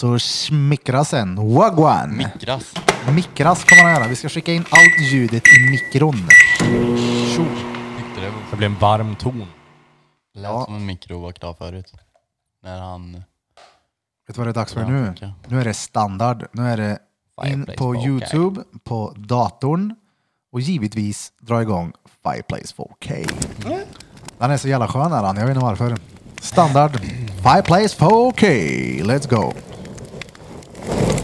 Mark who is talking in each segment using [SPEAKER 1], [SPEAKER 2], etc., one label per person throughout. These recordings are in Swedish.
[SPEAKER 1] Så smickras den. Wagwan.
[SPEAKER 2] Mikras.
[SPEAKER 1] Mikras kan man göra. Vi ska skicka in allt ljudet i mikron.
[SPEAKER 2] Tjo! Tyckte det, var-
[SPEAKER 3] Det blev en varm ton.
[SPEAKER 2] lät
[SPEAKER 1] Ja.
[SPEAKER 2] som en mikro var klar förut. När han...
[SPEAKER 1] Vet du vad det är dags för
[SPEAKER 2] Ja,
[SPEAKER 1] nu?
[SPEAKER 2] okej.
[SPEAKER 1] Nu är det standard. Nu är det in
[SPEAKER 2] Fireplace
[SPEAKER 1] på
[SPEAKER 2] var okej.
[SPEAKER 1] Youtube, på datorn och givetvis dra igång Fireplace 4K. Den är så jävla skön är den. Jag vet inte varför. Standard Fireplace 4K. Let's go.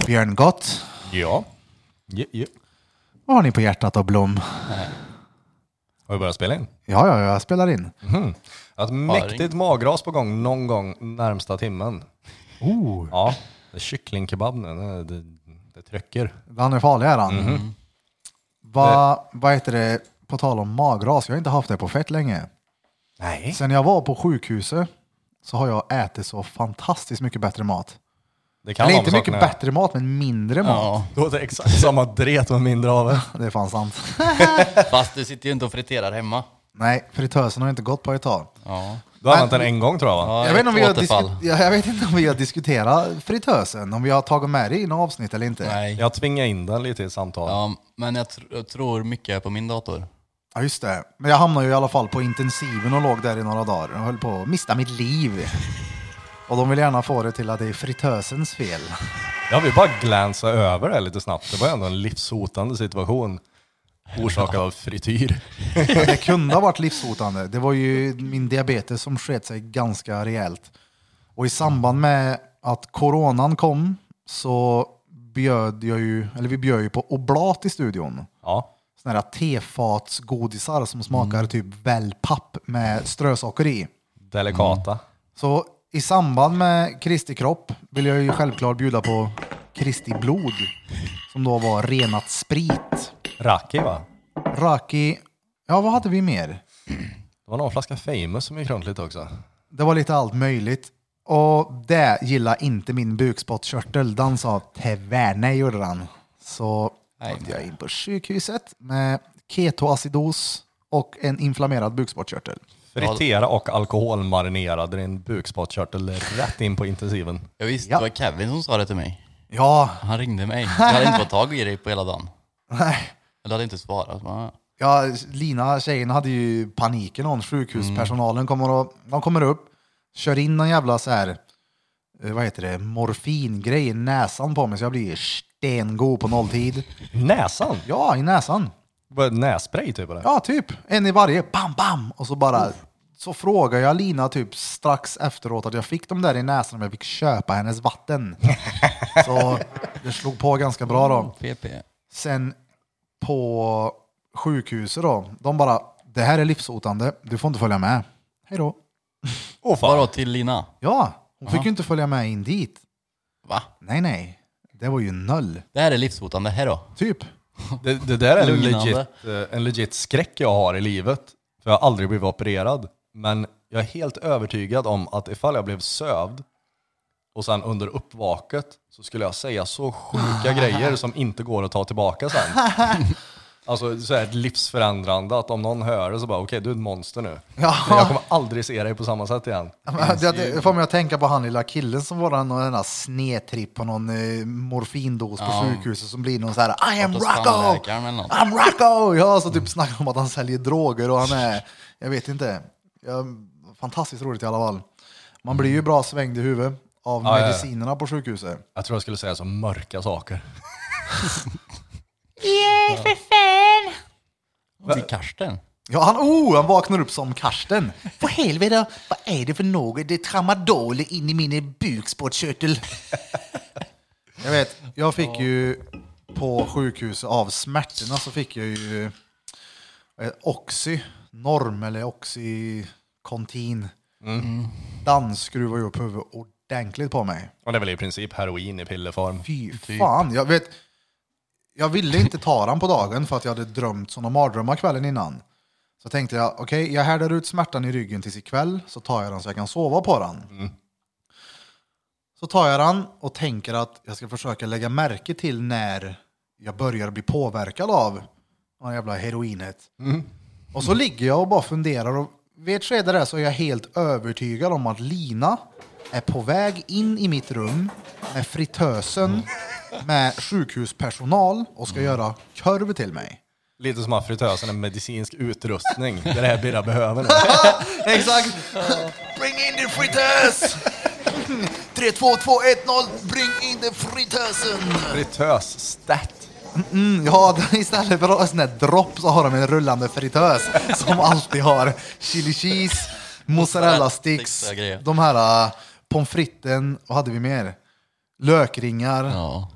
[SPEAKER 1] Björn Gott,
[SPEAKER 3] Ja. ja, ja.
[SPEAKER 1] vad har ni på hjärtat och Blom?
[SPEAKER 3] Har vi börjat spela in?
[SPEAKER 1] Ja, ja, jag spelar in.
[SPEAKER 3] Ett mäktigt magras på gång någon gång närmsta timmen.
[SPEAKER 1] Oh.
[SPEAKER 3] Ja, det är kycklingkebab nu. Det, det, det trycker.
[SPEAKER 1] Den är farlig är den.
[SPEAKER 2] Mhm.
[SPEAKER 1] Vad vad heter det, på tal om magras, jag har inte haft det på fett länge.
[SPEAKER 3] Nej.
[SPEAKER 1] Sen jag var på sjukhuset så har jag ätit så fantastiskt mycket bättre mat.
[SPEAKER 3] Det kan
[SPEAKER 1] Eller
[SPEAKER 3] vara
[SPEAKER 1] inte
[SPEAKER 3] med
[SPEAKER 1] mycket
[SPEAKER 3] sakerna.
[SPEAKER 1] bättre mat, men mindre mat.
[SPEAKER 2] Ja.
[SPEAKER 3] Då är det exakt samma dret med mindre av det.
[SPEAKER 1] Det är fan sant.
[SPEAKER 2] Fast du sitter ju inte och friterar hemma.
[SPEAKER 1] Nej, fritösen har inte gått på ett tag.
[SPEAKER 2] Ja.
[SPEAKER 3] Du har använt den en gång tror jag va?
[SPEAKER 2] ja
[SPEAKER 1] jag, vet inte om vi har
[SPEAKER 2] ett återfall.
[SPEAKER 1] disku- jag jag vet inte om vi har diskuterat fritösen, om vi har tagit med det i något avsnitt eller inte.
[SPEAKER 2] Nej.
[SPEAKER 3] Jag tvingade in den lite i ett samtal.
[SPEAKER 2] Ja, men jag, tr- jag tror mycket är på min dator.
[SPEAKER 1] Ja, just det. Men jag hamnade ju i alla fall på intensiven och låg där i några dagar och höll på att mista mitt liv. Och de vill gärna få det till att det är fritösens fel.
[SPEAKER 3] Jag vill bara glänsa över det lite snabbt. Det var ändå en livshotande situation. Orsakad av frityr.
[SPEAKER 1] Det kunde ha varit livshotande. Det var ju min diabetes som sket sig ganska rejält. Och i samband med att coronan kom så bjöd jag ju, eller vi bjöd ju på oblat i studion.
[SPEAKER 3] Ja.
[SPEAKER 1] Såna här tefatsgodisar som smakar typ wellpapp med strösocker i.
[SPEAKER 3] Delikata.
[SPEAKER 1] Så i samband med Kristi kropp vill jag ju självklart bjuda på Kristi blod, som då var renat sprit.
[SPEAKER 3] Raki va?
[SPEAKER 1] Raki, ja vad hade vi mer?
[SPEAKER 3] Det var någon flaska famous som gick runt lite också.
[SPEAKER 1] Det var lite allt möjligt. Och det gillar inte min bukspottkörtel. Den sa tvärne gjorde den. Så
[SPEAKER 2] Nej,
[SPEAKER 1] åkte jag in på sjukhuset med ketoacidos och en inflammerad bukspottkörtel.
[SPEAKER 3] Fritera och alkoholmarinerade din bukspottkörtel rätt in på intensiven.
[SPEAKER 2] Jag visste,
[SPEAKER 1] Ja.
[SPEAKER 2] det var Kevin som sa det till mig.
[SPEAKER 1] Ja,
[SPEAKER 2] Han ringde mig. Jag hade inte fått tag i dig på hela dagen.
[SPEAKER 1] nej.
[SPEAKER 2] Eller hade inte svarat. Va?
[SPEAKER 1] Ja, Lina, tjejen, hade ju paniken om sjukhuspersonalen. Kommer och, de kommer upp, kör in någon jävla så här, eh, vad heter det, morfingrej i näsan på mig så jag blir stengod på nolltid.
[SPEAKER 3] Näsan?
[SPEAKER 1] Ja, i näsan.
[SPEAKER 3] Vad, Nässpray typ eller?
[SPEAKER 1] Ja, typ. En i varje. Bam, bam! Och så bara... Så frågar jag Lina typ strax efteråt att jag fick dem där i näsan om jag fick köpa hennes vatten. så det slog på ganska bra då.
[SPEAKER 2] PP.
[SPEAKER 1] Sen på sjukhuset då, de bara det här är livshotande, du får inte följa med. Hej då.
[SPEAKER 3] Åh fan.
[SPEAKER 2] Vadå till Lina?
[SPEAKER 1] Ja, hon fick ju inte följa med in dit.
[SPEAKER 2] Va?
[SPEAKER 1] Nej, nej. Det var ju noll.
[SPEAKER 2] Det här är livshotande. Här då.
[SPEAKER 1] Typ.
[SPEAKER 3] Det, det där är en
[SPEAKER 2] Lugnande.
[SPEAKER 3] legit, eh, en legit skräck jag har i livet. För jag har aldrig blivit opererad. Men jag är helt övertygad om att ifall jag blev sövd och sen under uppvaket så skulle jag säga så sjuka grejer som inte går att ta tillbaka sen. Alltså så här livsförändrande att om någon hör det så bara okej du är ett monster nu.
[SPEAKER 1] Ja.
[SPEAKER 3] Men jag kommer aldrig se dig på samma sätt igen.
[SPEAKER 1] Det, det får mig att tänka på han lilla killen som var någon den där snedtripp på någon eh, morfindos på sjukhuset som blir någon så här I am
[SPEAKER 2] Hos
[SPEAKER 1] Rocco!
[SPEAKER 2] tandläkaren eller något.
[SPEAKER 1] I'm Rocco! Ja, så typ snackar om att han säljer droger och han är, jag vet inte. Ja, fantastiskt roligt i alla fall. Man blir ju bra svängd i huvudet av
[SPEAKER 3] Ja, ja, ja.
[SPEAKER 1] medicinerna på sjukhuset.
[SPEAKER 3] Jag tror jag skulle säga så mörka saker.
[SPEAKER 2] Till Karsten.
[SPEAKER 1] Ja, han, oh, han vaknar upp som Karsten. För helvete, vad är det för något? Det är tramadol in i min bukspottkörtel. jag vet, jag fick ju på sjukhuset av smärtorna så fick jag ju eh, Oxy, Norm eller Oxycontin. Dansskruvar ju upp huvudet ordentligt på mig.
[SPEAKER 3] Och det är väl i princip heroin i pillerform.
[SPEAKER 1] Fy fan, jag vet. Jag ville inte ta den på dagen för att jag hade drömt sådana mardrömmar kvällen innan. Så tänkte jag, okej, jag härdar ut smärtan i ryggen tills ikväll så tar jag den så jag kan sova på den. Så tar jag den och tänker att jag ska försöka lägga märke till när jag börjar bli påverkad av det här jävla heroinet. Och så ligger jag och bara funderar och vid ett skede där så är jag helt övertygad om att Lina är på väg in i mitt rum med fritösen, med sjukhuspersonal och ska göra korv till mig.
[SPEAKER 3] Lite som att fritösen är medicinsk utrustning. Det är det här Birra behöver nu.
[SPEAKER 1] Exakt! Bring in the fritös! 3, 2, 2, 1, 0, bring in the fritösen!
[SPEAKER 3] Fritös, stat.
[SPEAKER 1] Mm, ja, istället för att ha en sån där dropp så har de en rullande fritös som alltid har chili cheese, mozzarella sticks,
[SPEAKER 2] Sticks och grejer.
[SPEAKER 1] de här äh, pommes fritesen, vad hade vi mer? Lökringar
[SPEAKER 2] Ja.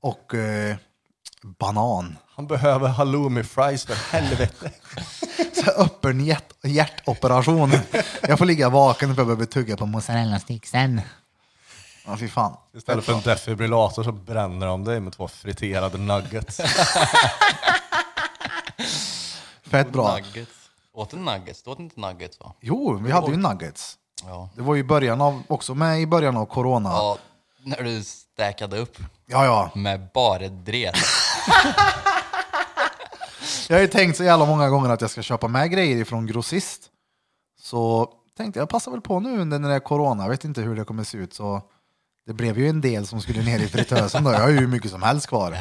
[SPEAKER 1] och eh, banan.
[SPEAKER 3] Han behöver halloumi fries för helvete.
[SPEAKER 1] Så här öppen hjärt- hjärtoperation. Jag får ligga vaken för jag behöver tugga på mozzarella sticksen. Ja, fy fan.
[SPEAKER 3] Istället för en defibrillator så bränner de dig med två friterade nuggets.
[SPEAKER 1] Fett bra.
[SPEAKER 2] Nuggets. Åt du nuggets? Du åt inte nuggets va?
[SPEAKER 1] Jo, vi hade ju nuggets.
[SPEAKER 2] Ja.
[SPEAKER 1] Det var ju i början av, också med i början av corona. Ja,
[SPEAKER 2] ja. När du stäkade upp
[SPEAKER 1] ja.
[SPEAKER 2] med bara dret.
[SPEAKER 1] Jag har ju tänkt så jävla många gånger att jag ska köpa med grejer ifrån grossist. Så tänkte jag passa väl på nu under den här corona. Jag vet inte hur det kommer se ut. Så det blev ju en del som skulle ner i fritösen då. Jag har ju hur mycket som helst kvar.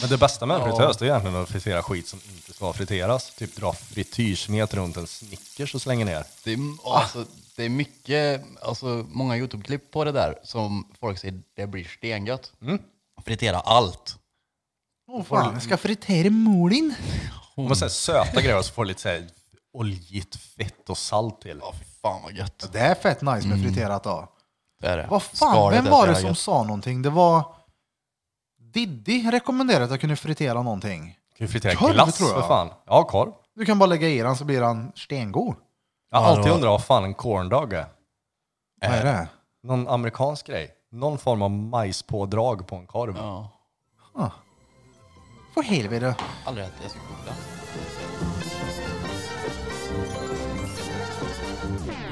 [SPEAKER 3] Men det bästa med en fritös det är egentligen att fritera skit som inte ska friteras. Typ dra frityrsmet runt en Snickers och slänga ner.
[SPEAKER 2] Det är, alltså, det är mycket, alltså många YouTube-klipp på det där som folk säger, det blir stengött. Fritera allt.
[SPEAKER 1] Åh fan, jag ska fritera molin.
[SPEAKER 3] Om man säger söta grejer så får du lite så här oljigt fett och salt till.
[SPEAKER 2] Ja, fy fan vad gött.
[SPEAKER 1] Det är fett nice med friterat då.
[SPEAKER 2] Det är det.
[SPEAKER 1] Vad fan,
[SPEAKER 2] Skalet
[SPEAKER 1] vem
[SPEAKER 2] är
[SPEAKER 1] var
[SPEAKER 2] så
[SPEAKER 1] Mm. det
[SPEAKER 2] jävla
[SPEAKER 1] som
[SPEAKER 2] gött.
[SPEAKER 1] sa någonting? Det var Diddy rekommenderade att jag kunde fritera någonting.
[SPEAKER 3] Kan ju fritera
[SPEAKER 1] Korv,
[SPEAKER 3] glass
[SPEAKER 1] tror jag.
[SPEAKER 3] för fan. Ja, korv.
[SPEAKER 1] Du kan bara lägga i den så blir han stengod.
[SPEAKER 3] Jag har
[SPEAKER 2] Ja, det
[SPEAKER 3] alltid
[SPEAKER 2] var-
[SPEAKER 3] undrat vad fan en corndog är.
[SPEAKER 1] Vad är det?
[SPEAKER 3] Någon amerikansk grej. Någon form av majspådrag på en korv.
[SPEAKER 2] Ja.
[SPEAKER 1] För helvete.
[SPEAKER 2] Aldrig ätit, jag ska googla.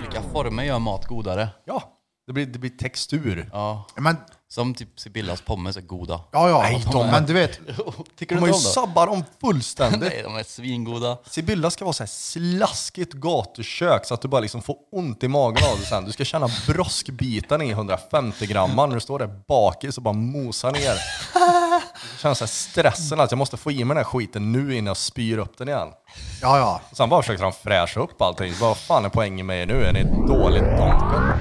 [SPEAKER 2] Vilka former gör mat godare?
[SPEAKER 3] Ja, det blir, det blir textur.
[SPEAKER 2] Ja.
[SPEAKER 1] Men,
[SPEAKER 2] Som typ Sibillas pommes är goda.
[SPEAKER 1] ja, ja.
[SPEAKER 3] Nej, de-
[SPEAKER 1] men du vet,
[SPEAKER 2] Oh, Tycker du
[SPEAKER 3] De har
[SPEAKER 2] inte
[SPEAKER 3] ju
[SPEAKER 2] om dem?
[SPEAKER 3] sabbat dem fullständigt.
[SPEAKER 2] Nej, de är svingoda.
[SPEAKER 3] Sibylla ska vara så här slaskigt gatukök så att du bara liksom får ont i magen av det sen. Du ska känna broskbitarna i 150 gramman när du står där bakis och bara mosar ner. Du känner så här stressen att jag måste få i mig den här skiten nu innan jag spyr upp den igen.
[SPEAKER 1] ja, ja.
[SPEAKER 3] Och sen bara försökte de fräscha upp allting. Vad fan är poängen med er nu? Är ni ett dåligt donken?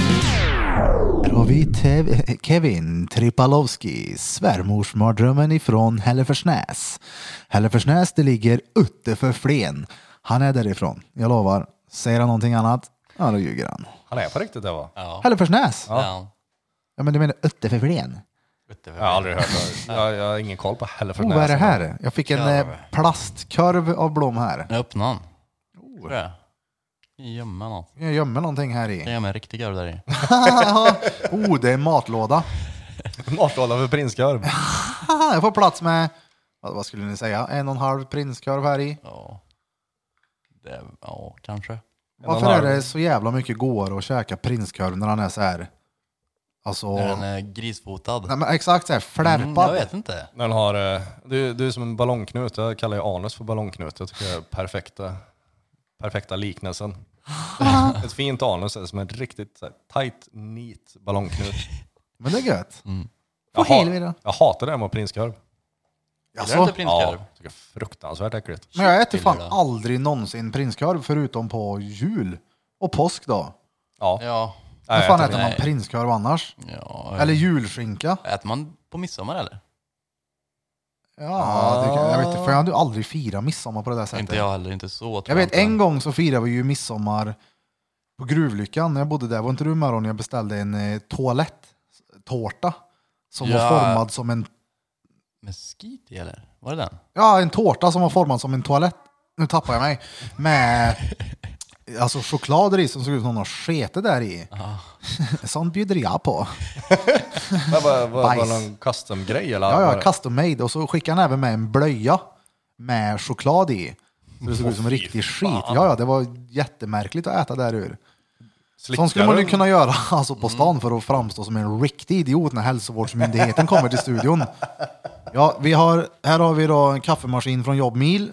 [SPEAKER 1] Här har vi Tev- Kevin Tripalowski, svärmorsmardrömmen ifrån Hälleforsnäs. Hälleforsnäs, det ligger utte för Flen. Han är därifrån, jag lovar. Säger han någonting annat, ja då ljuger han.
[SPEAKER 3] Han är på riktigt det va?
[SPEAKER 2] Ja.
[SPEAKER 1] Hälleforsnäs? Ja.
[SPEAKER 2] Ja.
[SPEAKER 1] men du menar utte för Flen?
[SPEAKER 3] Jag har aldrig hört det. Jag, jag har ingen koll på heller för
[SPEAKER 1] Oh, vad är det här? Jag fick en eh, plastkorv av Blom här.
[SPEAKER 2] Nu öppnar han. Tror det. Gömma något.
[SPEAKER 1] Jag gömmer någonting här
[SPEAKER 2] Jag
[SPEAKER 1] i.
[SPEAKER 2] gömmer en riktig garv där i.
[SPEAKER 1] oh, det är en matlåda.
[SPEAKER 3] Matlåda för prinskorv.
[SPEAKER 1] Haha, jag får plats med, vad vad skulle ni säga, en och en halv prinskorv här i.
[SPEAKER 2] Ja. Det, ja, kanske.
[SPEAKER 1] Varför
[SPEAKER 3] och en
[SPEAKER 1] är
[SPEAKER 3] halv.
[SPEAKER 1] det så jävla mycket godare att käka prinskorv när han är så här, alltså,
[SPEAKER 2] När den är grisfotad.
[SPEAKER 1] nej, men exakt så här
[SPEAKER 2] Mm, jag
[SPEAKER 1] flärpad.
[SPEAKER 2] vet inte.
[SPEAKER 3] När den har, eh, du, du är som en ballongknut, jag kallar ju anus för ballongknut. Jag tycker det är perfekta, perfekta liknelsen.
[SPEAKER 1] Ah.
[SPEAKER 3] Ett fint anus är som en riktigt så här, tight, neat ballongknut.
[SPEAKER 1] men det är gött.
[SPEAKER 2] Mm.
[SPEAKER 3] Jag,
[SPEAKER 1] Vad helvete.
[SPEAKER 3] jag hatar det här med prinskorv.
[SPEAKER 2] Gillar du
[SPEAKER 1] Alltså,
[SPEAKER 2] inte prinskorv?
[SPEAKER 3] jag tycker det är fruktansvärt äckligt.
[SPEAKER 1] men jag äter fan
[SPEAKER 2] Gillar du det?
[SPEAKER 1] aldrig någonsin prinskorv förutom på jul och påsk då.
[SPEAKER 3] Ja.
[SPEAKER 2] Ja.
[SPEAKER 3] Nej,
[SPEAKER 1] Vad
[SPEAKER 3] jag
[SPEAKER 1] fan
[SPEAKER 3] äter
[SPEAKER 1] äter man
[SPEAKER 2] det.
[SPEAKER 1] prinskorv annars?
[SPEAKER 2] ja.
[SPEAKER 1] Eller julskinka?
[SPEAKER 2] Äter man på midsommar eller?
[SPEAKER 1] Ja, det kan, jag vet inte, för jag hade ju aldrig firat midsommar på det där sättet.
[SPEAKER 2] Inte jag heller, inte så. tror
[SPEAKER 1] Jag vet
[SPEAKER 2] inte.
[SPEAKER 1] en gång så firade vi ju midsommar på gruvlyckan när jag bodde där. Var inte du med då när jag beställde en eh, toalettårta som var
[SPEAKER 2] Ja.
[SPEAKER 1] formad som en
[SPEAKER 2] Med skit i eller? Var det den?
[SPEAKER 1] Ja, en tårta som var formad som en toalett. Nu tappar jag mig. Med alltså choklader i som såg ut som någon har sketit där i. Sånt bjuder jag på.
[SPEAKER 3] Men Var, var, var
[SPEAKER 1] Bajs.
[SPEAKER 3] någon custom-grej eller?
[SPEAKER 1] Ja,
[SPEAKER 3] var
[SPEAKER 1] ja,
[SPEAKER 3] det-
[SPEAKER 1] custom made. Och så skickade han även med en blöja med choklad i. Så det såg ut som riktig skit. Ja, ja, det var jättemärkligt att äta där ur.
[SPEAKER 3] Slickar
[SPEAKER 1] Sånt skulle man ju
[SPEAKER 3] du?
[SPEAKER 1] kunna göra alltså, på stan för att framstå som en riktig idiot när hälsovårdsmyndigheten kommer till studion. Ja, vi har, här har vi då en kaffemaskin från Jobbmil.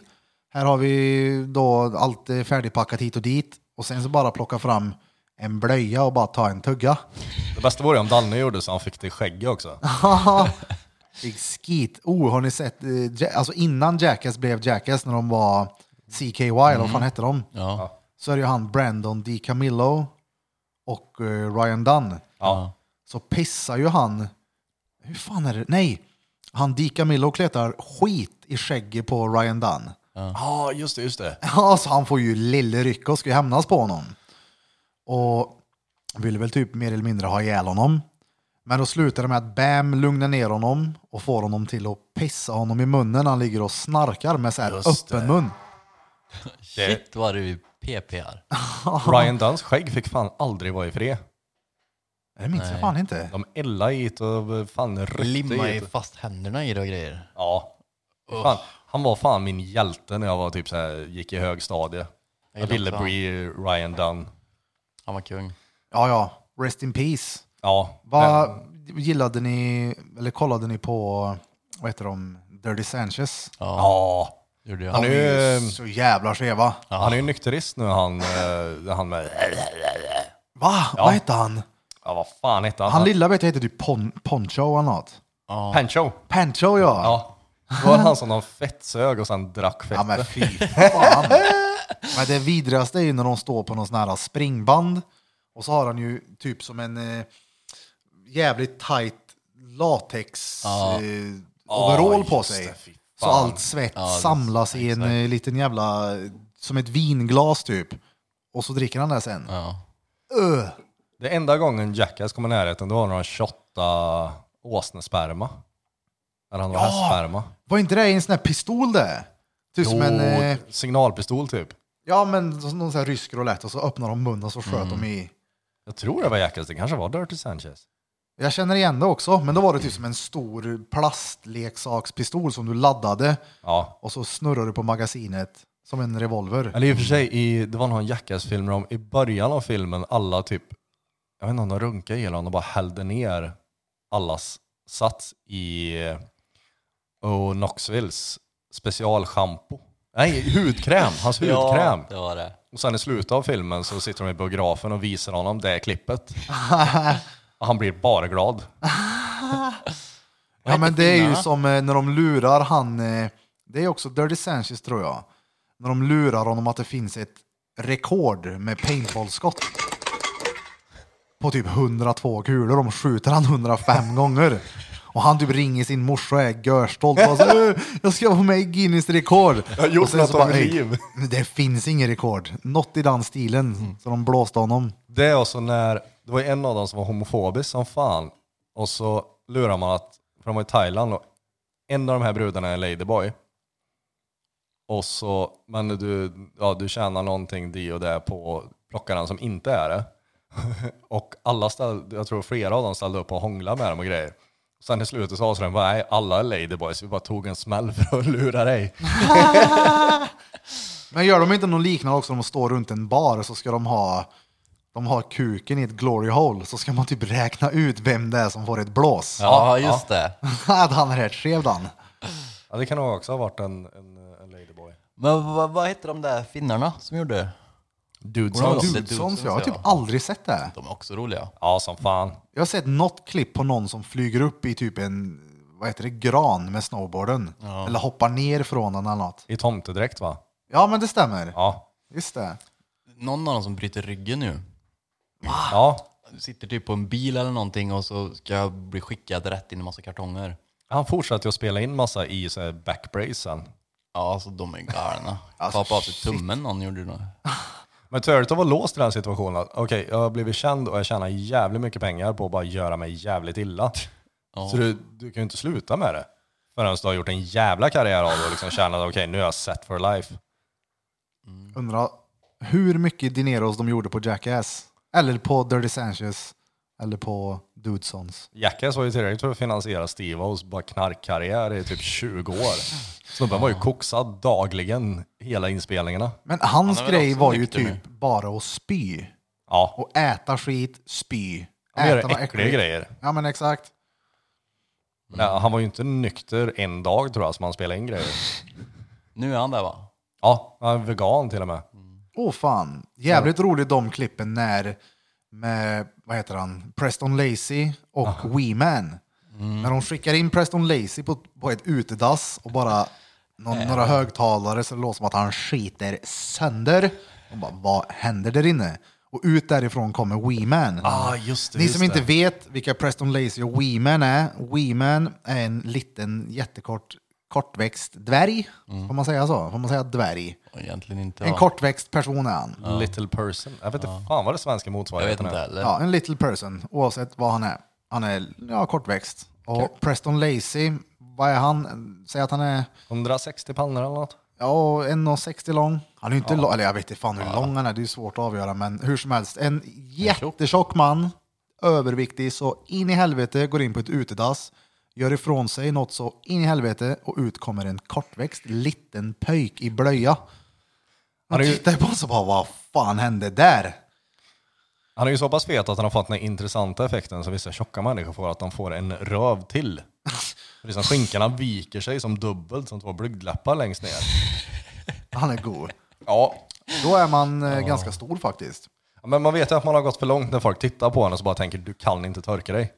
[SPEAKER 1] Här har vi då allt eh, färdigpackat hit och dit. Och sen så bara plocka fram en blöja och bara ta en tugga.
[SPEAKER 3] Det bästa vore om Danne gjorde så han fick det i skägget också.
[SPEAKER 1] Big skit. Oh, har ni sett? eh, Ja- Alltså innan Jackass blev Jackass, när de var CKY, eller vad fan hette de?
[SPEAKER 2] Ja.
[SPEAKER 1] Så är det ju han Brandon DiCamillo och eh, Ryan Dunn.
[SPEAKER 3] Ja.
[SPEAKER 1] Så pissar ju han... Hur fan är det? Nej! Han DiCamillo kletar skit i skägget på Ryan Dunn.
[SPEAKER 3] Ja, just det, just det.
[SPEAKER 1] Ja, så han får ju lille ryck och ska ju hämnas på honom. Och vill väl typ mer eller mindre ha ihjäl honom. Men då slutar det med att Bam lugnar ner honom och får honom till att pissa honom i munnen när han ligger och snarkar med så här
[SPEAKER 3] Just
[SPEAKER 1] öppen
[SPEAKER 3] det.
[SPEAKER 1] mun.
[SPEAKER 2] Shit vad du är PPR.
[SPEAKER 3] Ryan Dunns skägg fick fan aldrig vara i fred.
[SPEAKER 1] Det minns jag fan inte.
[SPEAKER 3] De eldade hit och fan ryckte
[SPEAKER 2] Limma i
[SPEAKER 3] hit.
[SPEAKER 2] fast händerna i det och grejer.
[SPEAKER 3] Ja. Fan, han var fan min hjälte när jag var typ så här, gick i högstadie. Jag,
[SPEAKER 2] gillar
[SPEAKER 3] ville
[SPEAKER 2] inte
[SPEAKER 3] bli Ryan Dunn.
[SPEAKER 2] Han var kung.
[SPEAKER 1] Ja, ja. Rest in peace.
[SPEAKER 3] Ja.
[SPEAKER 1] Vad
[SPEAKER 3] men-
[SPEAKER 1] gillade ni, eller kollade ni på, vad heter de, Dirty Sanchez?
[SPEAKER 3] Ja.
[SPEAKER 2] Gjorde jag.
[SPEAKER 3] Han är
[SPEAKER 1] De är
[SPEAKER 3] ju,
[SPEAKER 1] ju så jävla skeva.
[SPEAKER 3] han är ju nykterist nu han, eh, han med...
[SPEAKER 1] Va? Vad hette han?
[SPEAKER 3] Ja, vad fan hette han?
[SPEAKER 1] Han lilla vet jag heter typ Pon- Poncho eller något.
[SPEAKER 3] Pancho.
[SPEAKER 1] Pancho ja.
[SPEAKER 3] Ja. Det var han som de fettsög och sen drack fett.
[SPEAKER 1] Ja men fy fan. men det vidrigaste är ju när de står på någon sån här springband och så har han ju typ som en eh, jävligt tight latex eh, overall
[SPEAKER 3] just
[SPEAKER 1] på sig.
[SPEAKER 3] det, fy fan.
[SPEAKER 1] så allt svett samlas i en eh, liten jävla, som ett vinglas typ. Och så dricker han det sen.
[SPEAKER 2] Ja.
[SPEAKER 1] Öh.
[SPEAKER 3] Det enda gången Jackass kom i närheten, det var när han shottade åsnesperma. När han var hästsperma.
[SPEAKER 1] Var inte det i en sån här pistol det? Typ som en, eh,
[SPEAKER 3] Jo, signalpistol typ.
[SPEAKER 1] ja men som någon sån här rysk roulette och så öppnar de munnen och så sköt de i.
[SPEAKER 3] Jag tror det var Jackass, det kanske var Dirty Sanchez.
[SPEAKER 1] Jag känner igen det också, men då var det typ som en stor plastleksakspistol som du laddade
[SPEAKER 3] Ja.
[SPEAKER 1] och så snurrade du på magasinet som en revolver.
[SPEAKER 3] Eller i och för sig, i, det var någon Jackass-film där de i början av filmen alla typ, jag vet inte om de runkade ihjäl honom, de bara hällde ner allas sats i och Knoxvilles specialschampo. Nej, hudkräm! Hans hudkräm!
[SPEAKER 2] ja, det var det.
[SPEAKER 3] Och sen i slutet av filmen så sitter de i biografen och visar honom det klippet. Och han blir bara glad.
[SPEAKER 1] Ja men det är ju som eh, när de lurar han, eh, det är också Dirty Sanchez tror jag, när de lurar honom att det finns ett rekord med paintballskott. På typ 102 kulor, de skjuter han 105 gånger. Och han typ ringer sin morsa och är görstolt. Och så, "Eh, jag ska vara med i Guinness rekord.
[SPEAKER 3] Jag har gjort
[SPEAKER 1] Och sen
[SPEAKER 3] något
[SPEAKER 1] så bara,
[SPEAKER 3] av mitt
[SPEAKER 1] "Ey,
[SPEAKER 3] liv." Mm.
[SPEAKER 1] Det finns ingen rekord. Något i den stilen. Så de blåste honom.
[SPEAKER 3] Det är också när, det var ju en av dem som var homofobisk som fan. Och så lurar man att, för de var i Thailand och en av de här brudarna är en ladyboy. Och så, men du, ja, du tjänar någonting det och det på plockaren som inte är det. och alla ställde, jag tror flera av dem ställde upp och hånglade med dem och grejer. Sen i slutet sa de, nej alla är ladyboys, vi bara tog en smäll för att lura dig.
[SPEAKER 1] Men gör de inte något liknande också? De står runt en bar så ska de ha de har kuken i ett glory hole så ska man typ räkna ut vem det är som får ett blås.
[SPEAKER 2] Ja, just det.
[SPEAKER 1] Att han är rätt skev den.
[SPEAKER 3] Ja, det kan nog också ha varit en, en, en ladyboy.
[SPEAKER 2] Men vad, vad hette de där finnarna som gjorde?
[SPEAKER 3] Dudes
[SPEAKER 2] Går de
[SPEAKER 3] house.
[SPEAKER 2] Det är
[SPEAKER 1] Dudesons,
[SPEAKER 2] Dudesons,
[SPEAKER 1] jag har typ
[SPEAKER 2] ja.
[SPEAKER 1] aldrig sett det.
[SPEAKER 2] De är också roliga.
[SPEAKER 3] Ja, som fan.
[SPEAKER 1] Jag har sett något klipp på någon som flyger upp i typ en, vad heter det, gran med snowboarden. Eller hoppar ner från den eller något.
[SPEAKER 3] I tomtedräkt va?
[SPEAKER 1] Ja men det stämmer.
[SPEAKER 3] Ja.
[SPEAKER 1] Just det.
[SPEAKER 2] Någon av dem som bryter ryggen nu.
[SPEAKER 3] ja.
[SPEAKER 2] Sitter typ på en bil eller någonting och så ska jag bli skickad rätt in i massa kartonger.
[SPEAKER 3] Han fortsatte ju att spela in massa i så här backbracen.
[SPEAKER 2] Ja, alltså de är galna.
[SPEAKER 1] Alltså,
[SPEAKER 2] Kapa av sig
[SPEAKER 1] shit.
[SPEAKER 2] tummen någon gjorde det.
[SPEAKER 3] Men Turtle var låst i den situationen. att, Okej, jag har blivit känd och jag tjänar jävligt mycket pengar på att bara göra mig jävligt illa. Så du, du kan ju inte sluta med det. Förrän du har gjort en jävla karriär av det och liksom tjänat okej, nu är jag set for life.
[SPEAKER 1] Undrar hur mycket dineros de gjorde på Jackass. Eller på Dirty Sanchez. Eller på Dudesons.
[SPEAKER 3] Jackass var ju tillräckligt för att finansiera Steve O's bara knarkkarriär i typ 20 år. Snubben var ju koksad dagligen hela inspelningarna.
[SPEAKER 1] Men hans
[SPEAKER 2] Han är väl
[SPEAKER 1] grej
[SPEAKER 2] också
[SPEAKER 1] var ju
[SPEAKER 2] nykter
[SPEAKER 1] typ bara att spy.
[SPEAKER 3] Ja,
[SPEAKER 1] Och äta skit, spy.
[SPEAKER 3] han gör
[SPEAKER 1] Äta något
[SPEAKER 3] äckliga
[SPEAKER 1] äckligt.
[SPEAKER 3] grejer.
[SPEAKER 1] Ja men exakt.
[SPEAKER 3] Ja, han var ju inte nykter en dag tror jag som han spelade in grejer.
[SPEAKER 2] Nu är han där va?
[SPEAKER 3] Ja, han är vegan till och med.
[SPEAKER 1] Åh fan, jävligt roligt de klippen när, med, vad heter han, Preston Lacey och Wee-Man.
[SPEAKER 2] Mm.
[SPEAKER 1] När de skickar in Preston Lacey på, på ett utedass och bara någon, några högtalare så det låter som att han skiter sönder. Och bara, vad händer där inne? Och ut därifrån kommer Wee-Man.
[SPEAKER 3] Ah, just det,
[SPEAKER 1] Ni
[SPEAKER 3] just
[SPEAKER 1] som
[SPEAKER 3] det.
[SPEAKER 1] inte vet vilka Preston Lacey och Wee-Man är. Wee-Man är en liten jättekort kortväxt dvärg.
[SPEAKER 3] Mm.
[SPEAKER 1] Får man säga så? Får man säga dvärg?
[SPEAKER 2] Och Egentligen inte.
[SPEAKER 1] En
[SPEAKER 2] ja.
[SPEAKER 1] kortväxt person är han.
[SPEAKER 3] Little person. Jag vet inte fan vad det svenska
[SPEAKER 2] Jag vet
[SPEAKER 3] motsvarigheten
[SPEAKER 2] inte
[SPEAKER 3] är.
[SPEAKER 2] heller.
[SPEAKER 1] Ja, en little person, oavsett vad han är. Han är ja, kortväxt. Och Preston Lacey, vad är han? Säg att han är
[SPEAKER 3] 160 pannor eller något.
[SPEAKER 1] ja, 1,60 lång. Han är ju inte lång, eller jag vet inte fan hur lång han är, det är ju svårt att avgöra. Men hur som helst, en jättetjock man, överviktig så in i helvete, går in på ett utedass, gör ifrån sig något så in i helvete och ut kommer en kortväxt liten pöjk i blöja. Man
[SPEAKER 3] är ju-
[SPEAKER 1] tittar ju på honom så bara, vad fan hände där?
[SPEAKER 3] Han är ju så pass fet att han har fått den här intressanta effekten som vissa tjocka människor får, att de får en röv till. Liksom skinkorna viker sig som dubbelt, som två blygdläppar längst ner.
[SPEAKER 1] Han är god.
[SPEAKER 3] Ja.
[SPEAKER 1] Då är man eh, ganska stor faktiskt.
[SPEAKER 3] Men man vet ju att man har gått för långt när folk tittar på en och så bara tänker du kan inte torka dig.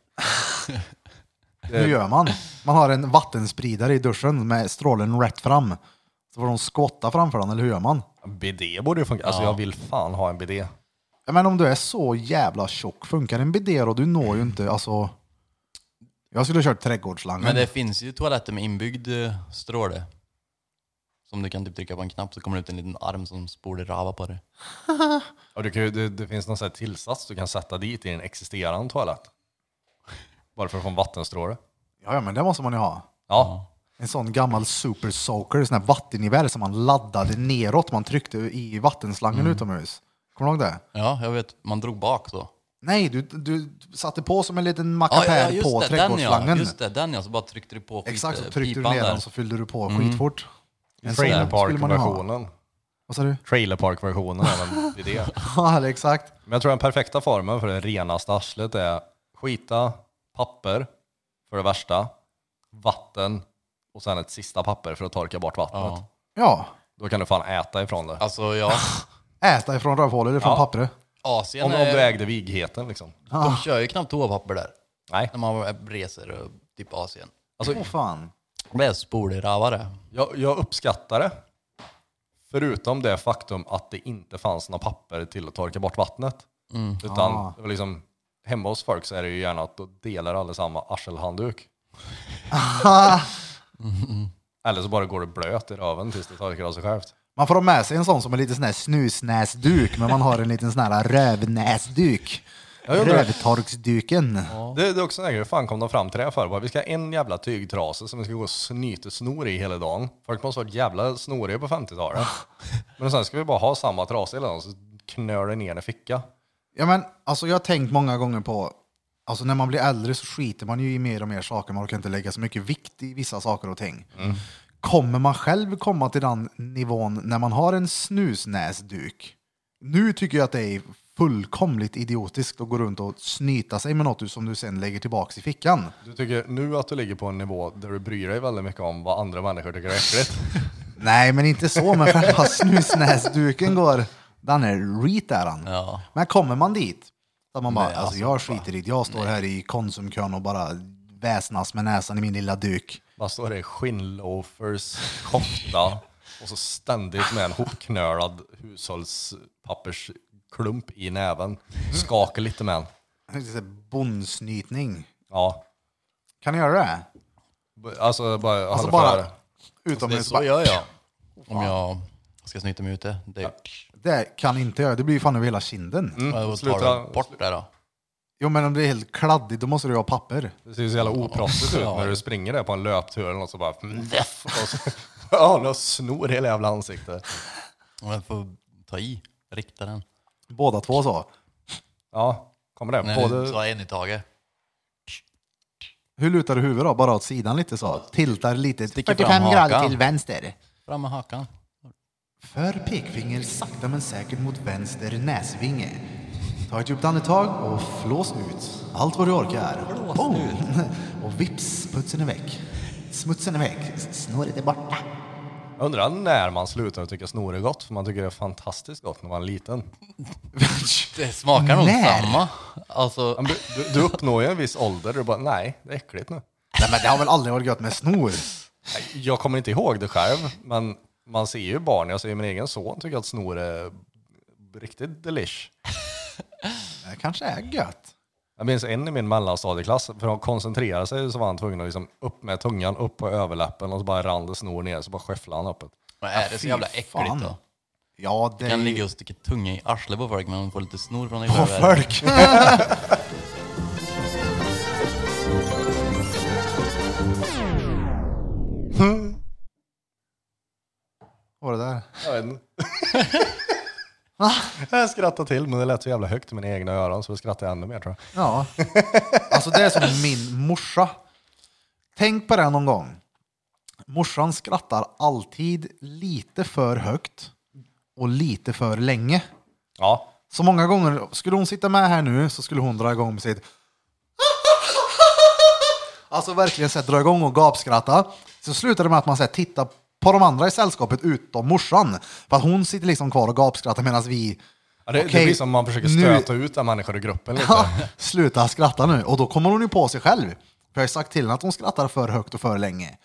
[SPEAKER 1] Hur
[SPEAKER 3] Eh.
[SPEAKER 1] gör man? Man har en vattenspridare i duschen med strålen rätt fram. Så får de skotta framför den, eller hur gör man?
[SPEAKER 3] BD borde ju funka. Alltså jag vill fan ha en BD.
[SPEAKER 1] Ja, Men om du är så jävla tjock, funkar en bidé och du når
[SPEAKER 2] Mm.
[SPEAKER 1] ju inte, alltså... Jag skulle ha kört trädgårdsslangen.
[SPEAKER 2] Men det finns ju toaletter med inbyggd eh, stråle. Som du kan typ trycka på en knapp så kommer det ut en liten arm som spolar rava på det.
[SPEAKER 3] Och det, kan ju, det, det finns någon sån här tillsats du kan sätta dit i en existerande toalett. Bara för att få en vattenstråle.
[SPEAKER 1] Ja, ja, men det måste man ju ha.
[SPEAKER 3] Ja.
[SPEAKER 1] En sån gammal super soaker, sån här vattengevär som man laddade neråt, man tryckte i vattenslangen
[SPEAKER 2] Mm.
[SPEAKER 1] utomhus. Kommer du ihåg det?
[SPEAKER 2] Ja, jag vet. Man drog bak så.
[SPEAKER 1] Nej, du, du satte på som en liten
[SPEAKER 2] Ja,
[SPEAKER 1] mackapär
[SPEAKER 2] ja,
[SPEAKER 1] på
[SPEAKER 2] den ja.
[SPEAKER 1] trädgårdsslangen.
[SPEAKER 2] Just det, den ja. Så bara tryckte du på skit,
[SPEAKER 1] Exakt, så
[SPEAKER 2] eh,
[SPEAKER 1] tryckte du
[SPEAKER 2] pipan
[SPEAKER 1] ner
[SPEAKER 2] där. Mm.
[SPEAKER 1] den så fyllde du på skitfort. En sån
[SPEAKER 3] Trailer
[SPEAKER 1] skulle man ju ha.
[SPEAKER 3] Park-versionen.
[SPEAKER 1] Vad sa du?
[SPEAKER 3] Trailer Park-versionen av en BD.
[SPEAKER 1] Ja, eller exakt.
[SPEAKER 3] Men jag tror den perfekta formen för det renaste arslet är skita, papper för det värsta, vatten och sen ett sista papper för att torka bort vattnet.
[SPEAKER 2] Ja.
[SPEAKER 1] Ja,
[SPEAKER 3] Då kan du fan äta ifrån det.
[SPEAKER 2] Alltså ja,
[SPEAKER 1] äta ifrån rövhålet eller från
[SPEAKER 3] Ja.
[SPEAKER 1] pappret.
[SPEAKER 2] Asien
[SPEAKER 3] Om, om
[SPEAKER 2] är-
[SPEAKER 3] du ägde vigheten liksom.
[SPEAKER 1] Ah.
[SPEAKER 2] De kör ju knappt toapapper där.
[SPEAKER 3] Nej.
[SPEAKER 2] När man reser och typ Asien.
[SPEAKER 3] Alltså,
[SPEAKER 1] Åh fan.
[SPEAKER 2] Det är spoleravare.
[SPEAKER 3] jag, jag uppskattar det. Förutom det faktum att det inte fanns några papper till att torka bort vattnet. Utan
[SPEAKER 1] Ah.
[SPEAKER 3] det var liksom, hemma hos folk så är det ju gärna att då delar allesamma arselhandduk. Eller så bara går det blöt i röven tills det torkar av sig självt.
[SPEAKER 1] Man får ha med sig en sån som är lite sån här snusnäsduk, men man har en liten sån här rövnäsduk.
[SPEAKER 3] jag undrar-
[SPEAKER 1] Rövtorksduken.
[SPEAKER 3] Det, det är också en grej, hur fan kom de fram till det här för? Bara, Vi ska ha en jävla tygtrase som vi ska gå och snyta snor i hela dagen. Folk måste ha varit jävla snoriga på 50-talet. Men sen ska vi bara ha samma trasa hela dagen, så knör det ner en ficka.
[SPEAKER 1] Ja, men, alltså, jag har tänkt många gånger på, alltså, när man blir äldre så skiter man ju i mer och mer saker, man orkar inte lägga så mycket vikt i vissa saker och ting.
[SPEAKER 3] Mm.
[SPEAKER 1] Kommer man själv komma till den nivån när man har en snusnäsduk? Nu tycker jag att det är fullkomligt idiotiskt att gå runt och snyta sig med något du- som du sen lägger tillbaks i fickan.
[SPEAKER 3] Du tycker nu att du ligger på en nivå där du bryr dig väldigt mycket om vad andra människor tycker är äckligt.
[SPEAKER 1] Nej, men inte så, men själva snusnäsduken går, den är reet där han.
[SPEAKER 2] Ja.
[SPEAKER 1] Men kommer man dit, så man bara,
[SPEAKER 2] Nej,
[SPEAKER 1] alltså,
[SPEAKER 2] alltså,
[SPEAKER 1] jag skiter i det. Jag står här i Konsumkön och bara väsnas med näsan i min lilla duk.
[SPEAKER 3] Vad står det? Skinnloafers, kofta och så ständigt med en hopknölad hushållspappersklump i näven. Skakar lite med en.
[SPEAKER 1] Det är Bondsnytning.
[SPEAKER 3] Ja.
[SPEAKER 1] Kan ni göra det?
[SPEAKER 3] B- Alltså bara...
[SPEAKER 1] Alltså
[SPEAKER 3] hålla
[SPEAKER 1] bara
[SPEAKER 3] för-
[SPEAKER 2] Det är
[SPEAKER 1] utomhus.
[SPEAKER 2] så
[SPEAKER 1] bara-
[SPEAKER 2] gör jag. Om jag ska snyta mig ute. Det,
[SPEAKER 1] Det kan inte jag. Det blir ju fan över hela kinden.
[SPEAKER 2] ja, då tar
[SPEAKER 3] sluta-
[SPEAKER 2] du bort det då.
[SPEAKER 1] Jo, men om det är helt kladdigt, då måste du ju ha papper.
[SPEAKER 3] Det ser ju så jävla oproffsigt ut när du springer där på en löptur eller något så bara... Mdeff, och så, ja, och snor hela jävla ansiktet.
[SPEAKER 2] Om jag får ta i, rikta den.
[SPEAKER 1] Båda två så.
[SPEAKER 3] Ja, kommer det.
[SPEAKER 2] Nej,
[SPEAKER 3] Både,
[SPEAKER 2] Ta en i taget.
[SPEAKER 1] Hur lutar du huvudet då? Bara åt sidan lite så. Tiltar lite.
[SPEAKER 2] Sticker fram hakan.
[SPEAKER 1] vänster.
[SPEAKER 2] Fram med hakan.
[SPEAKER 1] För pekfinger sakta men säkert mot vänster näsvinge. Ta ett djupt andetag och flås ut allt vad du orkar. Boom! Och vips, putsen är väck. Smutsen är väck, snåret är borta.
[SPEAKER 3] Jag undrar när man slutar att tycka snor är gott, för man tycker det är fantastiskt gott när man är liten.
[SPEAKER 2] Det smakar nog
[SPEAKER 1] När?
[SPEAKER 2] samma. Alltså,
[SPEAKER 3] Men Du, du, du uppnår ju en viss ålder och du bara, nej, det är äckligt nu.
[SPEAKER 1] Nej, men det har väl aldrig varit gött med snor?
[SPEAKER 3] Nej, Jag kommer inte ihåg det själv, men man ser ju barn, jag ser ju min egen son tycker att snor är riktigt delish.
[SPEAKER 1] Det kanske är gött.
[SPEAKER 3] Jag minns en i min mellanstadieklass, för att koncentrera sig så var han tvungen att liksom upp med tungan, upp på överläppen och så bara rann det snor ner så bara skäfflade han upp det.
[SPEAKER 2] men är det så jävla äckligt
[SPEAKER 1] fan.
[SPEAKER 2] då?
[SPEAKER 1] Ja, det
[SPEAKER 2] Kan
[SPEAKER 1] är
[SPEAKER 2] ligga
[SPEAKER 1] ju...
[SPEAKER 2] och sticka tunga i arslet på folk, men man får lite snor från det.
[SPEAKER 1] På folk! Vad var det där?
[SPEAKER 3] Jag vet inte. jag skrattade till, men det lät så jävla högt i mina egna öron så jag skrattade ännu mer tror jag.
[SPEAKER 1] Ja. Alltså det är som min morsa. Tänk på det någon gång. Morsan skrattar alltid lite för högt och lite för länge.
[SPEAKER 3] Ja,
[SPEAKER 1] Så många gånger, skulle hon sitta med här nu så skulle hon dra igång med sitt Alltså verkligen så här, dra igång och gapskratta. Så slutar det med att man så här, tittar på de andra i sällskapet utom morsan. För att hon sitter liksom kvar och gapskrattar medan vi
[SPEAKER 3] Ja, det,
[SPEAKER 1] Okej,
[SPEAKER 3] det blir som om man försöker
[SPEAKER 1] nu-
[SPEAKER 3] stöta ut den människor i gruppen lite.
[SPEAKER 1] Ja, sluta skratta nu. Och då kommer hon ju på sig själv. För jag har ju sagt till henne att hon skrattar för högt och för länge.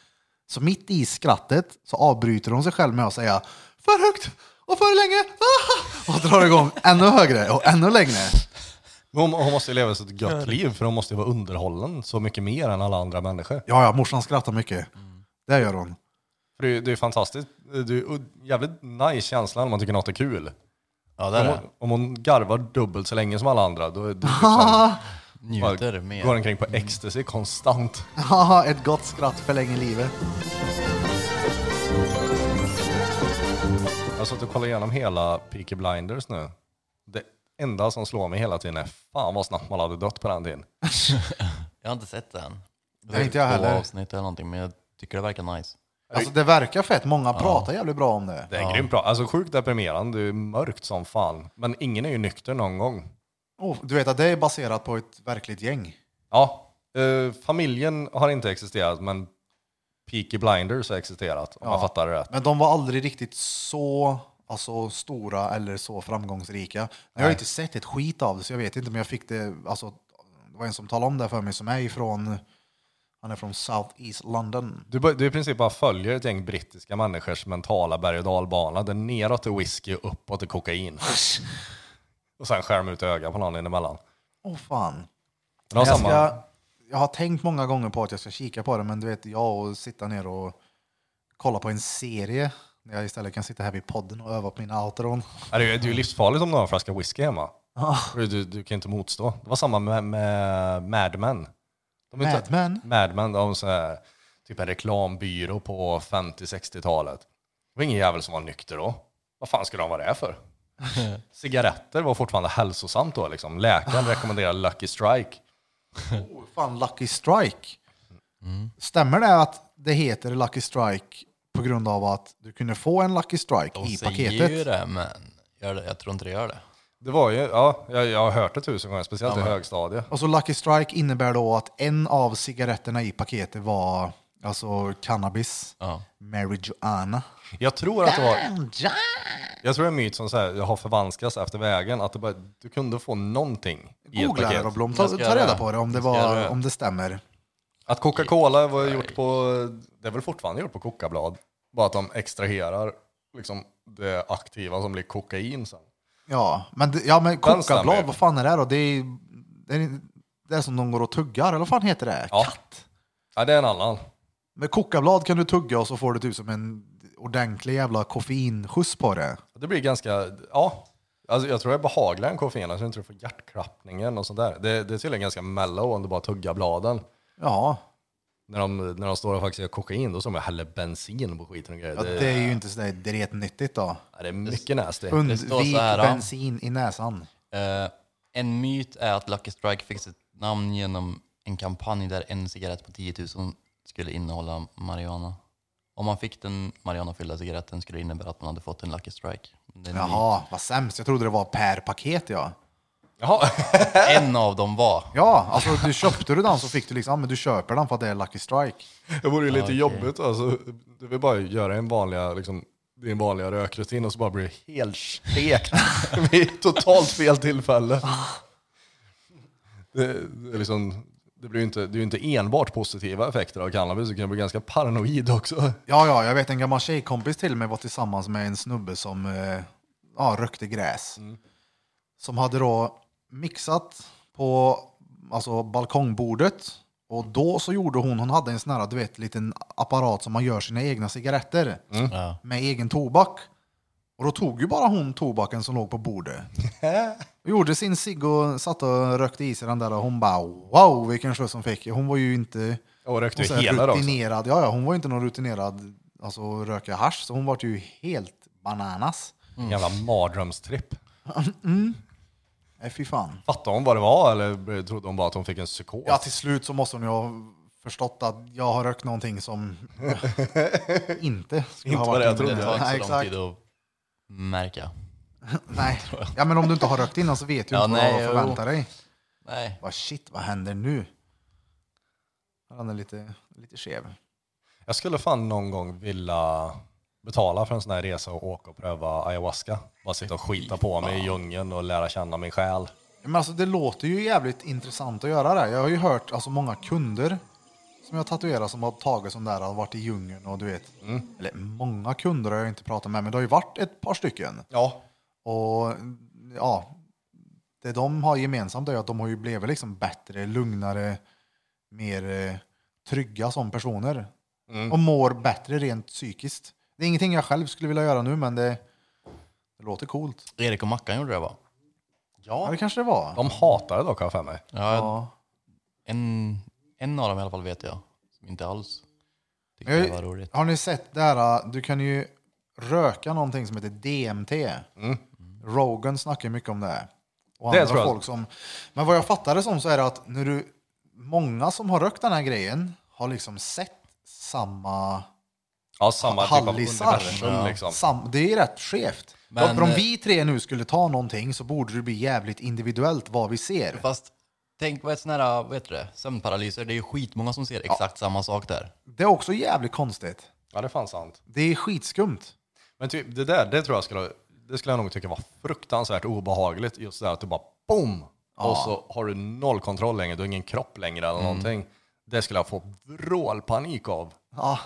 [SPEAKER 1] Så mitt i skrattet så avbryter hon sig själv med att säga för högt och för länge. Ah! Och drar igång ännu högre och ännu längre.
[SPEAKER 3] Men Hon, hon måste ju leva ett gött liv för hon måste ju vara underhållen så mycket mer än alla andra människor.
[SPEAKER 1] Ja, ja, morsan skrattar mycket. Det gör hon.
[SPEAKER 3] För det, är- det är fantastiskt. Det är och jävligt nice känsla när man tycker något är kul.
[SPEAKER 2] Ja, det
[SPEAKER 3] Om
[SPEAKER 2] är
[SPEAKER 3] hon,
[SPEAKER 2] det.
[SPEAKER 3] om hon garvar dubbelt så länge som alla andra då är det
[SPEAKER 1] Ah,
[SPEAKER 3] liksom,
[SPEAKER 2] Njuter
[SPEAKER 3] bara, går
[SPEAKER 2] mer.
[SPEAKER 3] omkring på ecstasy konstant.
[SPEAKER 1] ah, ett gott skratt förlänger livet.
[SPEAKER 3] Jag har suttit och kollat igenom hela Peaky Blinders nu. Det enda som slår mig hela tiden är fan vad snabbt man hade dött på den tiden.
[SPEAKER 2] Jag har inte sett det än. Det
[SPEAKER 1] är inte jag
[SPEAKER 2] två
[SPEAKER 1] heller.
[SPEAKER 2] avsnitt eller någonting, men jag tycker det verkar nice.
[SPEAKER 1] Alltså det verkar fett. Många pratar jävligt bra om det.
[SPEAKER 3] Det är grymt bra. Alltså sjukt deprimerande, det är mörkt som fan. Men ingen är ju nykter någon gång.
[SPEAKER 1] Oh, du vet att det är baserat på ett verkligt gäng.
[SPEAKER 3] Ja, eh, familjen har inte existerat men Peaky Blinders har existerat om man fattar det rätt.
[SPEAKER 1] Men de var aldrig riktigt så alltså, stora eller så framgångsrika. Jag har inte sett ett skit av det, så jag vet inte. Men jag fick det, alltså, det var en som talade om det för mig som är ifrån, han är från South East London.
[SPEAKER 3] Du, bör- du i princip bara följer ett gäng brittiska människors mentala berg och dalbana. Det är neråt är whisky och uppåt är kokain. och sen skär de ut ögat på någon inemellan.
[SPEAKER 1] Åh fan.
[SPEAKER 3] De har
[SPEAKER 1] jag,
[SPEAKER 3] samma,
[SPEAKER 1] ska, jag har tänkt många gånger på att jag ska kika på det, men du vet, jag och sitta ner och kolla på en serie när jag istället kan sitta här vid podden och öva på mina outron.
[SPEAKER 3] Ja, det är ju- det är ju livsfarligt om du har en flaska whisky hemma.
[SPEAKER 1] Ah.
[SPEAKER 3] För Du, du kan inte motstå. Det var samma med, med Mad Men. De är inte-
[SPEAKER 1] Mad Men?
[SPEAKER 3] Mad Men, de var så här, typ en reklambyrå på 50-60-talet. Det var ingen jävel som var nykter då. Vad fan skulle de vara det för? Cigaretter var fortfarande hälsosamt då. Liksom. Läkaren rekommenderade Lucky Strike.
[SPEAKER 1] Oh, fan, Lucky Strike. Stämmer det att det heter Lucky Strike på grund av att du kunde få en Lucky Strike
[SPEAKER 2] De
[SPEAKER 1] i
[SPEAKER 2] säger ju
[SPEAKER 1] paketet?
[SPEAKER 2] det, men gör det, jag tror inte det gör det.
[SPEAKER 3] Det var ju, ja, jag, jag har hört det tusen gånger, speciellt i högstadiet.
[SPEAKER 1] Och så Lucky Strike innebär då att en av cigaretterna i paketet var alltså cannabis,
[SPEAKER 2] Ja.
[SPEAKER 1] marijuana.
[SPEAKER 3] Jag tror att det var... Jag tror det är en myt som så här, har förvanskats efter vägen, att det bara, du kunde få någonting i ett
[SPEAKER 1] Googla det
[SPEAKER 3] paket.
[SPEAKER 1] och Blom, ta,
[SPEAKER 2] ska
[SPEAKER 1] ta
[SPEAKER 2] göra
[SPEAKER 1] reda
[SPEAKER 2] det.
[SPEAKER 1] på det om det,
[SPEAKER 2] Jag ska göra
[SPEAKER 1] var,
[SPEAKER 2] det.
[SPEAKER 1] om det stämmer.
[SPEAKER 3] Att Coca-Cola var gjort på, det är väl fortfarande gjort på kokablad, bara att de extraherar liksom det aktiva som blir kokain sen.
[SPEAKER 1] Ja, men, det- ja, men
[SPEAKER 3] stämmer ju.
[SPEAKER 1] kokablad, vad fan är det då? Det är, det är, det är som de går och tuggar, eller vad fan heter det?
[SPEAKER 3] Ja.
[SPEAKER 1] Katt?
[SPEAKER 3] Ja, det är en annan.
[SPEAKER 1] Med kokablad kan du tugga och så får du typ som en ordentlig jävla koffeinskjuts på det.
[SPEAKER 3] Det blir ganska, ja, alltså jag tror det är behagligare än koffein, alltså, jag tror inte du får hjärtklappningen och sånt där. Det, det är tydligen ganska mellow om du bara tuggar bladen.
[SPEAKER 1] Ja,
[SPEAKER 3] När de, när de står och faktiskt gör kokain, då står de och häller bensin på skiten och grejer.
[SPEAKER 1] ja
[SPEAKER 3] det,
[SPEAKER 1] det är ju inte sådär dretnyttigt då.
[SPEAKER 3] ja, det är mycket nasty.
[SPEAKER 2] står
[SPEAKER 1] Undvik
[SPEAKER 2] så här, ja.
[SPEAKER 1] bensin i näsan.
[SPEAKER 2] Eh, en myt är att Lucky Strike fick sitt namn genom en kampanj där en cigarett på 10 000 skulle innehålla marijuana. Om man fick den marijuanafyllda cigaretten skulle det
[SPEAKER 1] Mm.
[SPEAKER 2] innebära att man hade fått en Lucky Strike. Det är en myt.
[SPEAKER 1] Jaha, vad sämst. Jag trodde det var per paket ja.
[SPEAKER 3] Jaha.
[SPEAKER 2] En av dem var.
[SPEAKER 1] Ja, alltså du köpte du den så fick du liksom, men du köper den för att det är Lucky Strike.
[SPEAKER 3] Det vore ju lite
[SPEAKER 2] okej.
[SPEAKER 3] jobbigt. Alltså, du vill bara göra en vanliga, liksom, din vanliga rökrutin och så bara blir det helt stekt vid totalt fel tillfälle. Det, det, är liksom, det blir ju inte, det är ju inte enbart positiva effekter av cannabis, du kan bli ganska paranoid också.
[SPEAKER 1] Ja, ja, jag vet en gammal tjejkompis till mig var tillsammans med en snubbe som eh, ja, rökte gräs. Som hade då mixat på alltså, balkongbordet. Och då så gjorde hon, hon hade en sån här, du vet, liten apparat som man gör sina egna cigaretter
[SPEAKER 2] Ja.
[SPEAKER 1] med egen tobak. Och då tog ju bara hon tobaken som låg på bordet. Och gjorde sin cigg och satt och rökte i sig den där och hon bara wow vilken skjuts hon fick. Hon var ju inte
[SPEAKER 3] Och rökte
[SPEAKER 1] och
[SPEAKER 3] ju
[SPEAKER 1] så här
[SPEAKER 3] hela också.
[SPEAKER 1] rutinerad. Ja, ja, hon var ju inte någon rutinerad alltså, röka hasch, så hon var ju helt bananas.
[SPEAKER 3] Jävla mardrömstripp.
[SPEAKER 1] Nej, fy fan.
[SPEAKER 3] Fattade hon vad det var eller trodde hon bara att hon fick en psykos?
[SPEAKER 1] Ja, till slut så måste hon ju ha förstått att jag har rökt någonting som inte skulle
[SPEAKER 3] Inte
[SPEAKER 1] ha varit
[SPEAKER 3] vad det jag
[SPEAKER 1] inne. Nej,
[SPEAKER 2] Det tar inte
[SPEAKER 3] trodde.
[SPEAKER 2] så lång
[SPEAKER 1] exakt.
[SPEAKER 2] tid att märka.
[SPEAKER 1] Nej. Ja, men om du inte har rökt innan så vet du
[SPEAKER 2] Ja,
[SPEAKER 1] inte vad
[SPEAKER 2] nej,
[SPEAKER 1] du har att
[SPEAKER 2] jo.
[SPEAKER 1] förvänta dig.
[SPEAKER 2] Nej.
[SPEAKER 1] Vad shit, vad händer nu? Han är lite, lite skev.
[SPEAKER 3] Jag skulle fan någon gång vilja betala för en sån här resa och åka och pröva ayahuasca. Bara sitta och skita på mig i djungeln och lära känna min själ.
[SPEAKER 1] Men alltså, det låter ju jävligt intressant att göra det. Jag har ju hört alltså, många kunder som jag tatuerar som har tagit sån där och varit i djungeln och du vet. Eller många kunder har jag inte pratat med, men det har ju varit ett par stycken.
[SPEAKER 3] Ja.
[SPEAKER 1] Och ja, det de har gemensamt är ju att de har ju blivit liksom bättre, lugnare, mer eh, trygga som personer. Och mår bättre rent psykiskt. Det är ingenting jag själv skulle vilja göra nu, men det, det låter coolt.
[SPEAKER 2] Erik och Mackan gjorde det va?
[SPEAKER 1] Ja, det kanske det var.
[SPEAKER 3] De hatar det dock har jag för mig.
[SPEAKER 2] Ja,
[SPEAKER 1] Ja.
[SPEAKER 2] En, en av dem i alla fall vet jag. Som inte alls tyckte
[SPEAKER 1] Jag-
[SPEAKER 2] det var roligt.
[SPEAKER 1] Har ni sett det här? äh, Du kan ju röka någonting som heter DMT. Rogan snackar mycket om det. här. Och
[SPEAKER 3] Mm. Det
[SPEAKER 1] andra
[SPEAKER 3] tror jag.
[SPEAKER 1] folk som, men vad jag fattar det som så är det att när du, många som har rökt den här grejen har liksom sett samma...
[SPEAKER 3] Ja, samma typ av
[SPEAKER 1] Hallisar.
[SPEAKER 3] universum liksom.
[SPEAKER 1] sam, det är rätt skevt.
[SPEAKER 2] Men,
[SPEAKER 1] Men, om
[SPEAKER 2] eh,
[SPEAKER 1] vi tre nu skulle ta någonting så borde det bli jävligt individuellt vad vi ser.
[SPEAKER 2] Fast tänk på ett sån här, vad heter det, sömnparalyser. Det är ju skitmånga som ser exakt samma sak där.
[SPEAKER 1] Det är också jävligt konstigt.
[SPEAKER 3] Ja, det är fan sant.
[SPEAKER 1] Det är skitskumt.
[SPEAKER 3] Men typ, det där, det tror jag skulle, det skulle jag nog tycka var fruktansvärt obehagligt. Just det här att du bara BOOM! Och så har du noll kontroll längre, du har ingen kropp längre eller någonting. Det skulle jag få vrålpanik av.
[SPEAKER 1] Ja.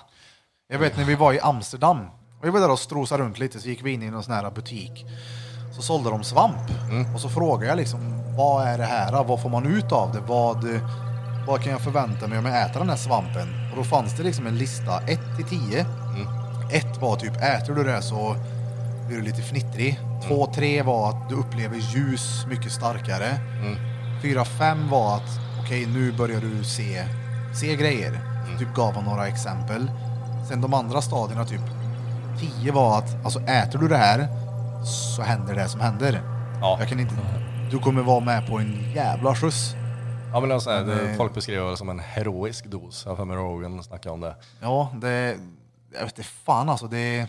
[SPEAKER 1] Jag vet när vi var i Amsterdam. Och jag var där och strosade runt lite, så gick vi in i någon sån här butik. Så sålde de svamp. Och så frågade jag liksom, vad är det här? Vad får man ut av det? Vad, vad kan jag förvänta mig om jag äter den här svampen? Och då fanns det liksom en lista, 1 till 10. 1 var typ, äter du det här så blir du lite fnittrig. 2, 3 var att du upplever ljus mycket starkare. 4, 5 var att okej, nu börjar du se, se grejer. Typ gav han några exempel. Sen de andra stadierna, typ 10 var att alltså äter du det här så händer det som händer.
[SPEAKER 3] Ja.
[SPEAKER 1] Jag kan inte, du kommer vara med på en jävla skjuts.
[SPEAKER 3] Ja, men det är så här, det,
[SPEAKER 1] Nej.
[SPEAKER 3] folk beskriver det som en heroisk dos. Jag har för mig Rogan snackade om det.
[SPEAKER 1] Ja, det... Jag vet inte fan alltså. Det,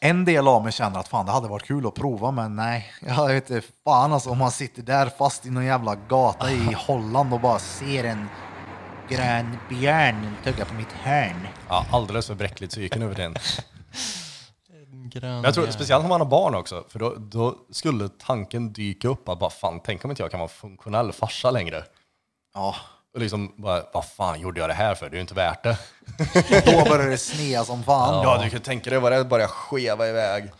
[SPEAKER 1] en del av mig känner att fan det hade varit kul att prova, men nej. Jag vet inte fan alltså om man sitter där fast i någon jävla gata i Holland och bara ser en grön björn tugga på mitt hörn.
[SPEAKER 3] Ja, alldeles för bräckligt psyke nu för tiden.
[SPEAKER 2] Grön,
[SPEAKER 3] Men jag tror, speciellt när man har barn också, för då, då skulle tanken dyka upp att bara fan, tänk om inte jag kan vara funktionell farsa längre.
[SPEAKER 1] Ja,
[SPEAKER 3] Och liksom bara, vad fan gjorde jag det här för? Det är ju inte värt det.
[SPEAKER 1] då börjar det snea som fan.
[SPEAKER 3] Ja, du kan tänka dig vad det börjar skeva iväg.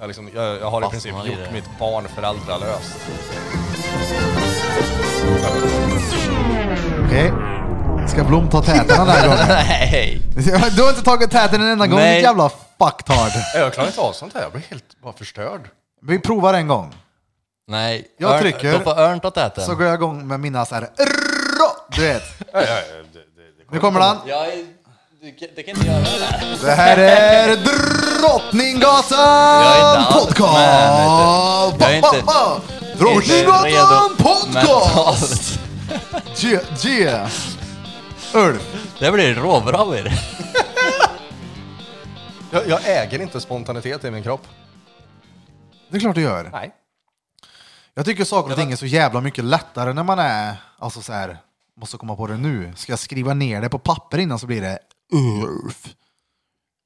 [SPEAKER 3] Jag, liksom, jag, jag har i
[SPEAKER 2] Fastnar
[SPEAKER 3] princip
[SPEAKER 2] i
[SPEAKER 3] gjort
[SPEAKER 2] det.
[SPEAKER 3] mitt barn föräldralöst.
[SPEAKER 1] Okej. Ska Blom ta täten den här gången?
[SPEAKER 2] Nej!
[SPEAKER 1] Du har inte tagit täten en enda gång,
[SPEAKER 2] Nej.
[SPEAKER 1] ditt jävla fucktard.
[SPEAKER 3] Nej, Jag klarar inte av sånt här, jag blir helt bara förstörd.
[SPEAKER 1] Vi provar en gång.
[SPEAKER 2] Nej.
[SPEAKER 1] Jag
[SPEAKER 2] Örn-
[SPEAKER 1] trycker.
[SPEAKER 2] Då får Örn ta täten.
[SPEAKER 1] Så går jag igång med mina så här... Du vet.
[SPEAKER 3] Nej, jag- det- det- det-
[SPEAKER 1] Nu kommer den.
[SPEAKER 2] Jag är, du, kan- det kan inte göra det där.
[SPEAKER 1] Det här är Drottninggatan
[SPEAKER 2] Jag är inte alls
[SPEAKER 1] podcast!
[SPEAKER 2] med, vet du. Jag är inte-
[SPEAKER 1] Ba, ba, ba.
[SPEAKER 2] Inte
[SPEAKER 1] Drottninggatan
[SPEAKER 2] redo
[SPEAKER 1] podcast!
[SPEAKER 2] mentalt.
[SPEAKER 1] Ge, ge! Ulf,
[SPEAKER 2] Det blir råbra av er.
[SPEAKER 3] Jag, jag äger inte spontanitet i min kropp.
[SPEAKER 1] det är klart du gör.
[SPEAKER 3] Nej.
[SPEAKER 1] Jag tycker saker och ting är så jävla mycket lättare när man är, alltså så här, måste komma på det nu. Ska jag skriva ner det på papper innan så blir det urf.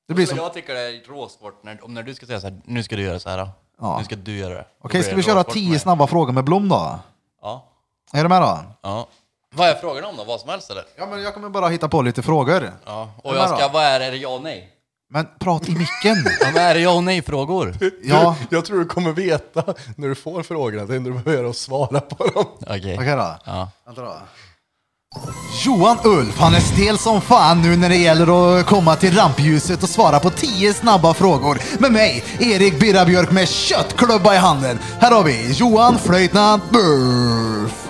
[SPEAKER 1] Det blir
[SPEAKER 2] Men
[SPEAKER 1] som,
[SPEAKER 2] Jag tycker det är råsvårt när, om när du ska säga så här, nu ska du göra så här.
[SPEAKER 1] Ja.
[SPEAKER 2] Nu ska du göra det. Då
[SPEAKER 1] okej
[SPEAKER 2] blir
[SPEAKER 1] ska
[SPEAKER 2] det
[SPEAKER 1] vi köra
[SPEAKER 2] råsvårt
[SPEAKER 1] tio
[SPEAKER 2] med-
[SPEAKER 1] snabba frågor med Blom då?
[SPEAKER 2] Ja.
[SPEAKER 1] Är du med då?
[SPEAKER 2] ja. Vad är frågan om då? Vad som helst eller?
[SPEAKER 1] Ja men jag kommer bara hitta på lite frågor.
[SPEAKER 2] Ja. Och
[SPEAKER 1] Men
[SPEAKER 2] jag ska,
[SPEAKER 1] då?
[SPEAKER 2] vad är det, är det ja och nej?
[SPEAKER 1] Men prat i micken!
[SPEAKER 2] Ja, men är det ja och nej frågor?
[SPEAKER 1] Ja,
[SPEAKER 3] Jag tror du kommer veta när du får frågorna, att du inte behöver göra och svara på dem.
[SPEAKER 2] Okej.
[SPEAKER 1] okej då.
[SPEAKER 2] Ja.
[SPEAKER 1] Vänta då. Johan Ulf, han är stel som fan nu när det gäller att komma till rampljuset och svara på 10 snabba frågor. Med mig, Erik Birra Björk med köttklubba i handen. Här har vi Johan Flöjtnant Burf.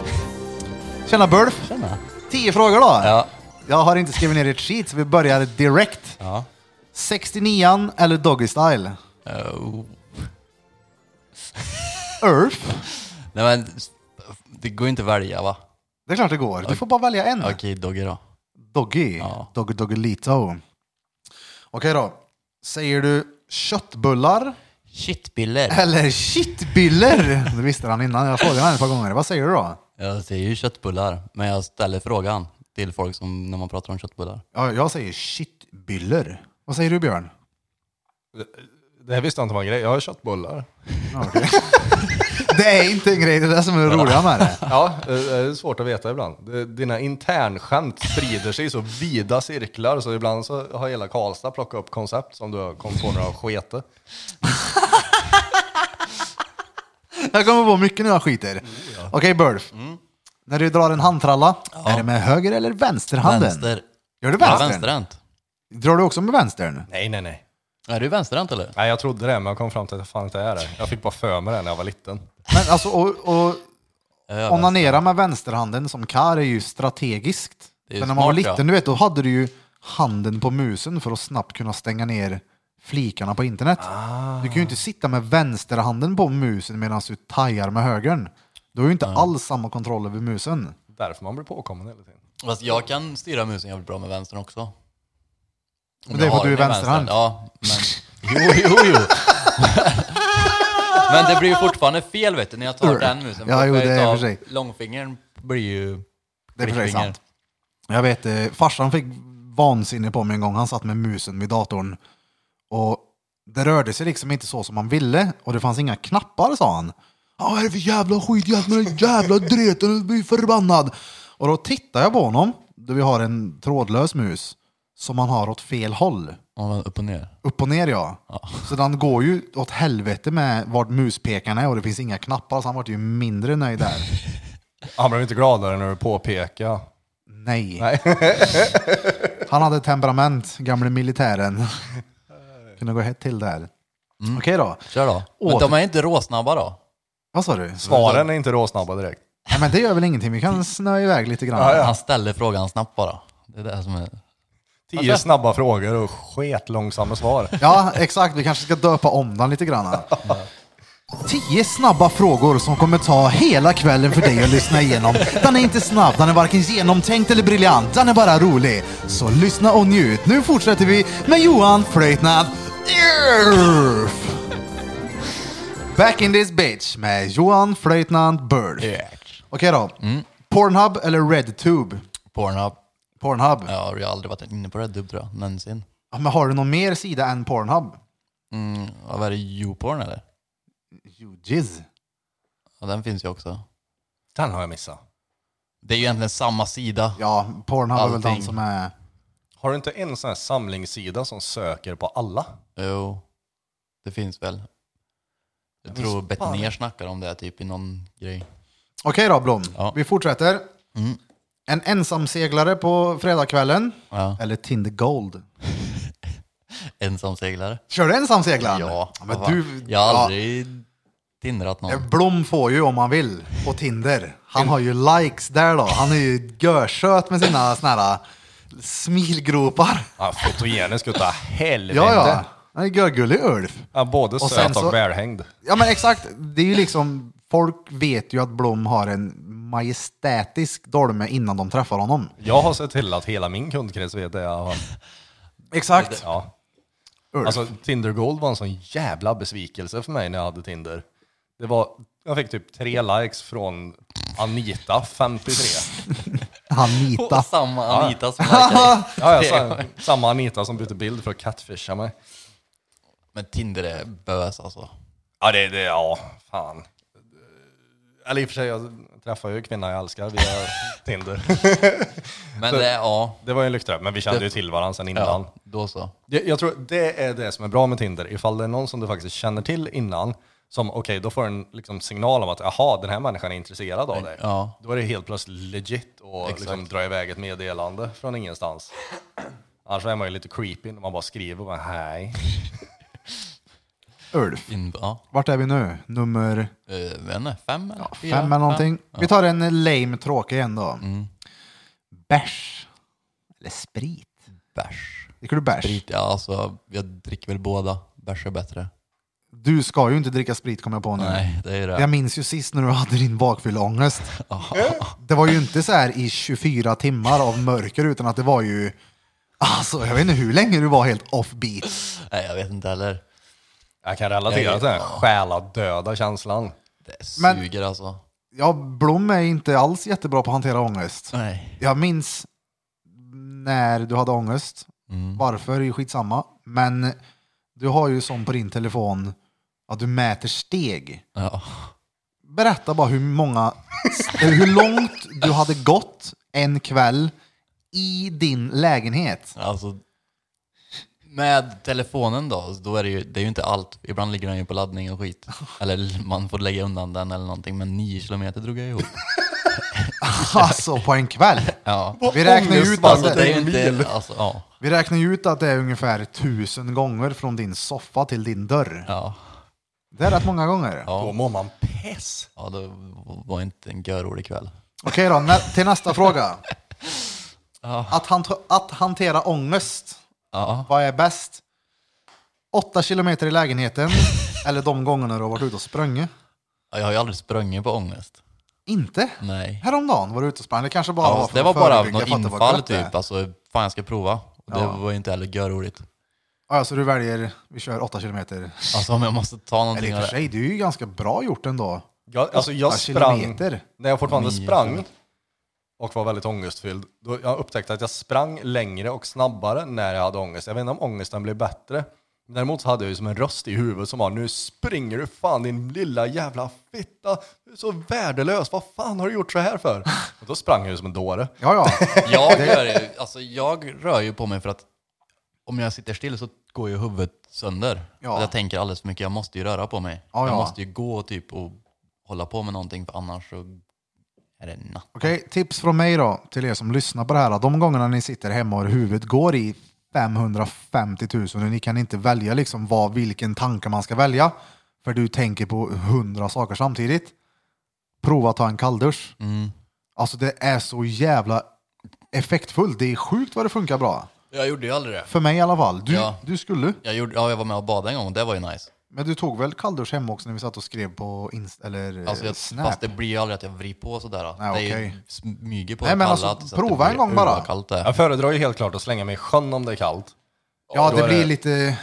[SPEAKER 1] Tjena Burf.
[SPEAKER 2] Tjena.
[SPEAKER 1] 10 frågor då.
[SPEAKER 2] Ja.
[SPEAKER 1] Jag har inte skrivit ner ett skit så vi börjar direkt.
[SPEAKER 2] Ja.
[SPEAKER 1] 69an eller Doggy Style?
[SPEAKER 2] Eh, oh.
[SPEAKER 1] Urf?
[SPEAKER 2] Nej men, s- det går ju inte att välja va?
[SPEAKER 1] Det är klart det går. Du får bara välja en.
[SPEAKER 2] Okej, Dogge då.
[SPEAKER 1] Doggy.
[SPEAKER 2] Ja.
[SPEAKER 1] Doggy Doggelito. Okej då. Säger du köttbullar
[SPEAKER 2] Shitbiller.
[SPEAKER 1] eller shitbiller? Det visste han innan. Jag frågade honom ett par gånger. Vad säger du då?
[SPEAKER 2] Jag säger ju köttbullar, men jag ställer frågan till folk som, när man pratar om köttbullar.
[SPEAKER 1] Ja, jag säger shitbiller. Vad säger du Björn?
[SPEAKER 3] Det här visste jag inte var en grej. Jag har köttbullar.
[SPEAKER 1] Ja, okej. det är inte en grej. Det är det som är det roliga med det.
[SPEAKER 3] Ja, det är svårt att veta ibland. Det- Dina internskämt sprider sig i så vida cirklar så ibland så har hela Karlstad plockat upp koncept som du har kommit på några skete.
[SPEAKER 1] Jag kommer på mycket när jag skiter. Okej Burf. När du drar en handtralla, är det med höger eller vänsterhanden?
[SPEAKER 2] Vänster.
[SPEAKER 1] Gör du
[SPEAKER 2] Ja,
[SPEAKER 1] vänstern?
[SPEAKER 2] vänsterhänt.
[SPEAKER 1] Drar du också med vänstern?
[SPEAKER 3] Nej, nej, nej.
[SPEAKER 2] Är du vänsterhänt eller?
[SPEAKER 3] Nej, jag trodde det, men jag kom fram till att jag fan inte är det. Jag fick bara för mig det när jag var liten.
[SPEAKER 1] Men alltså, och, och
[SPEAKER 2] Ja,
[SPEAKER 1] Onanera med vänsterhanden som kar är ju strategiskt.
[SPEAKER 2] Det är
[SPEAKER 1] Men när man var
[SPEAKER 2] smart, ja.
[SPEAKER 1] liten, du vet, då hade du ju handen på musen för att snabbt kunna stänga ner flikarna på internet.
[SPEAKER 2] Ah.
[SPEAKER 1] Du kan ju inte sitta med vänsterhanden på musen medan du tajar med högern. Du har ju inte alls samma kontroll över musen.
[SPEAKER 3] Därför man blir påkommen hela tiden.
[SPEAKER 2] Fast jag kan styra musen jävligt bra med vänstern också. Om
[SPEAKER 1] Men det är
[SPEAKER 2] jag
[SPEAKER 1] för att
[SPEAKER 2] har
[SPEAKER 1] du är
[SPEAKER 2] den i
[SPEAKER 1] vänsterhand.
[SPEAKER 2] vänstern. Ja, men... Jo, jo, jo. men det blir ju fortfarande fel vet du, när jag tar
[SPEAKER 1] Ur.
[SPEAKER 2] den musen.
[SPEAKER 1] Ja,
[SPEAKER 2] Plockar
[SPEAKER 1] jo, det
[SPEAKER 2] jag
[SPEAKER 1] är
[SPEAKER 2] utav
[SPEAKER 1] för sig.
[SPEAKER 2] Långfingern blir ju...
[SPEAKER 1] Det är för sig
[SPEAKER 2] Klickfinger.
[SPEAKER 1] sant. Jag vet, eh, farsan fick vansinne på mig en gång. Han satt med musen vid datorn och det rörde sig liksom inte så som man ville och det fanns inga knappar sa han. Ja, Vad är det för jävla skit? Hjälp mig den jävla dreten, jag blir förbannad. Och då tittar jag på honom, då vi har en trådlös mus som han har åt fel håll.
[SPEAKER 2] Ja, men upp och ner.
[SPEAKER 1] Upp och ner ja. Så den går ju åt helvete med vart muspekaren är och det finns inga knappar så han vart ju mindre nöjd där.
[SPEAKER 3] Han blev inte gladare när du påpekade.
[SPEAKER 1] Nej.
[SPEAKER 3] Nej.
[SPEAKER 1] Han hade temperament, gamle militären. Kunde gå hett till där. Okej då.
[SPEAKER 2] Kör då.
[SPEAKER 1] Åh,
[SPEAKER 2] Men de är inte råsnabba då?
[SPEAKER 1] Vad sa du?
[SPEAKER 3] Svaren är inte råsnabba direkt.
[SPEAKER 1] Nej, men det gör väl ingenting, vi kan snöa iväg lite grann.
[SPEAKER 2] Han ställer frågan snabbt bara. Det är det som är...
[SPEAKER 3] Tio snabba frågor och sket långsamma svar.
[SPEAKER 1] Ja, exakt. Vi kanske ska döpa om den lite grann. Tio snabba frågor som kommer ta hela kvällen för dig att lyssna igenom. Den är inte snabb, den är varken genomtänkt eller briljant. Den är bara rolig. Så lyssna och njut. Nu fortsätter vi med Johan Flöjtnant Urf. Back in this bitch med Johan Flöjtnant Bird. Okej då. Pornhub eller RedTube?
[SPEAKER 2] Pornhub.
[SPEAKER 1] Pornhub.
[SPEAKER 2] Ja, Jag har ju aldrig varit inne på Redhub tror jag, någonsin.
[SPEAKER 1] Men har du någon mer sida än Pornhub?
[SPEAKER 2] Mm, ja, vad är det, YouPorn eller?
[SPEAKER 1] Jujizz.
[SPEAKER 2] Ja, den finns ju också.
[SPEAKER 3] Den har jag missat.
[SPEAKER 2] Det är ju egentligen samma sida.
[SPEAKER 1] Ja, Pornhub är väl den
[SPEAKER 2] Allting.
[SPEAKER 1] som är...
[SPEAKER 3] Har du inte en sån här samlingssida som söker på alla?
[SPEAKER 2] Jo, det finns väl. Jag
[SPEAKER 3] Men
[SPEAKER 2] tror
[SPEAKER 3] span-
[SPEAKER 2] Bettner snackar om det typ i någon grej.
[SPEAKER 1] Okej då Blom,
[SPEAKER 2] Ja.
[SPEAKER 1] vi fortsätter.
[SPEAKER 2] Mm.
[SPEAKER 1] En ensamseglare på fredagskvällen,
[SPEAKER 2] Ja.
[SPEAKER 1] eller Tinder Gold?
[SPEAKER 2] Ensamseglare.
[SPEAKER 1] Kör du ensamseglaren?
[SPEAKER 2] Ja,
[SPEAKER 1] men
[SPEAKER 2] vad
[SPEAKER 1] du,
[SPEAKER 2] fan. Jag har aldrig tindrat
[SPEAKER 1] Ja,
[SPEAKER 2] någon.
[SPEAKER 1] Blom får ju om han vill på Tinder. Han har ju likes där då. Han är ju görsöt med sina såna här äh, smilgropar.
[SPEAKER 3] Ja, fotogenisk utav helvete.
[SPEAKER 1] Ja, ja. Han är görgullig Ulf.
[SPEAKER 3] Ja, både
[SPEAKER 1] Och sen
[SPEAKER 3] söt
[SPEAKER 1] så-
[SPEAKER 3] och välhängd.
[SPEAKER 1] Ja men exakt, det är ju liksom, folk vet ju att Blom har en majestätisk dolme innan de träffar honom.
[SPEAKER 3] Jag har sett till att hela min kundkrets vet det. Ja,
[SPEAKER 1] Exakt.
[SPEAKER 3] ja.
[SPEAKER 1] Ulf.
[SPEAKER 3] Alltså, Tinder Gold var en sån jävla besvikelse för mig när jag hade Tinder. Det var, jag fick typ tre likes från Anita53.
[SPEAKER 1] Anita.
[SPEAKER 2] Och samma Anita som likade.
[SPEAKER 3] Ja, ja, sa- samma Anita som bytte bild för att catfisha mig.
[SPEAKER 2] Men Tinder är bös alltså.
[SPEAKER 3] Ja, det, det ja, fan. Eller i och för sig, jag träffar ju kvinnan jag älskar via Tinder.
[SPEAKER 2] Men det är, ja.
[SPEAKER 3] Det var ju en lyckta, men vi kände ju till varandra sen innan.
[SPEAKER 2] ja då så.
[SPEAKER 3] Jag, jag tror det är det som är bra med Tinder, ifall det är någon som du faktiskt känner till innan, som okej, då får en liksom, signal om att aha, den här människan är intresserad av dig.
[SPEAKER 2] Ja.
[SPEAKER 3] Då är det helt plötsligt legit att
[SPEAKER 2] Exakt.
[SPEAKER 3] liksom, dra iväg ett meddelande från ingenstans. Annars är man ju lite creepy när man bara skriver bara hej.
[SPEAKER 1] Ulf,
[SPEAKER 2] In, ja.
[SPEAKER 1] vart är vi nu? Nummer
[SPEAKER 2] Eh, vet inte, fem eller?
[SPEAKER 1] fem eller någonting. Vi tar en lame tråkig igen då. Bärs. Eller sprit.
[SPEAKER 2] Bärs.
[SPEAKER 1] Dricker du bärs?
[SPEAKER 2] Sprit, ja alltså jag dricker väl båda. Bärs är bättre.
[SPEAKER 1] Mm. Du ska ju inte dricka sprit kom jag på nu.
[SPEAKER 2] Nej, det är ju det.
[SPEAKER 1] Jag minns ju sist när du hade din bakfylleångest. det var ju inte så här i 24 timmar av mörker utan att det var ju, alltså jag vet inte hur länge du var helt offbeat.
[SPEAKER 2] Nej, jag vet inte heller.
[SPEAKER 3] Jag kan relatera till den här själadöda känslan.
[SPEAKER 2] Det
[SPEAKER 1] Men-
[SPEAKER 2] suger alltså.
[SPEAKER 1] Ja, Blom är inte alls jättebra på att hantera ångest.
[SPEAKER 2] Nej.
[SPEAKER 1] Jag minns när du hade ångest. Varför är ju skitsamma. Men du har ju som på din telefon att du mäter steg.
[SPEAKER 2] Ja.
[SPEAKER 1] Berätta bara hur många, eller hur långt du hade gått en kväll i din lägenhet.
[SPEAKER 2] Alltså, med telefonen då, så då är det, ju, det är ju inte allt. Ibland ligger den ju på laddning och skit. Eller man får lägga undan den eller någonting. Men nio kilometer drog jag ihop.
[SPEAKER 1] Alltså på en kväll.
[SPEAKER 2] Ja.
[SPEAKER 1] Vi räknar ju ut
[SPEAKER 2] Alltså,
[SPEAKER 1] att
[SPEAKER 2] det
[SPEAKER 1] det,
[SPEAKER 2] är ju inte, alltså, ja.
[SPEAKER 1] vi räknar ju ut att det är ungefär tusen gånger från din soffa till din dörr.
[SPEAKER 2] Ja.
[SPEAKER 1] Det är rätt många gånger.
[SPEAKER 2] Ja.
[SPEAKER 3] Då mår man piss.
[SPEAKER 2] ja, det var inte en görrolig kväll.
[SPEAKER 1] Okej då, nä- till nästa fråga. Att, hant- att hantera ångest,
[SPEAKER 2] Ja.
[SPEAKER 1] vad är bäst? Åtta kilometer i lägenheten eller de gångerna du har varit ute och sprungit?
[SPEAKER 2] Jag har ju aldrig sprungit på ångest.
[SPEAKER 1] Inte?
[SPEAKER 2] Nej.
[SPEAKER 1] Häromdagen var du ute och sprang, det kanske bara
[SPEAKER 2] Ja,
[SPEAKER 1] var för
[SPEAKER 2] det
[SPEAKER 1] att
[SPEAKER 2] var bara
[SPEAKER 1] förebygga,
[SPEAKER 2] något
[SPEAKER 1] för att det var
[SPEAKER 2] infall
[SPEAKER 1] gött det.
[SPEAKER 2] typ. Alltså, fan jag ska prova. Och det
[SPEAKER 1] Ja.
[SPEAKER 2] var ju inte heller görroligt.
[SPEAKER 1] Ja, så du väljer, vi kör åtta kilometer.
[SPEAKER 2] Alltså om jag måste ta
[SPEAKER 1] Eller i
[SPEAKER 2] någonting
[SPEAKER 1] och
[SPEAKER 2] av
[SPEAKER 1] för
[SPEAKER 2] det.
[SPEAKER 1] sig, det är ju ganska bra gjort ändå.
[SPEAKER 3] Jag, alltså jag
[SPEAKER 1] Åtta
[SPEAKER 3] sprang,
[SPEAKER 1] kilometer.
[SPEAKER 3] när jag fortfarande
[SPEAKER 2] Nio
[SPEAKER 3] sprang
[SPEAKER 2] kilometer.
[SPEAKER 3] och var väldigt ångestfylld, då jag upptäckte att jag sprang längre och snabbare när jag hade ångest. Jag vet inte om ångesten blev bättre. Däremot så hade jag ju som en röst i huvudet som var nu springer du fan din lilla jävla fitta, du är så värdelös, vad fan har du gjort så här för? Och då sprang jag ju som en dåre.
[SPEAKER 1] Ja, ja.
[SPEAKER 2] Jag, gör ju, alltså jag rör ju på mig för att om jag sitter still så går ju huvudet sönder.
[SPEAKER 1] Ja.
[SPEAKER 2] För Jag tänker alldeles för mycket, jag måste ju röra på mig.
[SPEAKER 1] Ja,
[SPEAKER 2] jag
[SPEAKER 1] ja.
[SPEAKER 2] måste ju gå typ och hålla på med någonting för annars så är det natt.
[SPEAKER 1] Okej, tips från mig då till er som lyssnar på det här. De gångerna ni sitter hemma och huvudet går i 550 000 och ni kan inte välja liksom vad, vilken tanke man ska välja för du tänker på hundra saker samtidigt. Prova att ta en kalldusch.
[SPEAKER 2] Mm.
[SPEAKER 1] Alltså det är så jävla effektfullt. Det är sjukt vad det funkar bra.
[SPEAKER 2] Jag gjorde ju aldrig det.
[SPEAKER 1] För mig i alla fall. Du,
[SPEAKER 2] Ja.
[SPEAKER 1] du skulle.
[SPEAKER 2] Jag, gjorde, ja, jag var med och badade en gång och det var ju nice.
[SPEAKER 1] Men du tog väl kalldusch hemma också när vi satt och skrev på Insta eller eh,
[SPEAKER 2] Alltså jag,
[SPEAKER 1] Snap?
[SPEAKER 2] fast det blir ju aldrig att jag vrider på sådär.
[SPEAKER 1] Nej,
[SPEAKER 2] det är ju
[SPEAKER 1] okej.
[SPEAKER 2] smyger på
[SPEAKER 1] Nej, men
[SPEAKER 2] alla,
[SPEAKER 1] alltså,
[SPEAKER 2] så att
[SPEAKER 1] prova
[SPEAKER 2] det
[SPEAKER 1] en
[SPEAKER 2] blir,
[SPEAKER 1] gång bara.
[SPEAKER 2] "Oj, vad kallt det är."
[SPEAKER 3] Jag föredrar ju helt klart att slänga mig i sjön om det är kallt.
[SPEAKER 1] ja,
[SPEAKER 3] då
[SPEAKER 1] det
[SPEAKER 3] är
[SPEAKER 1] blir
[SPEAKER 3] det-
[SPEAKER 1] lite...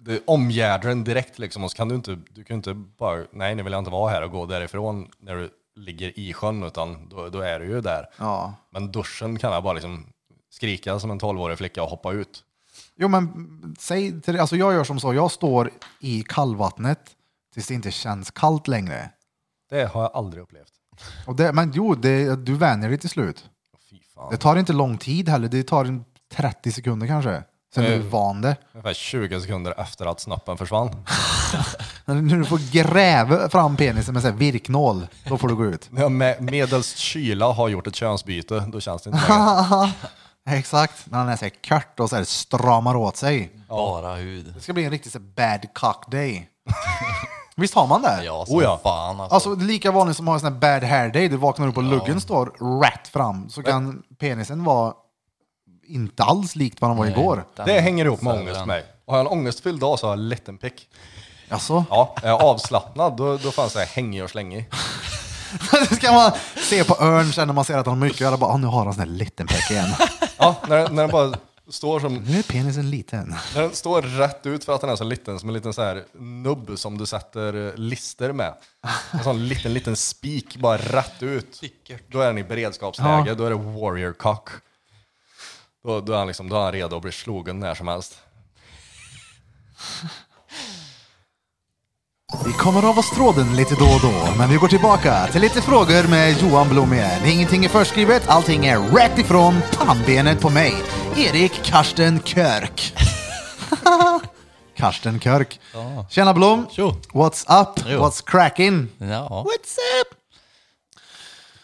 [SPEAKER 3] Det omgärdar den direkt liksom och så kan du inte, du kan ju inte bara, nej nu vill jag inte vara här och gå därifrån när du ligger i sjön utan då, då är du ju där.
[SPEAKER 1] Ja.
[SPEAKER 3] Men duschen kan jag bara liksom skrika som en tolvårig flicka och hoppa ut.
[SPEAKER 1] Jo, men säg till alltså jag gör som så, jag står i kallvattnet tills det inte känns kallt längre.
[SPEAKER 3] Det har jag aldrig upplevt.
[SPEAKER 1] Och det, men jo, det, du vänjer dig till slut.
[SPEAKER 3] Fy fan.
[SPEAKER 1] Det tar inte lång tid heller, det tar en 30 sekunder kanske. Sen du är
[SPEAKER 3] Mm.
[SPEAKER 1] van det.
[SPEAKER 3] Ungefär 20 sekunder efter att snoppen försvann.
[SPEAKER 1] Men När du får gräva fram penisen med så här virknål, då får du gå ut.
[SPEAKER 3] När jag med, medelst kyla har gjort ett könsbyte, då känns det inte längre.
[SPEAKER 1] Exakt, när han är så här kört och så här stramar åt sig.
[SPEAKER 2] Bara hud.
[SPEAKER 1] Det ska bli en riktig så här bad cock day. Visst har man det?
[SPEAKER 2] Ja, som
[SPEAKER 3] Oh ja.
[SPEAKER 2] fan alltså.
[SPEAKER 1] Alltså det är lika vanligt som att ha en sån här bad hair day, du vaknar upp och luggen står rätt fram, så kan penisen vara inte alls likt vad den var igår.
[SPEAKER 2] Den-
[SPEAKER 3] Det hänger ihop med
[SPEAKER 2] Södran.
[SPEAKER 3] ångest för mig. Har jag en ångestfylld dag så har jag en liten pick.
[SPEAKER 1] Alltså,
[SPEAKER 3] Ja, är jag avslappnad då, då fanns jag hänger och slänger.
[SPEAKER 1] det ska man se på örn sen när man ser att han har mycket, och alla bara, "Ah, nu har han sån här liten peck igen.
[SPEAKER 3] Ja, när, när den bara Står som,
[SPEAKER 1] Nu är penisen liten.
[SPEAKER 3] den står rätt ut för att den är så liten, som en liten så här nubb som du sätter eh, lister med. En sån liten, liten spik bara rätt ut. Då är den i beredskapsläge,
[SPEAKER 1] Ja.
[SPEAKER 3] då är det warrior cock. Då, då, är han liksom, då är han redo att bli slogen när som helst.
[SPEAKER 1] Vi kommer av oss tråden lite då och då, men vi går tillbaka till lite frågor med Johan Blom igen. Ingenting är förskrivet, allting är rätt ifrån pannbenet på mig. Erik Karsten Körk. Karsten Körk. Tjena Blom.
[SPEAKER 2] Tjo.
[SPEAKER 1] What's up?
[SPEAKER 2] Jo.
[SPEAKER 1] What's cracking?
[SPEAKER 2] Ja,
[SPEAKER 1] What's up?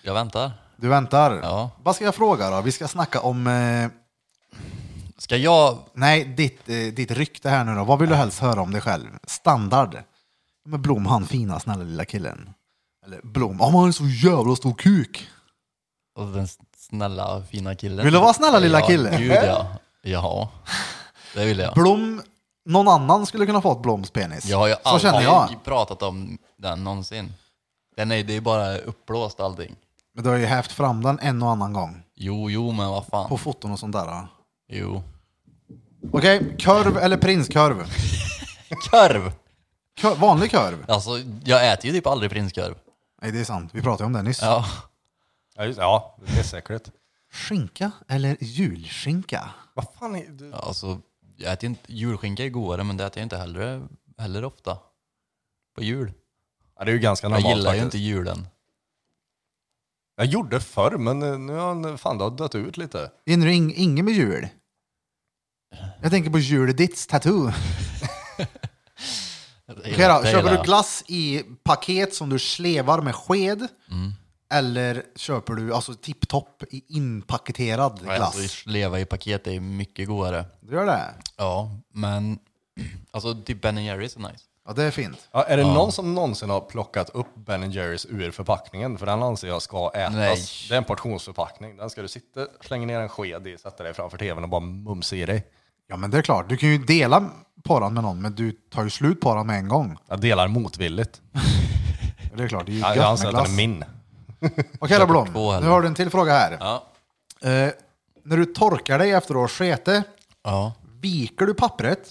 [SPEAKER 2] jag väntar.
[SPEAKER 1] Du väntar.
[SPEAKER 2] Ja.
[SPEAKER 1] Vad ska jag fråga då? Vi ska snacka om, eh,
[SPEAKER 2] Ska jag...
[SPEAKER 1] nej, ditt, eh, ditt rykte här nu då. Vad vill du helst höra om dig själv? Standard. Men Blom, han fina, snälla lilla killen. Eller Blom, han har en så jävla stor kuk.
[SPEAKER 2] Och den snälla, fina killen.
[SPEAKER 1] Vill du vara snälla, lilla
[SPEAKER 2] ja,
[SPEAKER 1] kille?
[SPEAKER 2] Gud ja. Ja, det vill jag.
[SPEAKER 1] Blom, någon annan skulle kunna fått Bloms penis.
[SPEAKER 2] Jag har ju
[SPEAKER 1] så känner
[SPEAKER 2] aldrig
[SPEAKER 1] jag.
[SPEAKER 2] pratat om den någonsin. Den är, det är bara uppblåst allting.
[SPEAKER 1] Men du har ju hävt fram den en och annan gång.
[SPEAKER 2] Jo, jo, men vad fan.
[SPEAKER 1] På foton och sånt där. ja.
[SPEAKER 2] Jo.
[SPEAKER 1] Okej, kurv eller prinskurv?
[SPEAKER 2] Körv!
[SPEAKER 1] Kör, vanlig kurv?
[SPEAKER 2] Alltså, jag äter ju typ aldrig prinskörv.
[SPEAKER 1] Nej, det är sant. Vi pratade om det nyss.
[SPEAKER 2] Ja.
[SPEAKER 3] Ja, just, ja det är säkert.
[SPEAKER 1] Skinka eller julskinka?
[SPEAKER 3] Vad fan är du?
[SPEAKER 2] Alltså, jag äter ju inte, julskinka är godare, men det äter jag inte heller, heller ofta. På jul.
[SPEAKER 3] Ja, det är ju ganska
[SPEAKER 2] Jag
[SPEAKER 3] normalt
[SPEAKER 2] gillar ju
[SPEAKER 3] faktiskt.
[SPEAKER 2] inte julen.
[SPEAKER 3] Jag gjorde förr, men eh, nu har han fan det har dött ut lite.
[SPEAKER 1] Hinner du ing- inget med jul? Jag tänker på juledits tattoo.
[SPEAKER 2] Det
[SPEAKER 1] Okej
[SPEAKER 2] gillar-
[SPEAKER 1] då,
[SPEAKER 2] det
[SPEAKER 1] köper
[SPEAKER 2] gillar
[SPEAKER 1] du
[SPEAKER 2] jag.
[SPEAKER 1] glass i paket som du slevar med sked?
[SPEAKER 3] Mm.
[SPEAKER 1] Eller köper du alltså tipptopp i inpaketerad
[SPEAKER 2] Nej,
[SPEAKER 1] glass?
[SPEAKER 2] Alltså, leva i paket är mycket godare.
[SPEAKER 1] Du gör det?
[SPEAKER 2] Ja, men alltså typ Ben Jerry's är nice.
[SPEAKER 1] Ja, det är fint.
[SPEAKER 3] Ja, är det någon som någonsin har plockat upp Ben Jerrys ur förpackningen? För den anser jag ska ätas.
[SPEAKER 2] Nej.
[SPEAKER 3] Det är en portionsförpackning. Den ska du sitta, slänga ner en sked i, sätta dig framför tvn och bara mumsa i dig.
[SPEAKER 1] Ja, men det är klart. Du kan ju dela porran med någon, men du tar ju slut porran med en gång.
[SPEAKER 3] Jag delar motvilligt.
[SPEAKER 1] Det är klart, det är ju
[SPEAKER 3] Jag,
[SPEAKER 1] gött
[SPEAKER 3] jag
[SPEAKER 1] med
[SPEAKER 3] anser att den
[SPEAKER 1] glass.
[SPEAKER 3] är min.
[SPEAKER 1] Okej då Blom,
[SPEAKER 2] två heller.
[SPEAKER 1] nu har du en till fråga här.
[SPEAKER 2] Ja.
[SPEAKER 1] Eh, när du torkar dig efter att ha skete,
[SPEAKER 2] Ja.
[SPEAKER 1] viker du pappret?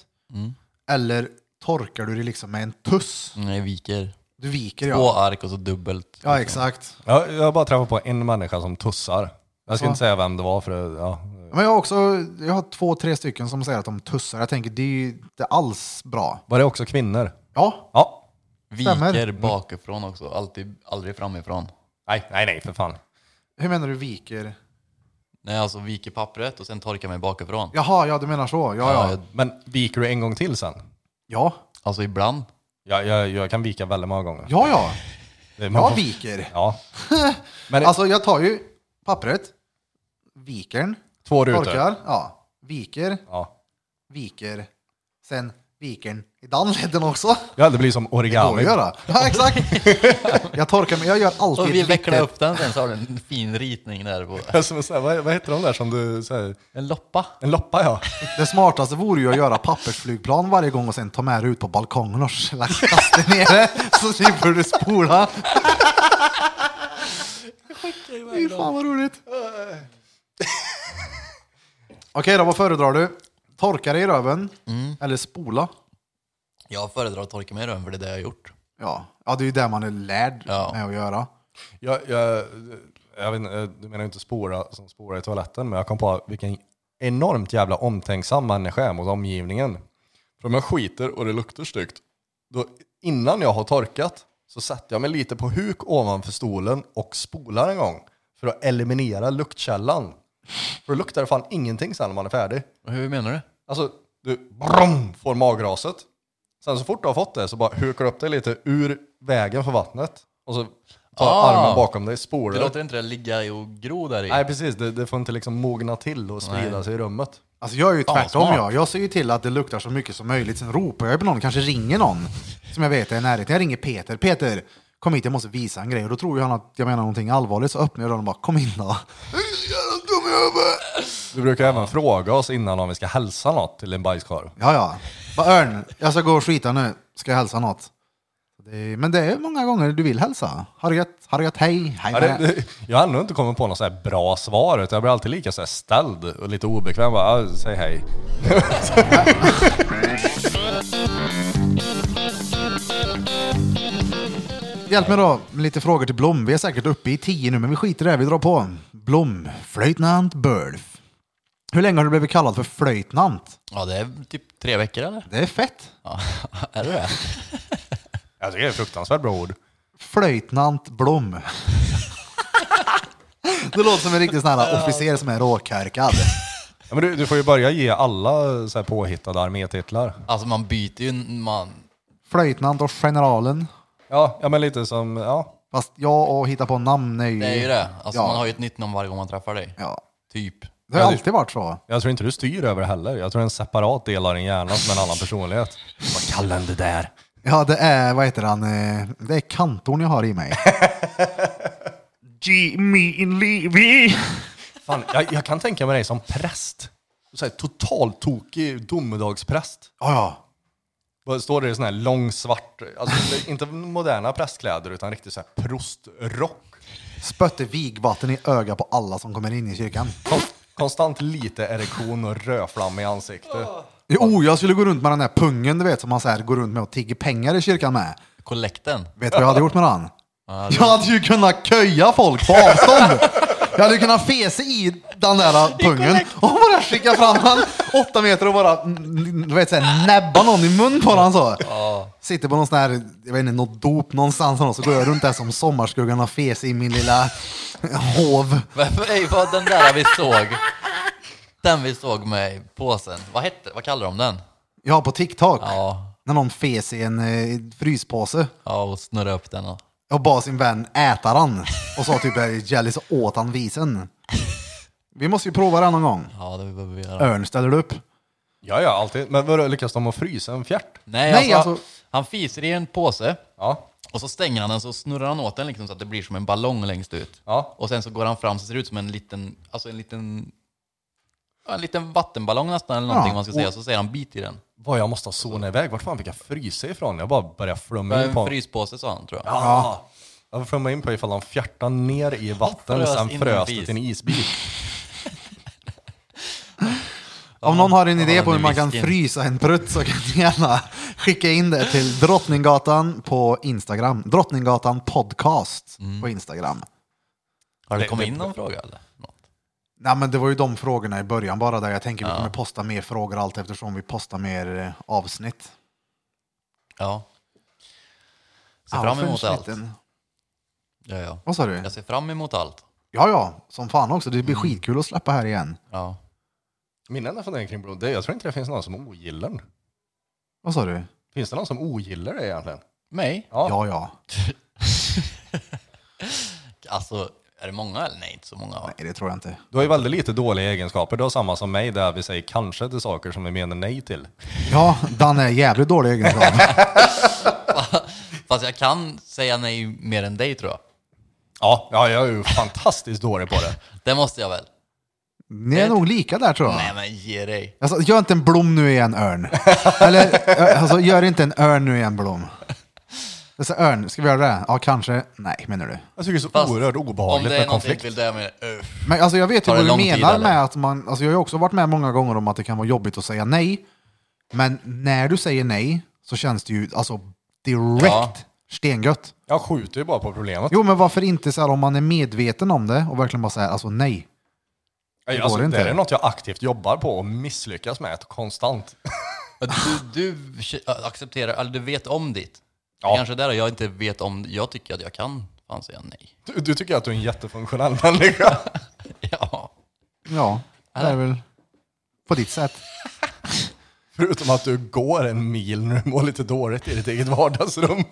[SPEAKER 1] Eller torkar du det liksom med en tuss?
[SPEAKER 2] Nej, Mm, viker.
[SPEAKER 1] Du viker
[SPEAKER 2] Två
[SPEAKER 1] ja.
[SPEAKER 2] ark och så dubbelt.
[SPEAKER 1] Ja, exakt.
[SPEAKER 3] Jag, jag har bara träffat på en människa som tussar. Jag ska inte säga vem det var, för det- ja.
[SPEAKER 1] Ja, Men jag har också, jag har två, tre stycken som säger att de tussar. Jag tänker, det är ju inte alls bra.
[SPEAKER 3] Var det också kvinnor?
[SPEAKER 1] Ja,
[SPEAKER 3] Ja.
[SPEAKER 1] Stämmer. Mm.
[SPEAKER 2] Viker bakifrån också, alltid, aldrig framifrån.
[SPEAKER 3] Nej, nej, nej, för fan.
[SPEAKER 1] hur menar du viker?
[SPEAKER 2] Nej, alltså viker pappret och sen torkar mig bakifrån.
[SPEAKER 1] Jaha, ja du menar så. Ja,
[SPEAKER 2] Ja,
[SPEAKER 1] ja.
[SPEAKER 2] jag-
[SPEAKER 3] Men viker du en gång till sen?
[SPEAKER 1] Ja,
[SPEAKER 2] Alltså ibland.
[SPEAKER 3] Jag, jag, jag kan vika väldigt många gånger.
[SPEAKER 1] ja, ja.
[SPEAKER 3] Det- man
[SPEAKER 1] Jag
[SPEAKER 3] får-
[SPEAKER 1] viker.
[SPEAKER 3] Ja. Men
[SPEAKER 1] Alltså jag tar ju pappret, viker den,
[SPEAKER 3] två rutor.
[SPEAKER 1] torkar, ja, viker,
[SPEAKER 3] Ja.
[SPEAKER 1] viker, sen viker den i den leden också.
[SPEAKER 3] Ja, det blir som
[SPEAKER 1] Går att
[SPEAKER 3] origami.
[SPEAKER 1] göra. Ja, exakt. Jag torkar mig, jag gör alltid
[SPEAKER 2] Och vi
[SPEAKER 1] ett
[SPEAKER 2] vecklar
[SPEAKER 1] litet-
[SPEAKER 2] upp den sen så har du en fin ritning där på.
[SPEAKER 3] Som, Alltså, så här, vad, vad heter de där som du... Så här,
[SPEAKER 2] En loppa.
[SPEAKER 3] en loppa ja.
[SPEAKER 1] Det smartaste vore ju att göra pappersflygplan varje gång och sen ta med det ut på balkongen och sla- kasta ner det så slipper du spola. Fy fan vad roligt. Okej då, vad föredrar du? Torka dig i röven
[SPEAKER 2] Mm.
[SPEAKER 1] eller spola?
[SPEAKER 2] Jag föredrar att torka mig i röven för det är det jag har gjort.
[SPEAKER 1] Ja. ja, det är ju det man är lärd
[SPEAKER 2] Ja.
[SPEAKER 1] med att göra.
[SPEAKER 3] Jag, jag, jag vet, inte, eh, du menar ju inte spåra som spårar i toaletten, men jag kom på vilken enormt jävla omtänksam människa jag är mot omgivningen. För om jag skiter och det luktar styggt, då, innan jag har torkat så sätter jag mig lite på huk ovanför stolen och spolar en gång för att eliminera luktkällan. För då luktar det fan ingenting sen när man är färdig.
[SPEAKER 2] Hur menar du?
[SPEAKER 3] Alltså, du brum, får magraset. Sen så fort du har fått det så bara hukar du upp dig lite ur vägen för vattnet. Och så tar
[SPEAKER 2] Ah.
[SPEAKER 3] armen bakom dig, spolar.
[SPEAKER 2] Du låter inte det ligga och gro där i.
[SPEAKER 3] Nej precis, det, det får inte liksom mogna till och sprida sig i rummet.
[SPEAKER 1] Alltså jag är ju
[SPEAKER 2] vad
[SPEAKER 1] tvärtom
[SPEAKER 2] smart.
[SPEAKER 1] jag. Jag ser ju till att det luktar så mycket som möjligt. Sen ropar jag på någon, kanske ringer någon som jag vet är i närheten. Jag ringer Peter. Peter, kom hit, jag måste visa en grej. Och då tror ju han att jag menar någonting allvarligt, så öppnar jag dörren och bara, kom in då.
[SPEAKER 3] Du brukar även fråga oss innan om vi ska hälsa något till en bajskorv.
[SPEAKER 1] Ja, ja. Bara Örn, jag ska gå och skita nu. Ska jag hälsa något? Det är, men det är många gånger du vill hälsa. Har det gött, har det gött, hej, hej
[SPEAKER 3] Ja,
[SPEAKER 1] med det.
[SPEAKER 3] det, jag har ännu inte kommit på något så här bra svar, utan jag blir alltid lika så här ställd och lite obekväm. Bara, "Ah, säg hej.
[SPEAKER 1] Hjälp mig då med lite frågor till Blom. Vi är säkert uppe i tio nu, men vi skiter i det. här. Vi drar på. Blom, flöjtnant Burlf. Hur länge har du blivit kallad för flöjtnant?
[SPEAKER 2] Ja, det är typ tre veckor eller?
[SPEAKER 1] Det är fett.
[SPEAKER 2] Ja, är det det?
[SPEAKER 3] Jag tycker det är ett fruktansvärt bra ord.
[SPEAKER 1] Flöjtnant Blom. Det låter som en riktig sån här officer som är råkärkad.
[SPEAKER 3] Ja, men du, du får ju börja ge alla så här påhittade armétitlar.
[SPEAKER 2] Alltså man byter ju, man,
[SPEAKER 1] Flöjtnant och generalen.
[SPEAKER 3] Ja, ja men lite som, ja.
[SPEAKER 1] Fast jag och hitta på namn är ju...
[SPEAKER 2] det är ju det. Alltså
[SPEAKER 1] Mm. Ja.
[SPEAKER 2] man har ju ett nytt namn varje gång man träffar dig.
[SPEAKER 1] Ja.
[SPEAKER 2] Typ.
[SPEAKER 1] Det har
[SPEAKER 3] Ja, det-
[SPEAKER 1] alltid varit så.
[SPEAKER 3] Jag tror inte du styr över det heller. Jag tror det är en separat del av din hjärna som är en annan personlighet. Vad kallar den det där?
[SPEAKER 1] Ja, det är, vad heter han, eh, det är kantorn jag har i mig. Jimmy Levy.
[SPEAKER 3] Fan, jag, jag kan tänka mig dig som präst. Så här, totalt tokig domedagspräst.
[SPEAKER 1] Ja, ja.
[SPEAKER 3] Vad Står det i sån här lång svart, alltså det är inte moderna prästkläder utan riktigt så här prostrock.
[SPEAKER 1] Spötte vigvatten i öga på alla som kommer in i kyrkan.
[SPEAKER 3] Kon- Konstant lite erektion och rödflammig i ansiktet.
[SPEAKER 1] Jo, jag skulle gå runt med den där pungen du vet som man så här går runt med och tigger pengar i kyrkan med.
[SPEAKER 2] Kollekten.
[SPEAKER 1] Vet du vad jag hade gjort med den?
[SPEAKER 2] Ja,
[SPEAKER 1] Jag hade ju kunnat köja folk på avstånd. Jag hade ju kunnat fesa i den där pungen och bara skicka fram den åtta meter och bara mm, du vet, så här, näbba någon i mun på den så. Sitter på någon sån här, jag vet inte, något dop någonstans och så går jag runt där som sommarskuggan och fes i min lilla hov.
[SPEAKER 2] Varför är vad den där vi såg? Den vi såg med påsen. Vad hette, vad kallar de den?
[SPEAKER 1] Ja, på TikTok.
[SPEAKER 2] Ja,
[SPEAKER 1] När någon fes i en eh, fryspåse
[SPEAKER 2] ja och snurra upp den och.
[SPEAKER 1] och bad sin vän äta den och sa typ "Jag är jelly så åt han visen. Vi måste ju prova det någon gång.
[SPEAKER 2] Ja, det behöver vi göra.
[SPEAKER 1] Örn, ställer du upp?
[SPEAKER 3] Ja, ja, alltid. Men vadå, lyckas de att frysa en fjärt?
[SPEAKER 2] Nej,
[SPEAKER 1] Nej,
[SPEAKER 2] alltså,
[SPEAKER 1] alltså-
[SPEAKER 2] han fiser i en påse
[SPEAKER 3] Ja,
[SPEAKER 2] och så stänger han den så snurrar han åt den liksom så att det blir som en ballong längst ut.
[SPEAKER 3] ja.
[SPEAKER 2] Och sen så går han fram så ser det ut som en liten, alltså en liten, ja, en liten vattenballong nästan eller någonting
[SPEAKER 1] Ja,
[SPEAKER 2] man ska säga. Så säger han bit i den.
[SPEAKER 3] Vad jag måste ha zonat iväg. Vart fan fick jag frysa ifrån? Jag bara började flumma in
[SPEAKER 2] En
[SPEAKER 3] på...
[SPEAKER 2] fryspåse sa han tror jag.
[SPEAKER 3] Ja. Jag flummade in på ifall han fjärtade ner i vatten och
[SPEAKER 2] Frös
[SPEAKER 3] sen
[SPEAKER 2] in
[SPEAKER 3] frös
[SPEAKER 2] en
[SPEAKER 3] det
[SPEAKER 2] is.
[SPEAKER 3] till en isbit.
[SPEAKER 1] Om någon har en
[SPEAKER 2] Ja,
[SPEAKER 1] idé på
[SPEAKER 2] det
[SPEAKER 1] hur man kan
[SPEAKER 2] visken.
[SPEAKER 1] frysa en prutt så kan ni gärna skicka in det till Drottninggatan på Instagram. Drottninggatan podcast
[SPEAKER 2] Mm.
[SPEAKER 1] på Instagram.
[SPEAKER 2] Har det
[SPEAKER 3] Det-
[SPEAKER 2] kommit
[SPEAKER 3] det-
[SPEAKER 2] in någon fråga eller? Något?
[SPEAKER 1] Nej, men det var ju de frågorna i början bara där jag tänker vi kommer posta mer frågor allt eftersom vi postar mer eh, avsnitt.
[SPEAKER 2] Ja. Ser
[SPEAKER 1] Ja,
[SPEAKER 2] fram
[SPEAKER 1] för
[SPEAKER 2] emot allt.
[SPEAKER 1] snitten.
[SPEAKER 2] Ja, ja.
[SPEAKER 1] Vad sa du?
[SPEAKER 2] Jag Mm. ser fram emot allt.
[SPEAKER 1] Ja, ja, som fan också. Det blir skitkul att släppa här igen.
[SPEAKER 2] Ja.
[SPEAKER 3] Min enda fundering kring blod, det är jag tror inte det finns någon som ogillar den.
[SPEAKER 1] Vad sa du?
[SPEAKER 3] Finns det någon som ogillar det egentligen?
[SPEAKER 2] Mig?
[SPEAKER 3] Ja.
[SPEAKER 1] Ja, ja.
[SPEAKER 2] Alltså, är det många eller? Nej, inte så många va?
[SPEAKER 1] Nej, det tror jag inte.
[SPEAKER 3] Du har ju väldigt lite dåliga egenskaper. Du har samma som mig där vi säger kanske till saker som vi menar nej till.
[SPEAKER 1] Ja, Dan är jävligt dålig egenskap.
[SPEAKER 2] Fast jag kan säga nej mer än dig tror jag.
[SPEAKER 3] Ja, ja jag är ju fantastiskt dålig på det.
[SPEAKER 2] Det måste jag väl?
[SPEAKER 1] Ni är nog lika där tror jag.
[SPEAKER 2] Nej men ge dig.
[SPEAKER 1] Alltså, gör inte en blom nu igen, örn. Eller, eh, alltså, gör inte en örn nu igen, blom. Alltså, örn, ska vi göra det? Ja, kanske. Nej, menar du.
[SPEAKER 3] Jag tycker det är så
[SPEAKER 2] Fast
[SPEAKER 3] oerhört
[SPEAKER 2] Om
[SPEAKER 3] obehagligt
[SPEAKER 2] det är
[SPEAKER 3] med
[SPEAKER 2] någonting du
[SPEAKER 3] konflikt.
[SPEAKER 2] vill dö med, uff.
[SPEAKER 1] Men alltså, jag vet ju
[SPEAKER 2] Tar det
[SPEAKER 1] vad du
[SPEAKER 2] lång tid,
[SPEAKER 1] menar
[SPEAKER 2] eller?
[SPEAKER 1] med att man... Alltså, jag har ju också varit med många gånger om att det kan vara jobbigt att säga nej. Men när du säger nej så känns det ju alltså direkt
[SPEAKER 2] Ja.
[SPEAKER 1] stengött.
[SPEAKER 3] Jag skjuter ju bara på problemet.
[SPEAKER 1] Jo, men varför inte så här om man är medveten om det och verkligen bara säga alltså nej.
[SPEAKER 3] det,
[SPEAKER 1] går
[SPEAKER 3] alltså,
[SPEAKER 1] inte.
[SPEAKER 3] det är något jag aktivt jobbar på och misslyckas med konstant.
[SPEAKER 2] Du, du k- accepterar, eller du vet om ditt.
[SPEAKER 3] Ja.
[SPEAKER 2] Det kanske är där jag inte vet om, jag tycker att jag kan fan säga nej.
[SPEAKER 3] Du, du tycker att du är en jättefunktionell människa.
[SPEAKER 2] Ja.
[SPEAKER 1] Ja, det är väl på ditt sätt.
[SPEAKER 3] Förutom att du går en mil när du mår lite dåligt i ditt eget vardagsrum.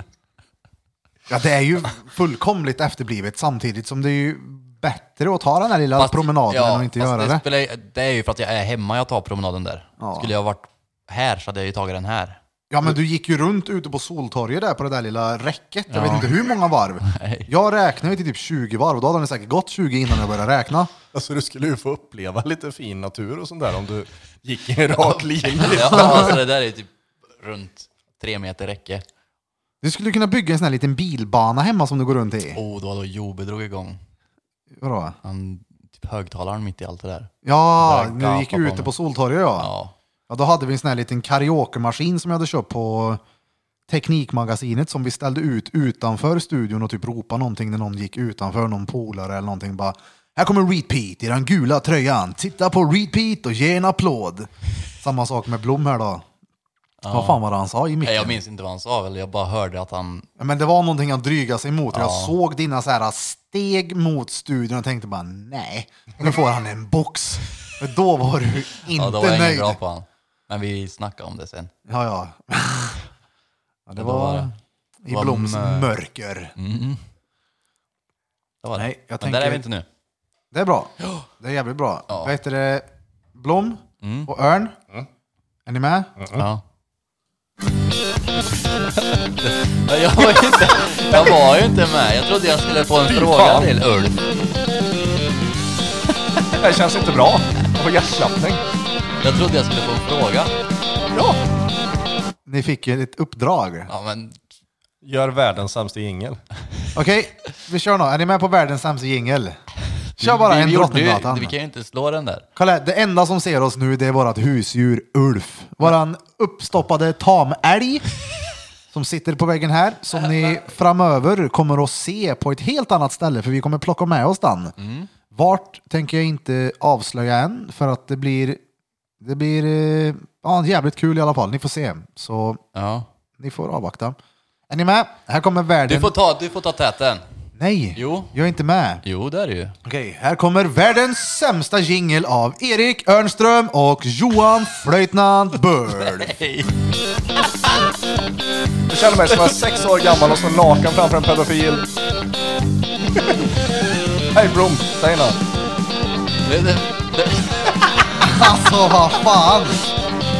[SPEAKER 1] Ja, det är ju fullkomligt efterblivet samtidigt som det är ju bättre att ta den här lilla
[SPEAKER 2] Fast-
[SPEAKER 1] promenaden än att inte
[SPEAKER 2] fast
[SPEAKER 1] göra
[SPEAKER 2] det.
[SPEAKER 1] det.
[SPEAKER 2] Spelar, ju- det är ju för att jag är hemma jag tar promenaden där.
[SPEAKER 1] Ja.
[SPEAKER 2] Skulle jag varit här så hade jag ju tagit den här.
[SPEAKER 1] Ja, men du gick ju runt ute på Soltorget där på det där lilla räcket. Jag
[SPEAKER 2] Ja.
[SPEAKER 1] vet inte hur många varv.
[SPEAKER 2] Nej.
[SPEAKER 1] Jag räknade ju till typ 20 varv och då hade den säkert gått 20 innan jag började räkna.
[SPEAKER 3] Alltså du skulle ju få uppleva lite fin natur och sånt där om du gick i en rak linje.
[SPEAKER 2] Ja, alltså det där är typ runt tre meter räcke.
[SPEAKER 1] Du skulle kunna bygga en sån här liten bilbana hemma som du går runt i.
[SPEAKER 2] Oh, då var då Jobe drog igång.
[SPEAKER 1] Vadå?
[SPEAKER 2] Han, typ högtalaren mitt i allt det där.
[SPEAKER 1] Ja,
[SPEAKER 2] Där
[SPEAKER 1] när vi gick
[SPEAKER 2] gapar på
[SPEAKER 1] ute
[SPEAKER 2] honom.
[SPEAKER 1] på Soltorget ja.
[SPEAKER 2] Ja.
[SPEAKER 1] ja. Då hade vi en sån här liten karaokemaskin som jag hade köpt på Teknikmagasinet som vi ställde ut utanför studion och typ ropade någonting när någon gick utanför, någon polare eller någonting. Bara, här kommer Repeat i den gula tröjan. Titta på Repeat och ge en applåd. Samma sak med Blom här då. Vad fan var det han sa i
[SPEAKER 2] Nej, jag
[SPEAKER 1] micken?
[SPEAKER 2] minns inte vad han sa, väl. jag bara hörde att han...
[SPEAKER 1] Men det var någonting han drygade sig emot. och Jag
[SPEAKER 2] Ja.
[SPEAKER 1] såg dina så här steg mot studion och tänkte bara nej, nu får han en box. För då var du inte
[SPEAKER 2] Ja, då var jag
[SPEAKER 1] nöjd.
[SPEAKER 2] inte bra på han. Men vi snackade om det sen.
[SPEAKER 1] Ja, ja. ja det
[SPEAKER 2] då var
[SPEAKER 1] var
[SPEAKER 2] det- Mm.
[SPEAKER 1] i
[SPEAKER 2] var
[SPEAKER 1] Bloms
[SPEAKER 2] mör-
[SPEAKER 1] mörker.
[SPEAKER 2] Det var det.
[SPEAKER 1] Nej, jag
[SPEAKER 2] Men
[SPEAKER 1] tänker-
[SPEAKER 2] där är vi inte nu.
[SPEAKER 1] Det är bra. Det är jävligt bra.
[SPEAKER 2] Ja. Mm.
[SPEAKER 1] Vad heter det? Blom och Örn. Är ni med?
[SPEAKER 2] Ja. Nej, Jag var, ju inte, jag var ju inte med. Jag trodde jag skulle få en fråga
[SPEAKER 3] fan.
[SPEAKER 2] till Ulf.
[SPEAKER 3] Det här känns inte bra. Jag får hjärtklappning.
[SPEAKER 2] Jag trodde jag skulle få en fråga.
[SPEAKER 3] Ja.
[SPEAKER 1] Ni fick ju ett uppdrag.
[SPEAKER 2] Ja, men
[SPEAKER 3] Gör världens sämsta jingel.
[SPEAKER 1] Okej, vi kör nu. Är ni med på världens sämsta jingel? Kör bara
[SPEAKER 2] vi,
[SPEAKER 1] en
[SPEAKER 2] vi, gjorde ju,
[SPEAKER 1] Drottninggatan.
[SPEAKER 2] vi kan ju inte slå den där.
[SPEAKER 1] Kolla, här, det enda som ser oss nu det är vårat husdjur Ulf. Våran uppstoppade tamälg som sitter på väggen här, som ni framöver kommer att se på ett helt annat ställe, för vi kommer plocka med oss den.
[SPEAKER 2] Mm.
[SPEAKER 1] Vart tänker jag inte avslöja än, för att det blir, det blir eh, ja, jävligt kul i alla fall. Ni får se, så
[SPEAKER 2] Ja.
[SPEAKER 1] ni får avvakta. Är ni med? Här kommer världen...
[SPEAKER 2] Du, får ta, du får ta täten.
[SPEAKER 1] Nej,
[SPEAKER 2] Jo.
[SPEAKER 1] jag är inte med.
[SPEAKER 2] Jo, det är det ju.
[SPEAKER 1] Okej, här kommer världens sämsta jingel av Erik Örnström och Johan Flöjtnant Bird.
[SPEAKER 3] Jag känner mig som jag är sex år gammal och står naken framför en pedofil. Hej Blom, säg något.
[SPEAKER 2] Det, det, det
[SPEAKER 1] Alltså vad fan!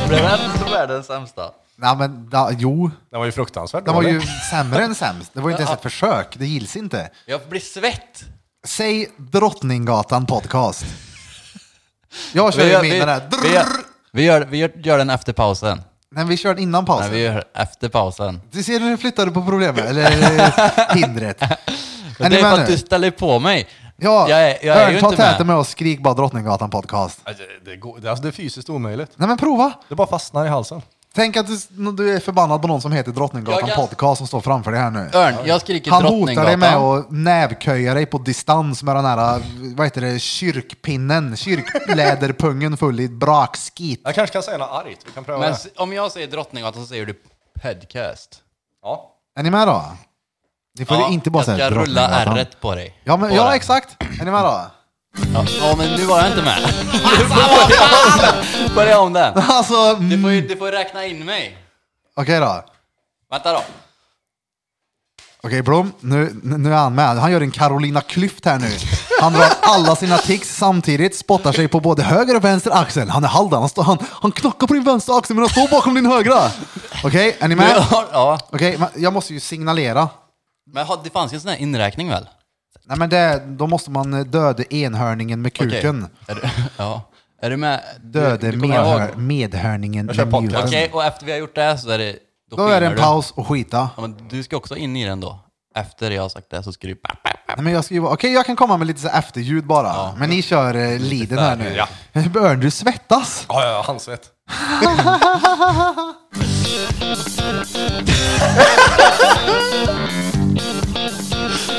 [SPEAKER 2] blev inte världens sämsta.
[SPEAKER 1] Nej men da, jo,
[SPEAKER 3] Den var ju fruktansvärt
[SPEAKER 1] den var
[SPEAKER 3] dålig.
[SPEAKER 1] ju sämre än sämst. Det var ju inte ens ett försök, det gills inte.
[SPEAKER 2] Jag blir svett.
[SPEAKER 1] Säg Drottninggatan podcast. Jag kör ju min den här.
[SPEAKER 2] vi, gör,
[SPEAKER 1] Drrrr.
[SPEAKER 2] vi, gör, vi gör, gör den efter pausen.
[SPEAKER 1] Nej vi kör den innan
[SPEAKER 2] Nej,
[SPEAKER 1] pausen.
[SPEAKER 2] vi gör efter pausen.
[SPEAKER 1] Du ser hur du flyttade på problemet, eller hindret. Är
[SPEAKER 2] det
[SPEAKER 1] ni
[SPEAKER 2] är för
[SPEAKER 1] med
[SPEAKER 2] att du
[SPEAKER 1] nu?
[SPEAKER 2] ställer på mig.
[SPEAKER 1] Ja,
[SPEAKER 2] jag är, jag är ju
[SPEAKER 1] Örn, ta
[SPEAKER 2] inte med.
[SPEAKER 1] täten med och skrik bara Drottninggatan podcast.
[SPEAKER 3] Nej, det- Det, går, det, alltså, det är fysiskt omöjligt.
[SPEAKER 1] Nej men prova!
[SPEAKER 3] Det bara fastnar i halsen.
[SPEAKER 1] Tänk att du, du är förbannad på någon som heter Drottninggatan
[SPEAKER 2] Jag kan-
[SPEAKER 1] podcast som står framför dig här nu.
[SPEAKER 2] Örn, jag skriker
[SPEAKER 1] Han hotar dig
[SPEAKER 2] Drottninggatan.
[SPEAKER 1] med att nävköja dig på distans med den här, eh, vad heter det, kyrkpinnen, kyrkläderpungen full i brakskit.
[SPEAKER 3] Jag kanske kan säga något argt. Vi kan pröva
[SPEAKER 2] Men
[SPEAKER 3] det.
[SPEAKER 2] s- om jag säger Drottninggatan så säger du podcast.
[SPEAKER 3] Ja.
[SPEAKER 1] Är ni med då? Ni får
[SPEAKER 2] Ja,
[SPEAKER 1] inte bara
[SPEAKER 2] jag
[SPEAKER 1] säga
[SPEAKER 2] ska rulla
[SPEAKER 1] Drottninggatan.
[SPEAKER 2] ärret på dig.
[SPEAKER 1] Ja, men,
[SPEAKER 2] På
[SPEAKER 1] ja
[SPEAKER 2] den.
[SPEAKER 1] exakt. Är ni med då?
[SPEAKER 2] Ja, ja, men nu var jag inte med. Du får börja om den. Börja om den.
[SPEAKER 1] Alltså,
[SPEAKER 2] Du
[SPEAKER 1] mm,
[SPEAKER 2] får,
[SPEAKER 1] okej
[SPEAKER 2] ju- du får räkna in mig.
[SPEAKER 1] då. Okej
[SPEAKER 2] Vänta då.
[SPEAKER 1] Blom, nu, nu är han med. Han gör en Carolina Klüft här nu. Han drar alla sina tics samtidigt, spottar sig på både höger och vänster axel. Han är haldan, han, står- han, han knackar på din vänstra axel men han står bakom din högra. Okej, är ni
[SPEAKER 2] Du,
[SPEAKER 1] med?
[SPEAKER 2] har- ja,
[SPEAKER 1] Okej, men jag måste ju signalera.
[SPEAKER 2] men har- det fanns ju en sån här inräkning väl?
[SPEAKER 1] Nej men det, då måste man eh, döda enhörningen med
[SPEAKER 2] Okej.
[SPEAKER 1] kuken.
[SPEAKER 2] Är du, ja. Är du med? Du-
[SPEAKER 1] Döda
[SPEAKER 2] du kommer ihåg?
[SPEAKER 1] medhör, medhörningen
[SPEAKER 3] Jag kör
[SPEAKER 1] med
[SPEAKER 3] podcast.
[SPEAKER 1] mjuten.
[SPEAKER 2] Okej, och efter vi har gjort det så är det... Då,
[SPEAKER 1] Då är det en
[SPEAKER 2] skiner du.
[SPEAKER 1] paus och skita.
[SPEAKER 2] Ja, men du ska också in i den då. Efter jag har sagt det så ska du...
[SPEAKER 1] Nej, men jag skriver, okej jag kan komma med lite så här efterljud bara. Men ni kör eh, liden här nu.
[SPEAKER 3] Ja.
[SPEAKER 1] Örn, du svettas.
[SPEAKER 3] Ja, ja, ja, handsvett.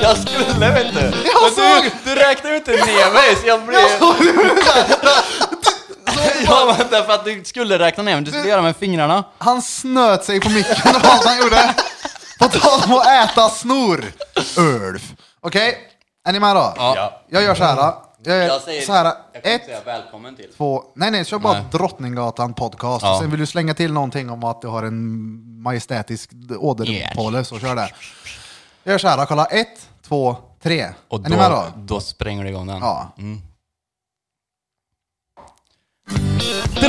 [SPEAKER 2] Jag skulle vet du!
[SPEAKER 1] Jag såg!
[SPEAKER 2] Du räknar ju inte ner mig så jag blev... ja men därför att du skulle räkna ner mig, du skulle göra med fingrarna.
[SPEAKER 1] Han snöt sig på micken och allt han gjorde. På tal om att äta snor. Ulf. Okej, är ni med då?
[SPEAKER 2] Ja.
[SPEAKER 1] Jag gör så här. Jag, jag så här.
[SPEAKER 2] jag kommer
[SPEAKER 1] Ett,
[SPEAKER 2] inte säga välkommen till.
[SPEAKER 1] två, nej nej, kör bara
[SPEAKER 2] Nej.
[SPEAKER 1] Drottninggatan podcast.
[SPEAKER 2] Ja.
[SPEAKER 1] Sen vill du slänga till någonting om att du har en majestätisk åderpåle, så kör det. Jag gör så här, kolla. Ett, två, tre.
[SPEAKER 2] Och
[SPEAKER 1] är ni med då?
[SPEAKER 2] då, då spränger du igång den.
[SPEAKER 1] Ja.
[SPEAKER 2] Mm. Drottninggatan!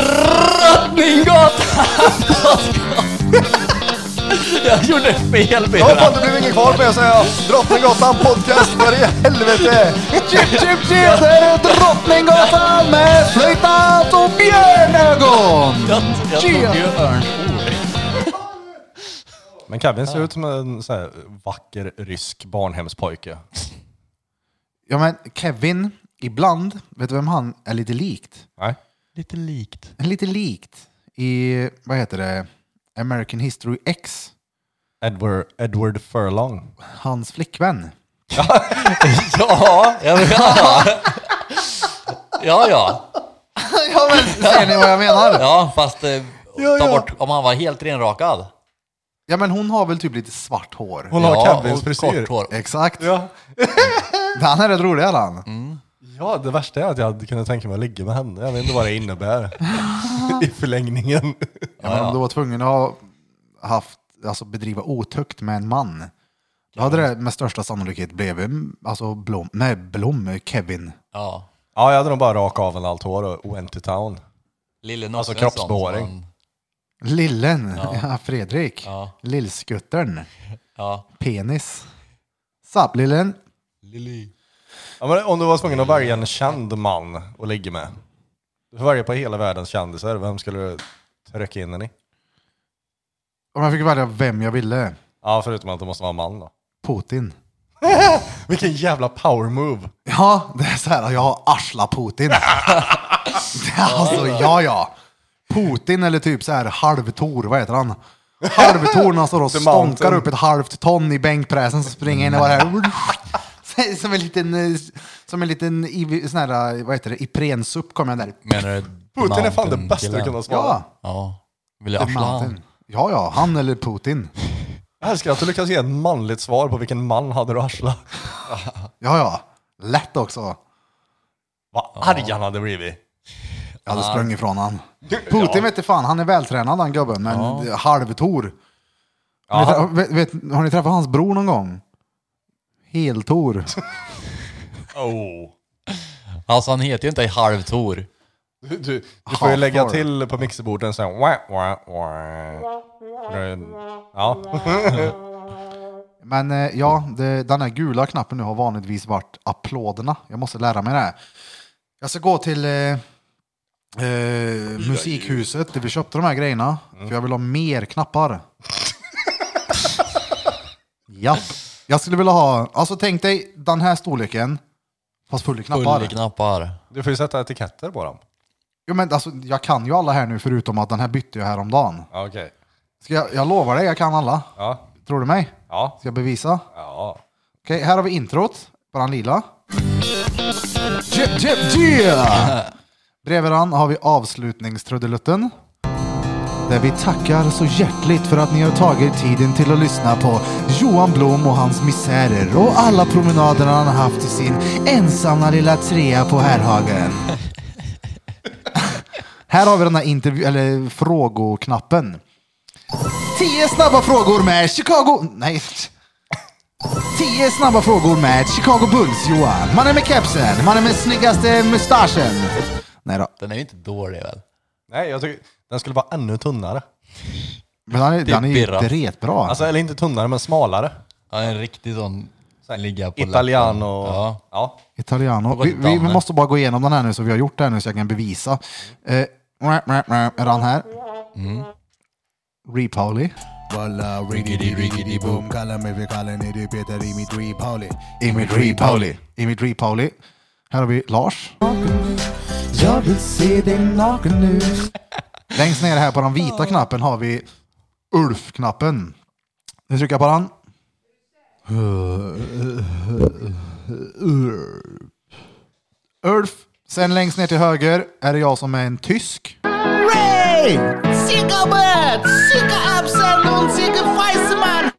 [SPEAKER 2] jag gjorde fel
[SPEAKER 3] Jag hoppas
[SPEAKER 2] Peter.
[SPEAKER 3] att det blev inget kvar på jag säger Drottninggatan podcast, vad i helvete!
[SPEAKER 1] Chip, chip, chip! Det här är Drottninggatan med flöjtnant och björnögon!
[SPEAKER 2] Jag, jag tog ju Örns ord.
[SPEAKER 3] Men Kevin ser ut som en så här vacker rysk barnhemspojke.
[SPEAKER 1] Ja, men Kevin, ibland, vet du vem han är lite likt?
[SPEAKER 3] Nej?
[SPEAKER 2] Lite likt.
[SPEAKER 1] Lite likt i, vad heter det, American History X,
[SPEAKER 3] Edward, Edward Furlong.
[SPEAKER 1] hans flickvän.
[SPEAKER 2] Ja, ja, ja. Ja, ja.
[SPEAKER 1] ja, men ser ni vad jag menar?
[SPEAKER 2] Ja, fast eh,
[SPEAKER 3] Ja,
[SPEAKER 2] ta
[SPEAKER 3] ja.
[SPEAKER 2] bort om han var helt renrakad.
[SPEAKER 1] Ja, men hon har väl typ lite svart hår.
[SPEAKER 3] Hon har
[SPEAKER 2] Ja,
[SPEAKER 3] Kevins
[SPEAKER 2] och
[SPEAKER 3] frisyr.
[SPEAKER 2] kort hår.
[SPEAKER 1] Exakt. Mm.
[SPEAKER 3] Ja.
[SPEAKER 1] Han är rätt rolig, är han?
[SPEAKER 3] ja, det värsta är att jag hade kunnat tänka mig att ligga med henne. Jag vet inte vad det innebär i förlängningen.
[SPEAKER 1] Ja, men om du var tvungen att ha haft, alltså bedriva otukt med en man, då hade det med största sannolikhet blivit alltså Blom, nej, Blom, Kevin.
[SPEAKER 2] Ja.
[SPEAKER 3] Ja, jag hade nog bara rakat av en allt hår och went to town.
[SPEAKER 2] Lille
[SPEAKER 3] Alltså
[SPEAKER 2] Norsvensson,
[SPEAKER 3] kroppsbehåring.
[SPEAKER 2] som han-
[SPEAKER 1] Lillen, ja. Fredrik,
[SPEAKER 2] Ja.
[SPEAKER 1] Lillskuttern,
[SPEAKER 2] Ja.
[SPEAKER 1] Penis. Sapp, Lillen.
[SPEAKER 2] Lille.
[SPEAKER 3] Ja, men om du var tvungen att välja en känd man att ligga med. Du får välja på hela världens kändisar. Vem skulle du trycka in den i?
[SPEAKER 1] Om jag fick välja vem jag ville,
[SPEAKER 3] Ja, förutom att det måste vara en man då.
[SPEAKER 1] Putin.
[SPEAKER 3] Vilken jävla power move!
[SPEAKER 1] Ja, det är så här, jag har arsla Putin. alltså, ja, ja. Putin eller typ så här halvtor, vad heter han? Halvtor när han står och
[SPEAKER 3] The Mountain.
[SPEAKER 1] stånkar upp ett halvt ton i bänkpressen så springer in och bara här. Som en liten, eh, som en liten i- sån här, vad heter det, Iprensupp kom jag där.
[SPEAKER 2] Menar du
[SPEAKER 3] Putin är fan det
[SPEAKER 2] mountain
[SPEAKER 3] bästa du
[SPEAKER 2] killen?
[SPEAKER 3] kunde ha svarat.
[SPEAKER 1] Ja,
[SPEAKER 2] Ja. Vill jag
[SPEAKER 1] The
[SPEAKER 2] arsla
[SPEAKER 1] Mountain.
[SPEAKER 2] han?
[SPEAKER 1] Ja, ja, han eller Putin.
[SPEAKER 3] Jag älskar att du lyckas ge ett manligt svar på vilken man hade du arslat.
[SPEAKER 1] Ja, ja. Lätt också.
[SPEAKER 3] Vad arg han hade blivit.
[SPEAKER 1] Jag hade sprungit ifrån han. Putin vet inte fan, han är vältränad han gubben, men halvtor. Har ni
[SPEAKER 3] Ja.
[SPEAKER 1] trä- Vet, vet, har ni träffat hans bror någon gång? Heltor.
[SPEAKER 3] Oh.
[SPEAKER 2] Alltså han heter ju inte halvtor.
[SPEAKER 3] Du, du, du får ju
[SPEAKER 1] Hathor.
[SPEAKER 3] lägga till på mixerbordet så här... Wah, wah, wah. Det är- Ja.
[SPEAKER 1] Men eh, ja, det, den här gula knappen nu har vanligtvis varit applåderna. Jag måste lära mig det här. Jag ska gå till eh, eh, musikhuset där vi köpte de här grejerna. För jag vill ha mer knappar. ja. Jag skulle vilja ha, alltså tänk dig den här storleken. Fast full i knappar.
[SPEAKER 2] Full i knappar.
[SPEAKER 3] Du får ju sätta etiketter på dem.
[SPEAKER 1] Jo, men alltså, jag kan ju alla här nu förutom att den här bytte jag häromdagen.
[SPEAKER 3] Ja, okej.
[SPEAKER 1] Ska jag, jag lovar dig, jag kan alla.
[SPEAKER 3] Ja.
[SPEAKER 1] Tror du mig?
[SPEAKER 3] Ja.
[SPEAKER 1] Ska jag bevisa?
[SPEAKER 3] Ja.
[SPEAKER 1] Okej, här har vi introt på den lila. Jep, jep, yeah! Bredvid den har vi avslutningstrudelutten. Där vi tackar så hjärtligt för att ni har tagit tiden till att lyssna på Johan Blom och hans misärer och alla promenader han har haft i sin ensamma lilla trea på Herrhagen. här har vi den här intervju- eller frågoknappen. Tio snabba frågor med Chicago... Nej. 10 snabba frågor med Chicago Bulls, Johan. Man är med kepsen, man är med snyggaste mustaschen. Nej då.
[SPEAKER 2] Den är ju inte dålig väl?
[SPEAKER 3] Nej, jag tycker den skulle vara ännu tunnare.
[SPEAKER 1] Men han är,
[SPEAKER 2] Det är
[SPEAKER 1] han är ju
[SPEAKER 2] pirrat.
[SPEAKER 1] dretbra.
[SPEAKER 3] Alltså, eller inte tunnare, men smalare.
[SPEAKER 2] Ja, en riktig sån ligga på
[SPEAKER 3] Italiano.
[SPEAKER 2] läppen. Ja.
[SPEAKER 3] ja.
[SPEAKER 1] Italiano.
[SPEAKER 2] var
[SPEAKER 1] Vi,
[SPEAKER 2] det
[SPEAKER 1] vi, vi
[SPEAKER 2] Danne.
[SPEAKER 1] måste bara gå igenom den här nu så vi har gjort det här nu så jag kan bevisa. Eh, mwah, mwah, mwah, är den här? Repauli.
[SPEAKER 4] Walla riggedy riggedy boom Kalla mig för Kalle när du petar i mitt reep-håli
[SPEAKER 1] Imit Repauli. Imit Repauli. Här har vi Lars.
[SPEAKER 4] Jag vill se dig naken nu
[SPEAKER 1] Längst ner här på den vita knappen har vi Ulf-knappen. Nu trycker jag på den. Ulf. Sen längst ner till höger är det jag som är en tysk.
[SPEAKER 5] Ray! Sickerbird! Sicker Absent und Sicker Weissemann!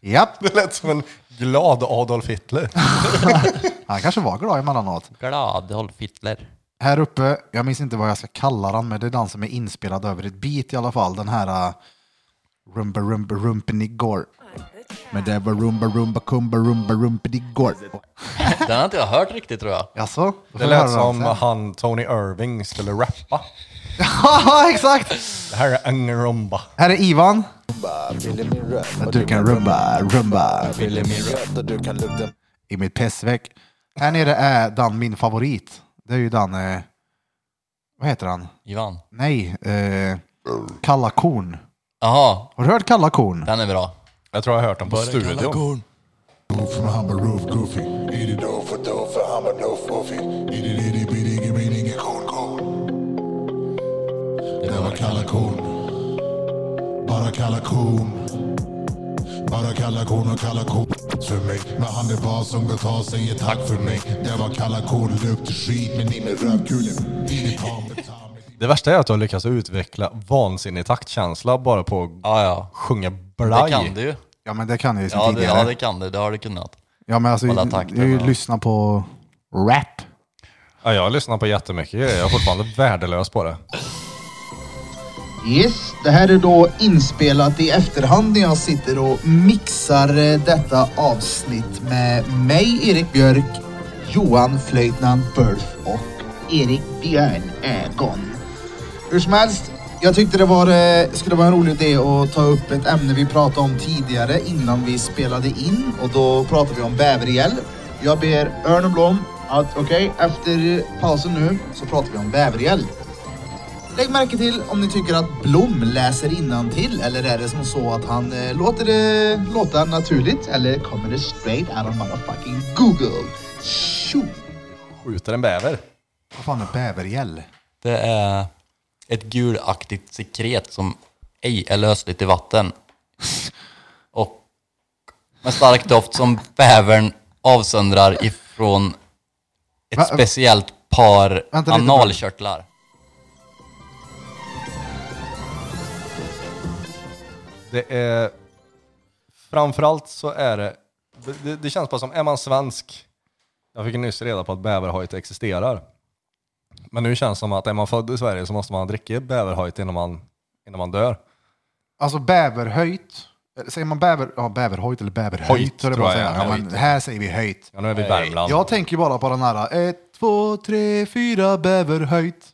[SPEAKER 1] Japp,
[SPEAKER 3] Det lät som en glad Adolf Hitler.
[SPEAKER 1] han kanske var glad emellanåt.
[SPEAKER 2] Glad Adolf Hitler.
[SPEAKER 1] Här uppe, jag minns inte vad jag ska kalla den, men det är den som är inspelad över ett beat i alla fall. Den här uh, Rumba Rumba Rumpenigor.
[SPEAKER 4] Men det var rumba rumba kumba rumba rumpedigor
[SPEAKER 2] Den har inte jag hört riktigt tror jag.
[SPEAKER 1] Jaså? Då får
[SPEAKER 3] Det
[SPEAKER 1] vi
[SPEAKER 3] lät
[SPEAKER 1] höra den
[SPEAKER 3] som
[SPEAKER 1] sen.
[SPEAKER 3] han Tony Irving skulle rappa.
[SPEAKER 1] Ja, exakt!
[SPEAKER 3] Det här är en rumba.
[SPEAKER 1] Här är Ivan. Du kan rumba, rumba
[SPEAKER 4] Du kan lukta
[SPEAKER 1] i mitt pessväck. Här nere är den min favorit. Det är ju den, eh, vad heter han?
[SPEAKER 2] Ivan.
[SPEAKER 1] Nej, eh, Kalla korn.
[SPEAKER 2] Jaha,
[SPEAKER 1] Har du hört Kalla korn?
[SPEAKER 2] den är bra.
[SPEAKER 3] Jag tror jag har hört dem på studion.
[SPEAKER 4] Goof from Humber Roof Goofy. Eat it over dough for Humber Doof Woofy. Eat it, eat it, bitty, gimme, diggy, coon, coon. Never calicoon. Bara calicoon. Bara kalla kon och kalla kon för mig. Med han det var som gav ta säger tack för mig. Det var kalla kon, lukt skit men i med rövkulen. I ditt hamet,
[SPEAKER 3] Det värsta är att du har lyckats utveckla vansinnig taktkänsla bara på att
[SPEAKER 2] Ja, ja.
[SPEAKER 3] sjunga
[SPEAKER 2] Det
[SPEAKER 3] blaj.
[SPEAKER 2] kan du ju.
[SPEAKER 1] Ja men det kan jag ju sen
[SPEAKER 2] Ja det,
[SPEAKER 1] tidigare.
[SPEAKER 2] ja, det kan du. Det har du kunnat.
[SPEAKER 1] Ja, men alltså,
[SPEAKER 2] Hålla
[SPEAKER 1] jag,
[SPEAKER 2] takten,
[SPEAKER 1] jag
[SPEAKER 2] ja.
[SPEAKER 1] lyssnar på rap.
[SPEAKER 3] Ja, jag lyssnar på jättemycket grejer. Jag är fortfarande värdelös på det.
[SPEAKER 6] Yes, det här är då inspelat i efterhand när jag sitter och mixar eh, detta avsnitt med mig, Erik Björk, Johan Flöjtnant Burf och Erik Björn Ögon. Hur som helst, jag tyckte det var, eh, skulle vara en rolig idé att ta upp ett ämne vi pratade om tidigare innan vi spelade in och då pratade vi om bävergäll. Jag ber Örn och Blom att okej, efter pausen nu så pratar vi om bävergäll. Lägg märke till om ni tycker att Blom läser till eller är det som så att han eh, låter det låta naturligt eller kommer det straight out of motherfucking Google? Tjo!
[SPEAKER 3] Skjuter en bäver.
[SPEAKER 1] Vad fan är bävergäll?
[SPEAKER 2] Det är ett gulaktigt sekret som ej är lösligt i vatten. Och med stark doft som bävern avsöndrar ifrån ett
[SPEAKER 1] Va-
[SPEAKER 2] speciellt par
[SPEAKER 1] Vänta lite,
[SPEAKER 2] analkörtlar.
[SPEAKER 3] Det är... Framförallt så är det... det- Det, det känns bara som, är man svensk... Jag fick nyss reda på att bäverhojt existerar. Men nu känns det som att är man född i Sverige så måste man dricka bäverhojt innan man, innan man dör.
[SPEAKER 1] Alltså bäverhöjt. Eller Säger man bäver, ja, bäverhöjt eller bäverhöjt?
[SPEAKER 3] Höjt,
[SPEAKER 1] höll jag på att
[SPEAKER 3] tror jag,
[SPEAKER 1] säga.
[SPEAKER 3] ja.
[SPEAKER 1] Ja, men här säger vi höjt.
[SPEAKER 3] Ja, nu är vi i Värmland.
[SPEAKER 1] Jag tänker bara på den här. Ett, två, tre, fyra, bäverhöjt.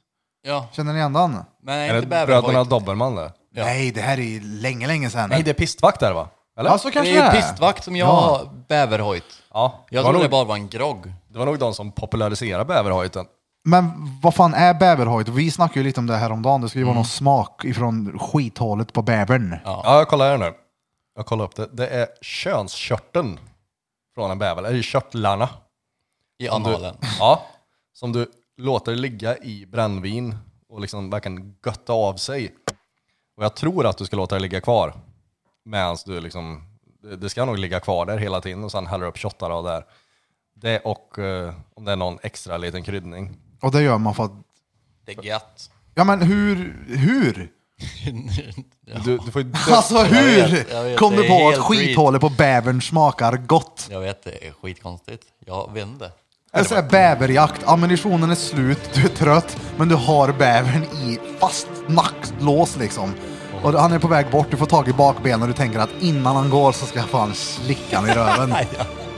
[SPEAKER 2] Ja,
[SPEAKER 1] Känner ni igen den?
[SPEAKER 2] men
[SPEAKER 3] är
[SPEAKER 2] inte
[SPEAKER 3] det bröderna
[SPEAKER 2] bäverhojt.
[SPEAKER 3] Dobermann det?
[SPEAKER 2] Ja.
[SPEAKER 1] Nej, det här är ju länge, länge sedan.
[SPEAKER 3] Nej, det är pistvakt där va? Eller?
[SPEAKER 1] ja, så
[SPEAKER 2] Det är
[SPEAKER 1] kanske det
[SPEAKER 2] ju
[SPEAKER 1] är.
[SPEAKER 2] pistvakt som jag har bäverhojt.
[SPEAKER 3] ja. Det
[SPEAKER 2] Jag
[SPEAKER 3] var,
[SPEAKER 2] trodde
[SPEAKER 3] nog,
[SPEAKER 2] det bara var en grogg.
[SPEAKER 3] det var nog de som populariserade bäverhojten.
[SPEAKER 1] Men vad fan är bäverhöjt? Vi snackade ju lite om det här om dagen. Det skulle ju vara någon smak ifrån skithålet på bävern.
[SPEAKER 3] Mm. Ja, jag kollar här nu. Jag kollar upp det. Det är könskörteln från en bäver, eller körtlarna.
[SPEAKER 2] I
[SPEAKER 3] Som du-
[SPEAKER 2] analen.
[SPEAKER 3] Ja, som du låter ligga i brännvin och liksom verkligen götta av sig. Och jag tror att du ska låta det ligga kvar. Medan du liksom, det det ska nog ligga kvar där hela tiden och sen häller upp shottar av där. Det och eh, om det är någon extra liten kryddning.
[SPEAKER 1] Och det gör man för att...
[SPEAKER 2] Det är gött.
[SPEAKER 1] Ja, men hur? Hur?
[SPEAKER 2] Ja.
[SPEAKER 3] Du, du får ju dö-
[SPEAKER 1] Alltså
[SPEAKER 2] vet,
[SPEAKER 1] hur
[SPEAKER 2] jag vet,
[SPEAKER 1] kom
[SPEAKER 2] det
[SPEAKER 1] du
[SPEAKER 2] är
[SPEAKER 1] på att
[SPEAKER 2] helt weird.
[SPEAKER 1] skithålet på bävern smakar gott?
[SPEAKER 2] Jag vet, det är skitkonstigt. Jag vet inte.
[SPEAKER 1] Jag säger bäverjakt, ammunitionen är slut, du är trött, men du har bävern i fast nacklås liksom. Och han är på väg bort, du får tag i bakbenen och du tänker att innan han går så ska jag fan slicka han i röven.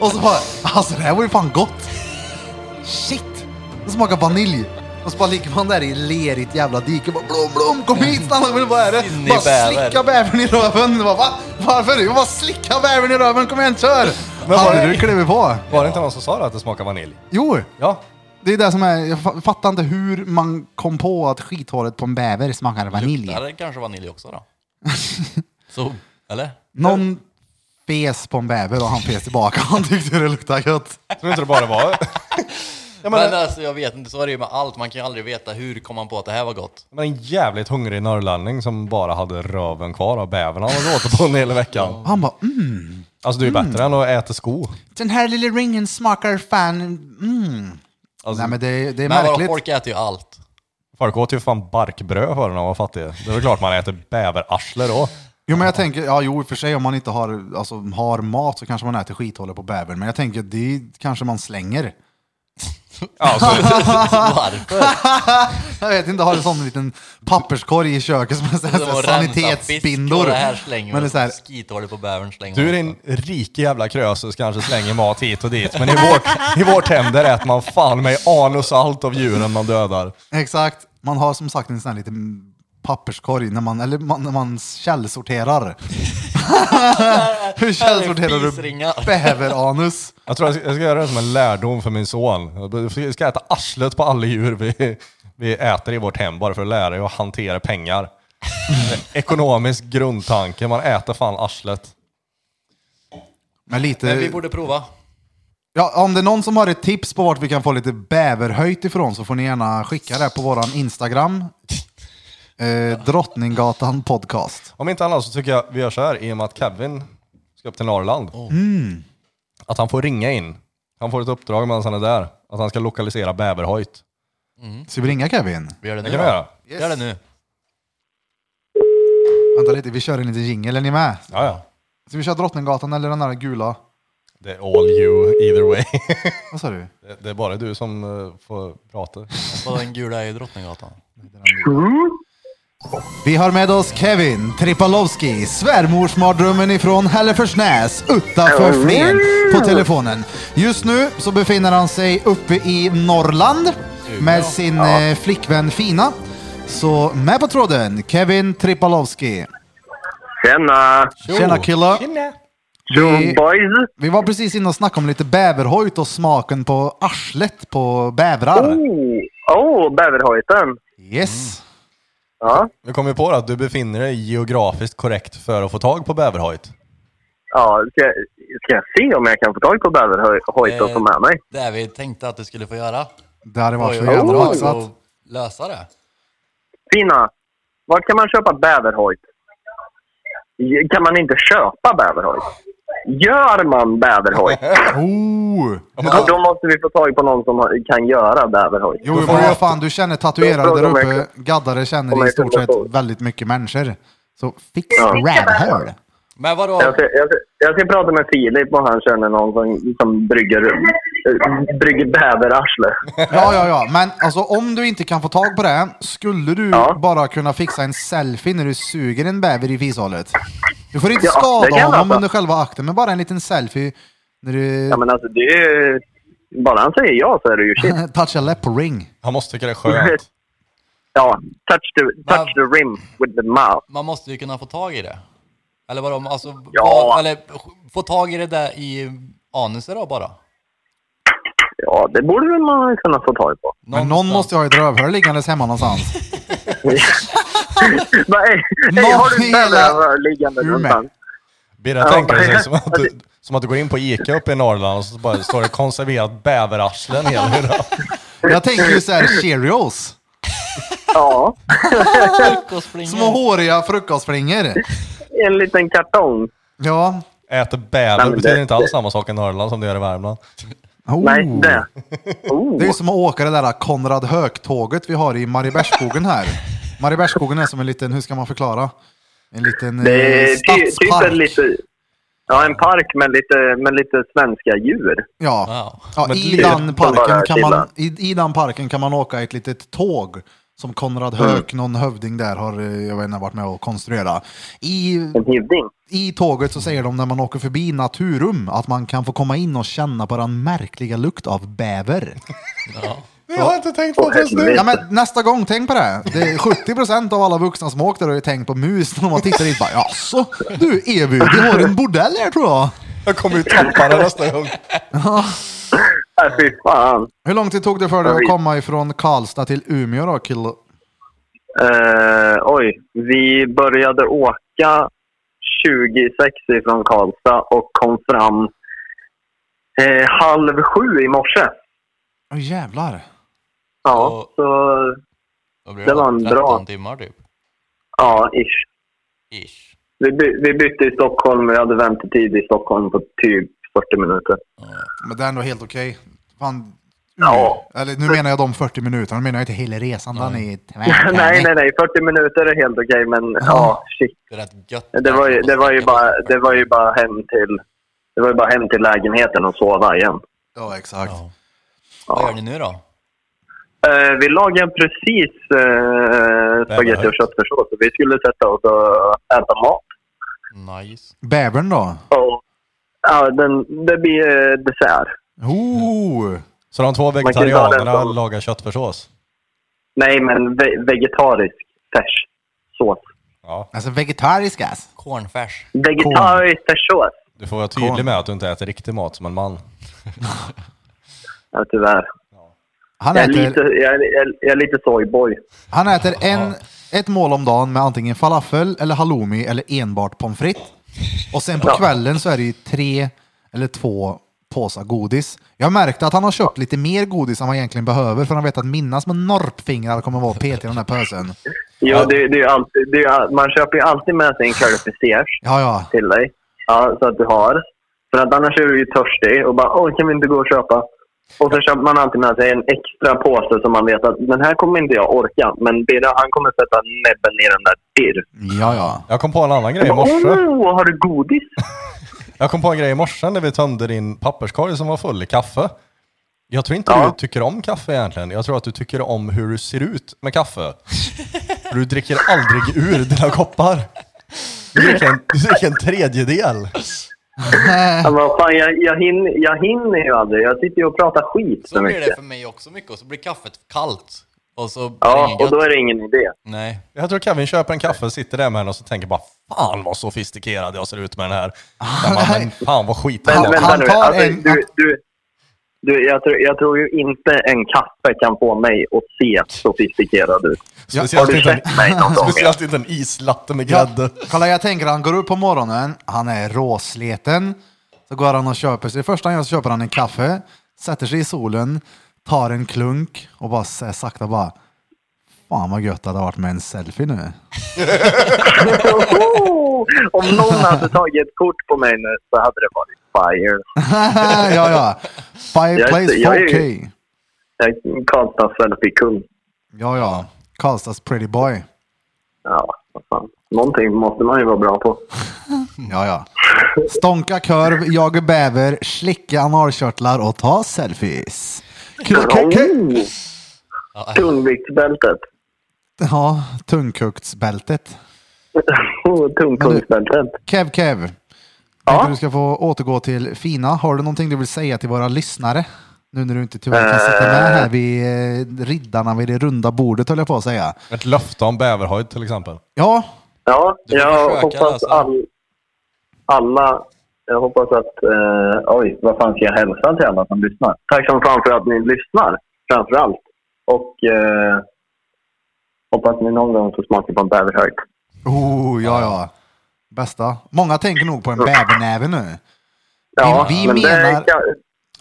[SPEAKER 1] Och så bara, alltså det här var ju fan gott. Shit! Det smakar vanilj. Och så bara ligger man där i lerigt jävla dike. Bara, blom, blom, kom hit, stanna, men vad är det?
[SPEAKER 2] Sinnig
[SPEAKER 1] Bara
[SPEAKER 2] bäver.
[SPEAKER 1] slicka bävern i röven. Bara, Va? Varför? Jag bara slicka bävern i röven, kom igen, kör! Men vad är det du kliver på?
[SPEAKER 3] Var det inte någon som sa det att det smakar vanilj?
[SPEAKER 1] Jo!
[SPEAKER 3] Ja,
[SPEAKER 1] Det är det som är, jag fa- fattar inte hur man kom på att skithålet på en bäver smakar vanilj.
[SPEAKER 2] Luktar det kanske vanilj också då? Så, eller?
[SPEAKER 1] Någon fes på en bäver och han fes tillbaka. Han tyckte det luktade gött.
[SPEAKER 3] tror inte det bara var... Ja, men,
[SPEAKER 2] Men alltså jag vet inte, så är det ju med allt. Man kan ju aldrig veta hur kom man på att det här var gott.
[SPEAKER 3] men en jävligt hungrig norrlänning som bara hade röven kvar av bävern han hade åt på en hel veckan.
[SPEAKER 1] Och han bara, mm,
[SPEAKER 3] Alltså det är ju bättre än att äta sko.
[SPEAKER 1] den här lilla ringen smakar fan, mm.
[SPEAKER 3] Alltså-
[SPEAKER 1] Nej men det, det är
[SPEAKER 2] Men vadå,
[SPEAKER 1] märkligt.
[SPEAKER 2] folk äter ju allt.
[SPEAKER 3] Folk åt ju fan barkbröd förr när man var fattig. Det är väl klart man äter bäverarsle då.
[SPEAKER 1] Jo men jag tänker, ja jo i och för sig om man inte har, alltså, har mat så kanske man äter skithålet på bävern. Men jag tänker, det kanske man slänger.
[SPEAKER 2] Varför?
[SPEAKER 1] Jag vet inte, har en sån liten papperskorg i köket som är så här, så
[SPEAKER 2] Och
[SPEAKER 1] här,
[SPEAKER 2] rensa
[SPEAKER 1] sanitetsbindor.
[SPEAKER 2] fisk och Det här slänger
[SPEAKER 1] Alltså, men det är så här,
[SPEAKER 2] Skithålet på bävern slänger
[SPEAKER 3] Du är
[SPEAKER 2] man.
[SPEAKER 3] en rik jävla krösus kanske slänger mat hit och dit. Men i vårt, i vårt hem där äter man fan mig anus och allt av djuren man dödar.
[SPEAKER 1] Exakt. Man har som sagt en sån här liten papperskorg när man, eller man, när man källsorterar. Hur källsorterar
[SPEAKER 2] Fisringar.
[SPEAKER 1] du bäveranus?
[SPEAKER 3] Jag tror jag ska, jag ska göra det som en lärdom för min son. Jag ska äta arslet på alla djur vi, vi äter i vårt hem bara för att lära dig att hantera pengar. Ekonomisk grundtanke, man äter fan arslet.
[SPEAKER 1] Men lite...
[SPEAKER 2] Men vi borde prova.
[SPEAKER 1] Ja, om det är någon som har ett tips på vart vi kan få lite bäverhöjt ifrån så får ni gärna skicka det på våran Instagram. Eh, Drottninggatan podcast.
[SPEAKER 3] Om inte annat så tycker jag vi gör så här i och med att Kevin ska upp till Norrland. Mm. Att han får ringa in. Han får ett uppdrag medan han är där. Att han ska lokalisera bäverhöjt.
[SPEAKER 1] Ska vi ringa Kevin?
[SPEAKER 2] Vi gör det nu.
[SPEAKER 3] Det kan vi
[SPEAKER 2] då.
[SPEAKER 3] göra.
[SPEAKER 2] Vi Gör det nu.
[SPEAKER 1] Vänta lite, vi kör en liten jingel. Är ni med?
[SPEAKER 3] Ja, ja.
[SPEAKER 1] Ska vi köra Drottninggatan eller den där gula?
[SPEAKER 3] Det är all you either way.
[SPEAKER 1] Vad sa du?
[SPEAKER 3] Det- Det är bara du som eh, får prata.
[SPEAKER 2] Vadå den gula är ju Drottninggatan?
[SPEAKER 1] Vi har med oss Kevin Tripalowski, svärmorsmardrömmen ifrån Hälleforsnäs utanför Flen på telefonen. Just nu så befinner han sig uppe i Norrland med sin eh, flickvän Fina. Så med på tråden, Kevin Tripalowski.
[SPEAKER 7] Tjena!
[SPEAKER 1] Tjena kille!
[SPEAKER 7] Tjo boys!
[SPEAKER 1] Vi var precis inne och snackade om lite bäverhojt och smaken på arslet på bävrar.
[SPEAKER 7] Oh, oh bäverhojten!
[SPEAKER 1] Yes!
[SPEAKER 7] Ja,
[SPEAKER 3] Nu kom vi på att du befinner dig geografiskt korrekt för att få tag på bäverhojt.
[SPEAKER 7] ja ska, ska jag se om jag kan få tag på bäverhojt och få med mig?
[SPEAKER 2] Det vi tänkte att du skulle få göra.
[SPEAKER 1] Det hade varit så
[SPEAKER 2] Oj, oj,
[SPEAKER 1] jävla
[SPEAKER 2] oj,
[SPEAKER 1] maxat.
[SPEAKER 2] och lösa det.
[SPEAKER 7] Fina, var kan man köpa bäverhojt? J- Kan man inte köpa bäverhojt? Gör man bäverhojt?
[SPEAKER 1] Oh!
[SPEAKER 7] Ja, då måste vi få tag på någon som har- kan göra bäverhojt.
[SPEAKER 1] Jo, men vad fan, du känner tatuerade där uppe. Gaddare känner i stort sett väldigt mycket människor. Så fix rävhål.
[SPEAKER 2] Men
[SPEAKER 7] Jag
[SPEAKER 2] vadå?
[SPEAKER 7] ska, jag, ska, jag ska prata med Filip om han känner någon som, som brygger, eh, brygger bäverarsle.
[SPEAKER 1] Ja, ja, ja. Men alltså om du inte kan få tag på det, skulle du
[SPEAKER 7] Ja.
[SPEAKER 1] bara kunna fixa en selfie när du suger en bäver i fishålet? Du får inte
[SPEAKER 7] Ja, det kan
[SPEAKER 1] skada
[SPEAKER 7] jag
[SPEAKER 1] honom
[SPEAKER 7] alltså.
[SPEAKER 1] under själva akten, men bara en liten selfie när du
[SPEAKER 7] Ja, men alltså det är ju... Bara han säger ja så är det ju shit.
[SPEAKER 1] touchar läpp på ring.
[SPEAKER 3] Han måste tycka det är skönt.
[SPEAKER 7] Ja, touch the, touch the rim with the mouth.
[SPEAKER 2] Man måste ju kunna få tag i det. Eller vadå? Alltså,
[SPEAKER 7] Ja.
[SPEAKER 2] vad, eller, få tag i det där i anuset då bara.
[SPEAKER 7] Ja, det borde väl man kunna få tag på.
[SPEAKER 1] Men någon
[SPEAKER 2] Någonstans.
[SPEAKER 1] måste ju ha ett rövhål liggandes hemma någonstans.
[SPEAKER 7] Va, ey, ey,
[SPEAKER 1] Någon
[SPEAKER 7] har du
[SPEAKER 1] hela-
[SPEAKER 7] bävrar liggande
[SPEAKER 1] Ur med.
[SPEAKER 7] någonstans?
[SPEAKER 3] Birra tänker sig som att, du, som att du går in på Ica uppe i Norrland och så bara står det konserverat bäverarslen hela tiden.
[SPEAKER 1] Jag tänker ju såhär Cheerios.
[SPEAKER 7] Ja,
[SPEAKER 1] Små håriga frukostflingor.
[SPEAKER 7] en liten kartong.
[SPEAKER 1] Ja.
[SPEAKER 3] Äter bäver
[SPEAKER 7] Nej, men
[SPEAKER 3] betyder
[SPEAKER 7] det-
[SPEAKER 3] inte alls samma sak i Norrland som det gör i Värmland.
[SPEAKER 1] Oh.
[SPEAKER 7] Nej, det.
[SPEAKER 1] Det är
[SPEAKER 7] Oh,
[SPEAKER 1] ju som att åka det där Konrad Höök-tåget vi har i Mariebergsskogen här. Mariebergsskogen är som en liten, hur ska man förklara? En liten
[SPEAKER 7] det
[SPEAKER 1] eh,
[SPEAKER 7] är ty, typ
[SPEAKER 1] stadspark.
[SPEAKER 7] en lite... Ja, en park med lite, med lite svenska djur.
[SPEAKER 1] Ja,
[SPEAKER 2] Wow.
[SPEAKER 1] ja
[SPEAKER 3] Men
[SPEAKER 1] i,
[SPEAKER 3] det är
[SPEAKER 1] den parken
[SPEAKER 7] bara
[SPEAKER 1] kan man,
[SPEAKER 7] chilla.
[SPEAKER 1] i, i den parken kan man åka ett litet tåg som Konrad
[SPEAKER 3] Mm.
[SPEAKER 1] Höök, någon hövding där, har eh, jag vet inte, varit med och konstruera. I,
[SPEAKER 7] En hyvding.
[SPEAKER 1] I tåget så säger de när man åker förbi Naturum att man kan få komma in och känna på den märkliga lukt av bäver.
[SPEAKER 3] Det har jag inte tänkt på
[SPEAKER 7] Åh,
[SPEAKER 3] förrän nu.
[SPEAKER 7] helvete.
[SPEAKER 1] Ja, men nästa gång, tänk på det. det är 70% av alla vuxna som åkt där har ju tänkt på mus när man tittar dit. Bara, Jaså, du Evu, du har en bordell här tror jag.
[SPEAKER 3] Jag kommer ju tappa det nästa gång.
[SPEAKER 7] Nej, Äh, fy fan.
[SPEAKER 1] Hur lång tid tog det för dig att komma ifrån Karlstad till Umeå då, kille?
[SPEAKER 7] Eh, oj, vi började åka 20.60 från Karlstad och kom fram eh, halv sju i morse.
[SPEAKER 1] Åh jävlar.
[SPEAKER 7] Ja,
[SPEAKER 2] Och-
[SPEAKER 7] så
[SPEAKER 2] Då blir
[SPEAKER 7] Det var en
[SPEAKER 2] 13
[SPEAKER 7] bra-
[SPEAKER 2] timmar typ.
[SPEAKER 7] ja, ish.
[SPEAKER 2] Ish.
[SPEAKER 7] Vi, by- vi bytte i Stockholm. Vi hade väntetid i Stockholm på typ 40 minuter.
[SPEAKER 1] Men det är ändå helt okej. Fan.
[SPEAKER 7] Ja.
[SPEAKER 1] Eller nu menar jag de 40 minuterna, nu menar jag inte hela resan. Den är
[SPEAKER 7] nej, nej, nej. 40 minuter är helt okej, men ja, shit.
[SPEAKER 2] Det är rätt gött.
[SPEAKER 7] Det var, ju, det, var ju bara, det var ju bara hem till... Det var ju bara hem till lägenheten och sova igen.
[SPEAKER 1] Ja, exakt.
[SPEAKER 2] Ja. Vad gör ni nu då?
[SPEAKER 7] Eh, vi lagade precis eh, spagetti och köttfärssås. så Vi skulle sätta oss och äta mat.
[SPEAKER 2] Nice.
[SPEAKER 1] Bävern då?
[SPEAKER 7] Och, ja, den, det blir eh, dessert.
[SPEAKER 1] Oh.
[SPEAKER 3] Så de två
[SPEAKER 7] kan ju ta den
[SPEAKER 3] vegetarianerna
[SPEAKER 7] som-
[SPEAKER 3] lagar köttfärssås?
[SPEAKER 7] Nej, men ve- vegetarisk färssås.
[SPEAKER 3] Ja.
[SPEAKER 1] Alltså vegetarisk ass.
[SPEAKER 2] Cornfärs.
[SPEAKER 7] Vegetarisk färssås.
[SPEAKER 3] Du får vara tydlig med att du inte äter riktig mat som en man.
[SPEAKER 7] Ja, tyvärr.
[SPEAKER 1] Han
[SPEAKER 7] Jag är
[SPEAKER 1] äter,
[SPEAKER 7] lite, jag är, jag är, jag är lite soyboy.
[SPEAKER 1] han äter en, ett mål om dagen med antingen falafel eller halloumi eller enbart pommes frites. Och sen på kvällen så är det ju tre eller två påsar godis. Jag märkte att han har köpt lite mer godis än vad han egentligen behöver för han vet att mina små norpfingrar kommer vara petiga i den här pösen.
[SPEAKER 7] Jo, det, det är ju alltid, det är, ju all- man köper ju alltid med sig en curly prestige
[SPEAKER 1] Ja, ja.
[SPEAKER 7] till dig. Ja, så att du har. För att annars är du ju törstig och bara åh, kan vi inte gå och köpa? Och så köper man alltid med sig en extra påse som man vet att den här kommer inte jag orka. Men Birra, han kommer sätta näbben i den där dirr.
[SPEAKER 1] Ja, ja.
[SPEAKER 3] Jag kom på en annan grej i
[SPEAKER 7] Bara,
[SPEAKER 3] morse.
[SPEAKER 7] Åh, oh, har du godis?
[SPEAKER 3] Jag kom på en grej i morse när vi tömde din papperskorg som var full i kaffe. Jag tror inte
[SPEAKER 7] Ja.
[SPEAKER 3] du tycker om kaffe egentligen. Jag tror att du tycker om hur du ser ut med kaffe. För du dricker aldrig ur dina koppar. Du dricker en, du dricker en tredjedel.
[SPEAKER 7] Han bara, fan jag, jag, hinner, jag hinner ju aldrig. Jag sitter ju och pratar skit så
[SPEAKER 2] Så blir det
[SPEAKER 7] mycket.
[SPEAKER 2] för mig också mycket och så blir kaffet kallt. Och så blir det
[SPEAKER 7] Ja,
[SPEAKER 2] inget
[SPEAKER 7] och då
[SPEAKER 2] gött.
[SPEAKER 7] är det ingen idé.
[SPEAKER 2] Nej.
[SPEAKER 3] Jag tror Kevin köper en kaffe, sitter där med henne och så tänker bara Fan vad sofistikerad jag ser ut med den här. Jag bara, men fan vad skit
[SPEAKER 7] Ah,
[SPEAKER 3] han
[SPEAKER 7] Men,
[SPEAKER 3] har.
[SPEAKER 7] vänta
[SPEAKER 1] han
[SPEAKER 7] nu.
[SPEAKER 1] tar
[SPEAKER 7] Alltså,
[SPEAKER 1] en-
[SPEAKER 7] du, du, du, jag, tror, jag tror ju inte en kaffe kan få mig att se sofistikerad ut. Har
[SPEAKER 3] Speciellt
[SPEAKER 7] du
[SPEAKER 3] inte en,
[SPEAKER 7] sett mig någon gång?
[SPEAKER 3] speciellt inte en islatte med
[SPEAKER 1] Ja,
[SPEAKER 3] grädde.
[SPEAKER 1] kolla, jag tänker han går upp på morgonen, han är råsleten. Så går han och köper sig, det första han gör så köper han en kaffe, sätter sig i solen, tar en klunk och bara så här sakta bara Fan vad gött det hade varit med en selfie nu.
[SPEAKER 7] Om någon hade tagit ett kort på mig nu så hade det varit fire.
[SPEAKER 1] ja, ja. Fireplace
[SPEAKER 7] Jag är- jag är-
[SPEAKER 1] 4K.
[SPEAKER 7] Jag- Karlstads selfie-kung.
[SPEAKER 1] Ja, ja. Karlstads pretty boy.
[SPEAKER 7] Ja, vad fan. Någonting måste man ju vara bra på.
[SPEAKER 1] Ja, ja. Stånka kurv, jaga bäver, slicka analkörtlar och ta selfies. Kul- kul- kul-
[SPEAKER 7] Oh,
[SPEAKER 2] Ja, nej.
[SPEAKER 7] Tungviktsbältet.
[SPEAKER 1] Ja, tungkuktsbältet.
[SPEAKER 7] Tungkungsbältet.
[SPEAKER 1] Kev, Kev.
[SPEAKER 7] Ja?
[SPEAKER 1] Tänkte du ska få återgå till Fina. Har du någonting du vill säga till våra lyssnare? Nu när du inte tyvärr kan sitta med här vid eh, riddarna vid det runda bordet höll jag på att säga.
[SPEAKER 3] Ett löfte om bäverhöjd till exempel.
[SPEAKER 1] Ja,
[SPEAKER 7] Ja,
[SPEAKER 2] Du får
[SPEAKER 7] jag
[SPEAKER 2] försöka alltså.
[SPEAKER 7] hoppas
[SPEAKER 2] läsa.
[SPEAKER 7] all, alla... Jag hoppas att... Eh, oj, vad fan ska jag hälsa till alla som lyssnar? Tack som fan för att ni lyssnar, framför allt. Och eh, hoppas ni någon gång får smaka på en bäverhög.
[SPEAKER 1] oh, ja, ja. Bästa. Många tänker nog på en bävernäve nu.
[SPEAKER 7] Ja,
[SPEAKER 1] Vi- vi
[SPEAKER 7] men
[SPEAKER 1] menar-
[SPEAKER 7] det kan,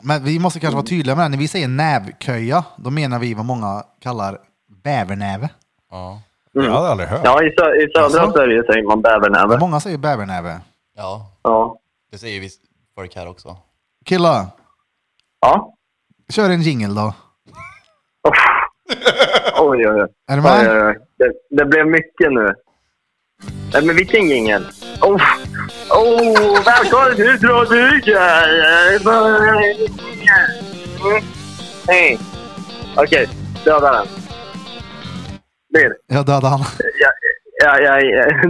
[SPEAKER 1] Men vi måste kanske vara tydliga med det. När vi säger nävköja, då menar vi vad många kallar bävernäve.
[SPEAKER 2] Ja.
[SPEAKER 3] Jag hade aldrig hört.
[SPEAKER 7] Mm. ja, i, sö, i södra
[SPEAKER 1] Jaså?
[SPEAKER 7] Sverige säger man bävernäve.
[SPEAKER 1] Många säger bävernäve.
[SPEAKER 2] ja,
[SPEAKER 7] Ja.
[SPEAKER 2] det säger visst folk här också.
[SPEAKER 1] Killar,
[SPEAKER 7] ja.
[SPEAKER 1] kör en jingle då.
[SPEAKER 7] Oj, oj, oj.
[SPEAKER 1] Är du
[SPEAKER 7] Oj,
[SPEAKER 1] med?
[SPEAKER 7] oj, oj. Det, det blev mycket nu. Nej, men vilken jingel? Oh. Oh, välkommen till Trafiken! Mm. Hej. Okej, döda den. Bil.
[SPEAKER 1] Jag dödade han.
[SPEAKER 7] Jag, jag, jag, jag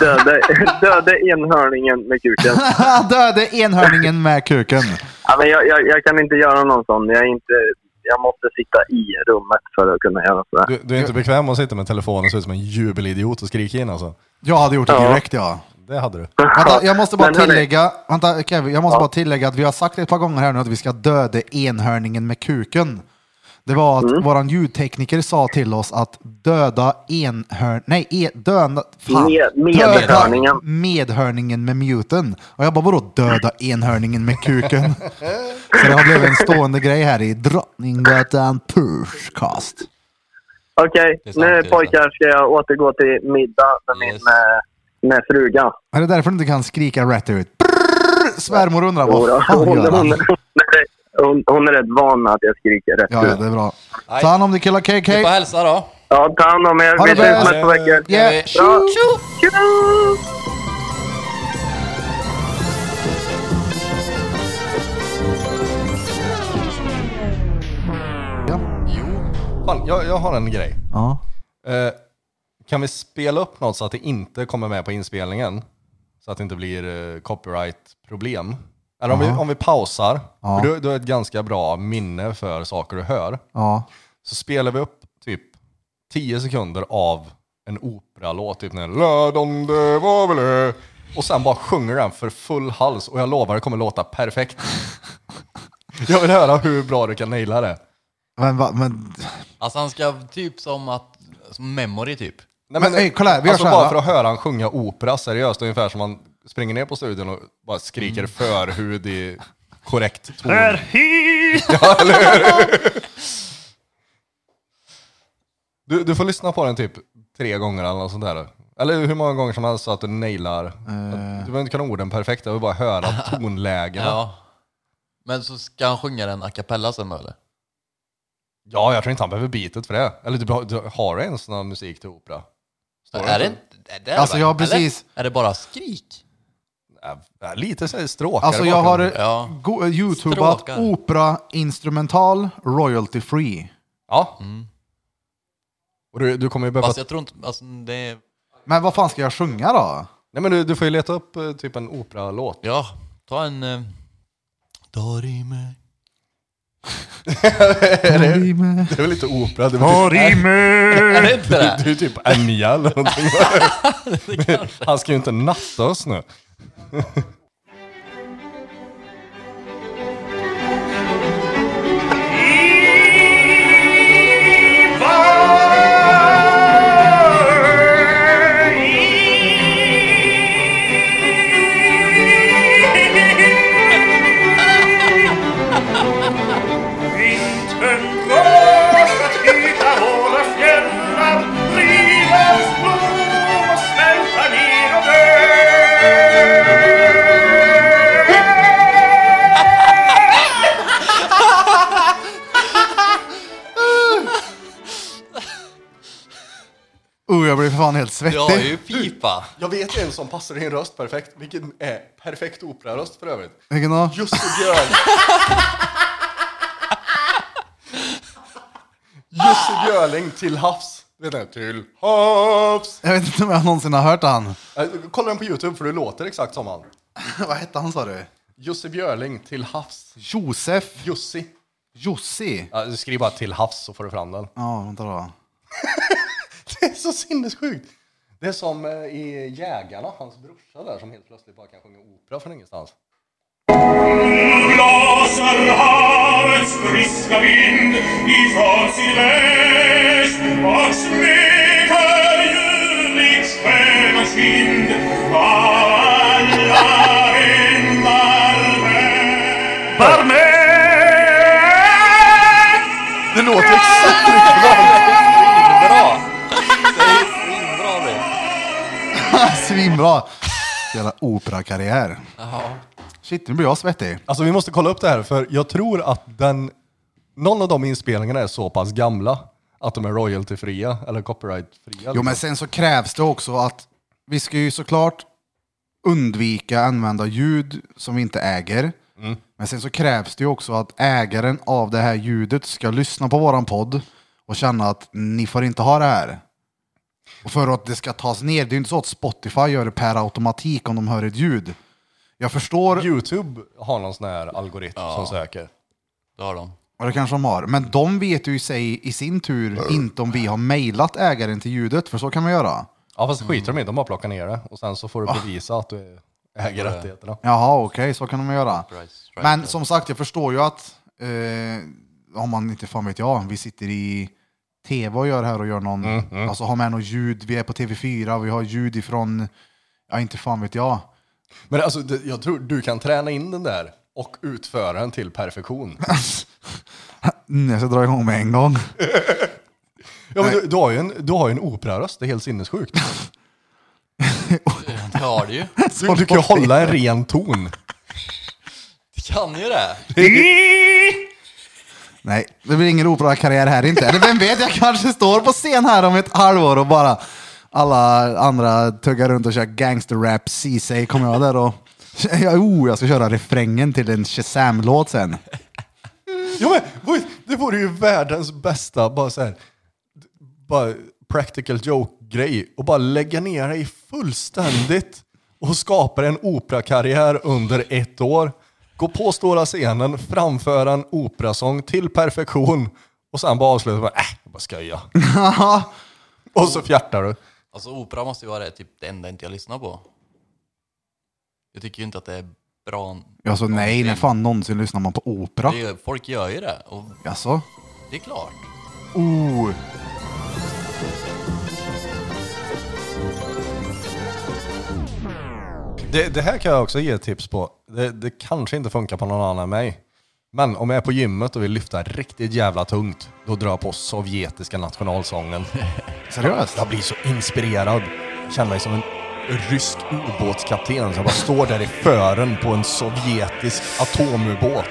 [SPEAKER 7] döda, döda enhörningen med kuken.
[SPEAKER 1] Han dödade enhörningen med kuken.
[SPEAKER 7] Ja, men jag, jag, jag kan inte göra någon sån. Jag, är inte, jag måste sitta i rummet för att kunna göra sådär.
[SPEAKER 3] Du, du är inte bekväm att sitta med telefonen och se ut som en jubelidiot och skrika in alltså.
[SPEAKER 1] Jag hade gjort det
[SPEAKER 7] Ja.
[SPEAKER 1] direkt ja.
[SPEAKER 3] Det hade du.
[SPEAKER 1] Vänta, jag måste bara
[SPEAKER 7] Men hörni-
[SPEAKER 1] tillägga, vänta, Kevin, jag måste bara tillägga att vi har sagt ett par gånger här nu att vi ska döda enhörningen med kuken. Det var att
[SPEAKER 7] Mm.
[SPEAKER 1] våran ljudtekniker sa till oss att döda enhörn... Nej, e, döda... Fan.
[SPEAKER 7] Med-
[SPEAKER 1] Döda
[SPEAKER 7] medhörningen.
[SPEAKER 1] Medhörningen med muten. Och jag bara, vadå döda enhörningen med kuken? Så det har blivit en stående grej här i Drottninggatan Pushcast.
[SPEAKER 7] Okej,
[SPEAKER 2] Det är sant, det
[SPEAKER 7] nu
[SPEAKER 2] är sant.
[SPEAKER 7] pojkar ska jag återgå till middag med
[SPEAKER 2] Yes.
[SPEAKER 7] min eh, med fruga.
[SPEAKER 1] Är det därför du inte kan skrika rätt ut? Brrrr, svärmor undrar
[SPEAKER 7] Hon,
[SPEAKER 1] vad fan
[SPEAKER 7] hon,
[SPEAKER 1] gör han?
[SPEAKER 7] hon, hon, hon är rätt van att jag skriker rätt
[SPEAKER 1] Ja, ja,
[SPEAKER 7] ut.
[SPEAKER 1] det är bra.
[SPEAKER 2] Nej.
[SPEAKER 1] Ta hand om dig killar, KK.
[SPEAKER 2] Du får hälsa då.
[SPEAKER 7] Ja, ta hand om er.
[SPEAKER 1] Ha
[SPEAKER 7] Vi
[SPEAKER 1] det
[SPEAKER 7] ses om
[SPEAKER 1] bäst.
[SPEAKER 7] ett par veckor.
[SPEAKER 1] Yeah.
[SPEAKER 2] Vi-
[SPEAKER 7] Bra. Tjo!
[SPEAKER 3] Fan, jag, jag har en grej.
[SPEAKER 1] Ja.
[SPEAKER 3] Eh, kan vi spela upp något så att det inte kommer med på inspelningen? Så att det inte blir eh, copyright-problem. Eller om, vi, om vi pausar,
[SPEAKER 1] Ja.
[SPEAKER 3] för du, du har ett ganska bra minne för saker du hör.
[SPEAKER 1] Ja.
[SPEAKER 3] Så spelar vi upp typ 10 sekunder av en operalåt, typ den här "Lä-dom, det var väl det." Och sen bara sjunger den för full hals och jag lovar det kommer låta perfekt. Jag vill höra hur bra du kan naila det.
[SPEAKER 1] Men, va, men
[SPEAKER 2] Alltså han ska typ som att, som memory typ.
[SPEAKER 3] Nej,
[SPEAKER 1] Men, ey, kolla här, vi gör
[SPEAKER 3] alltså
[SPEAKER 1] så här,
[SPEAKER 3] bara
[SPEAKER 1] va?
[SPEAKER 3] för att höra han sjunga opera seriöst, ungefär som man springer ner på studion och bara skriker
[SPEAKER 1] Mm.
[SPEAKER 3] förhud i korrekt ton. Du, du får lyssna på den typ tre gånger eller något sånt där. Eller hur många gånger som helst så att du nailar.
[SPEAKER 1] Eh.
[SPEAKER 3] Du behöver inte kunna orden perfekt, jag vill bara höra tonlägena. ja.
[SPEAKER 2] Ja. Men så ska han sjunga den a cappella sen då eller?
[SPEAKER 3] jag tror inte han behöver beatet för det. Eller du, beh- du har ens någon musik till opera? Står
[SPEAKER 2] är det inte? Är det
[SPEAKER 1] Alltså,
[SPEAKER 2] va?
[SPEAKER 1] jag har
[SPEAKER 2] Eller?
[SPEAKER 1] precis-
[SPEAKER 2] Är det bara skrik?
[SPEAKER 3] Ja, Äh, lite så här stråkar
[SPEAKER 1] Alltså
[SPEAKER 3] i
[SPEAKER 1] jag har
[SPEAKER 3] bakgrunden.
[SPEAKER 2] Ja.
[SPEAKER 1] go- youtubat
[SPEAKER 2] Stråkar.
[SPEAKER 1] opera instrumental royalty free.
[SPEAKER 3] Ja.
[SPEAKER 2] Mm.
[SPEAKER 3] Och du, du kommer ju behöva...
[SPEAKER 2] Fast jag tror inte, alltså det är,
[SPEAKER 1] Men vad fan ska jag sjunga då?
[SPEAKER 3] Nej men du, du får ju leta upp eh, typ en operalåt.
[SPEAKER 2] ja, ta en... eh, Tar i mig.
[SPEAKER 3] Det är väl lite opera? Det är väl
[SPEAKER 2] Är det inte
[SPEAKER 3] typ,
[SPEAKER 2] det?
[SPEAKER 3] du, du är typ Enya eller någonting. Han ska ju inte natta oss nu.
[SPEAKER 8] Vinden blåser über våra fjällar River oss blom och smälta ner och dö
[SPEAKER 1] Oh, jag blir för fan helt svettig.
[SPEAKER 2] Du har ju pipa.
[SPEAKER 3] Jag vet en som passar din röst perfekt, vilken är perfekt operaröst för övrigt.
[SPEAKER 1] Vilken då?
[SPEAKER 3] Just Björn! Jussi Björling till havs. Vet ni, till havs.
[SPEAKER 1] Jag vet inte om jag någonsin har hört han.
[SPEAKER 3] Äh, Kolla den på Youtube för du låter exakt som han.
[SPEAKER 1] vad hette han sa du?
[SPEAKER 3] Jussi Björling till havs.
[SPEAKER 1] Josef
[SPEAKER 3] Jussi.
[SPEAKER 1] Jossi.
[SPEAKER 3] Ja, du skriver bara till havs så får du fram den.
[SPEAKER 1] Ja, vänta då.
[SPEAKER 3] Det är så sinnessjukt. Det är som eh, i Jägarna, hans brorsa där som helt plötsligt bara kan sjunga opera från ingenstans.
[SPEAKER 8] Blåser havets friska vind ifrån sydväst och smeker ljuvlig själ och kind av alla vindar värld.
[SPEAKER 3] Det låter exakt likadant!
[SPEAKER 2] Bra! Det är bra det.
[SPEAKER 1] Svinbra! Jävla operakarriär. Shit, nu blir jag svettig.
[SPEAKER 3] Alltså vi måste kolla upp det här för jag tror att den, någon av de inspelningarna är så pass gamla att de är royaltyfria eller copyrightfria.
[SPEAKER 1] Jo, men sen så krävs det också att vi ska ju såklart undvika använda ljud som vi inte äger. Men sen så krävs det ju också att ägaren av det här ljudet ska lyssna på våran podd och känna att ni får inte ha det här. Och för att det ska tas ner, det är ju inte så att Spotify gör det per automatik om de hör ett ljud. Jag förstår,
[SPEAKER 3] Youtube har någon sån här algoritm som söker.
[SPEAKER 2] Det har de.
[SPEAKER 1] och det kanske de har, men de vet ju i sig i sin tur inte om vi har mejlat ägaren till ljudet, för så kan man göra.
[SPEAKER 3] Ja fast skiter de i, de bara plockar ner det och sen så får du bevisa att du äger rättigheterna.
[SPEAKER 1] Jaha, okej, så kan de göra.
[SPEAKER 2] Price, strike,
[SPEAKER 1] Men
[SPEAKER 2] ja.
[SPEAKER 1] som sagt, jag förstår ju att, eh, om man inte fan vet jag, vi sitter i tv och gör här och gör någon, alltså har med något ljud, vi är på TV4, vi har ljud ifrån, ja inte fan vet jag.
[SPEAKER 3] Men alltså det, jag tror du kan träna in den där och utföra den till perfektion.
[SPEAKER 1] Mm, jag ska dra igång med en gång.
[SPEAKER 3] Ja, men du, du, har ju en, du har ju en operaröst, det är helt sinnessjukt.
[SPEAKER 2] Det har du ju.
[SPEAKER 3] Du, du kan ju hålla en ren ton.
[SPEAKER 2] Du kan ju det.
[SPEAKER 1] Nej, det blir ingen operakarriär här inte. Eller vem vet, jag kanske står på scen här om ett halvår och bara alla andra tuggar runt och kör gangsterrap, Ceesay kommer jag där och... Ja, oh, jag ska köra refrängen till en Shazam-låt sen.
[SPEAKER 3] Ja, men, vad- det vore ju världens bästa, bara så här, bara practical joke-grej och bara lägga ner dig fullständigt och skapa en operakarriär under ett år. Gå på stora scenen, framföra en operasång till perfektion och sen bara avsluta med äh, jag bara skoja. och så fjärtar du.
[SPEAKER 2] Alltså opera måste ju vara det, typ det enda inte jag lyssnar på. Jag tycker ju inte att det är bra.
[SPEAKER 1] Jag sa Alltså, nej, när fan någonsin lyssnar man på opera?
[SPEAKER 2] Det är, folk gör ju det och
[SPEAKER 1] Jaså?
[SPEAKER 2] det är klart.
[SPEAKER 1] Oh.
[SPEAKER 3] Det, det här kan jag också ge ett tips på. Det, det kanske inte funkar på någon annan än mig. Men om jag är på gymmet och vill lyfta riktigt jävla tungt, då drar jag på sovjetiska nationalsången.
[SPEAKER 1] Seriöst?
[SPEAKER 3] Jag blir så inspirerad. Jag känner mig som en rysk ubåtskapten som bara står där i fören på en sovjetisk atomubåt.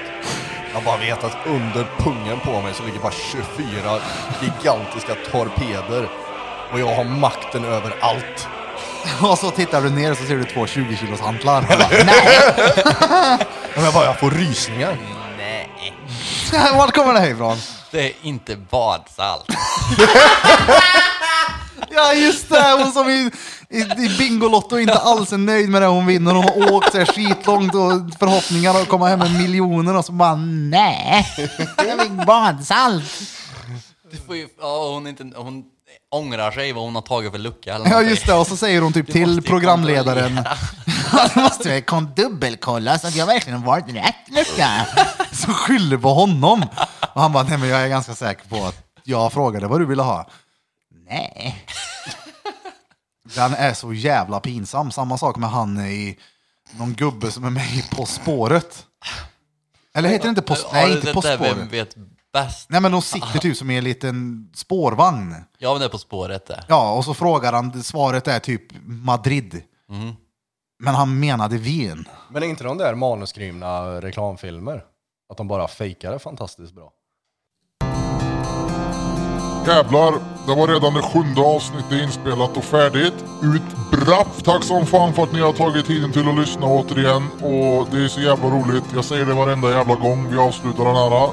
[SPEAKER 3] Jag bara vet att under pungen på mig så ligger bara 24 gigantiska torpeder. Och jag har makten över allt.
[SPEAKER 1] Och så tittar du ner och så ser du två 20 kilos hantlar. Och bara, Nej,
[SPEAKER 3] Men jag bara, jag får rysningar.
[SPEAKER 2] Nej,
[SPEAKER 1] vart kommer det här ifrån?
[SPEAKER 2] det är inte badsalt.
[SPEAKER 1] Ja just det, hon som i, i, i Bingolotto inte alls är nöjd med det hon vinner. Hon har åkt så här skitlångt och förhoppningar att komma hem med miljoner och så bara nej. Det är min badsalt.
[SPEAKER 2] Du får ju, ja, hon, är inte, hon ångrar sig vad hon har tagit för lucka. Eller
[SPEAKER 1] Ja
[SPEAKER 2] någonting.
[SPEAKER 1] just det, och så säger hon typ
[SPEAKER 2] Du
[SPEAKER 1] till
[SPEAKER 2] måste ju
[SPEAKER 1] programledaren.
[SPEAKER 2] kontrollera.
[SPEAKER 1] Du måste jag kon dubbelkolla så att jag verkligen har varit rätt lucka. Så skyller på honom. Och han bara, nej men jag är ganska säker på att jag frågade vad du ville ha. Nej. Den är så jävla pinsam. Samma sak med han i någon gubbe som är med i På spåret. Eller heter det inte På, nej,
[SPEAKER 2] Ja,
[SPEAKER 1] inte
[SPEAKER 2] det
[SPEAKER 1] på
[SPEAKER 2] där Vem
[SPEAKER 1] spåret?
[SPEAKER 2] vet bäst?
[SPEAKER 1] Nej men de sitter typ som i en liten spårvagn.
[SPEAKER 2] Ja, men det är På spåret det.
[SPEAKER 1] Ja, och så frågar han, svaret är typ Madrid. Men han menade Wien.
[SPEAKER 3] Men är inte de där manusskrivna reklamfilmer? Att de bara fejkar det fantastiskt bra.
[SPEAKER 4] Jävlar, det var redan det sjunde avsnittet inspelat och färdigt. Ut braff! Tack som fan för att ni har tagit tiden till att lyssna återigen. Och det är så jävla roligt. Jag säger det varenda jävla gång vi avslutar den här.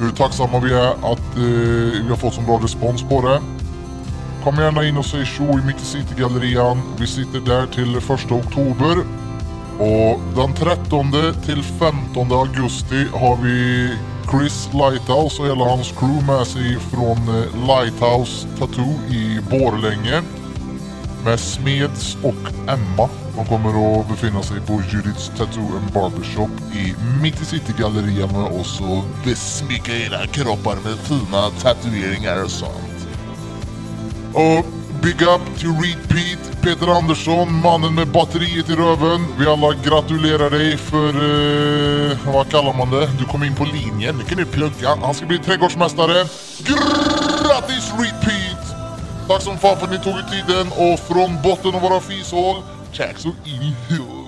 [SPEAKER 4] Hur tacksamma vi är att eh, vi har fått så bra respons på det. Kom gärna in och säg tjo i Mitt i City-gallerian. Vi sitter där till 1 oktober. Och den 13 till 15 augusti har vi Chris Lighthouse och hela hans crew med sig från eh, Lighthouse Tattoo i Borlänge. Med Smeds och Emma. De kommer att befinna sig på Judiths Tattoo and Barbershop i Mitt i City-gallerian med oss och besmycka era kroppar med fina tatueringar och sånt. Och big up to repeat Peter Andersson, mannen med batteriet i röven. Vi alla gratulerar dig för, eh, vad kallar man det? Du kom in på linjen. Nu kan du plugga. Han ska bli trädgårdsmästare. Grattis repeat! Tack som fan för att ni tog er tiden och från botten av våra fishål, tack så in i huvudet.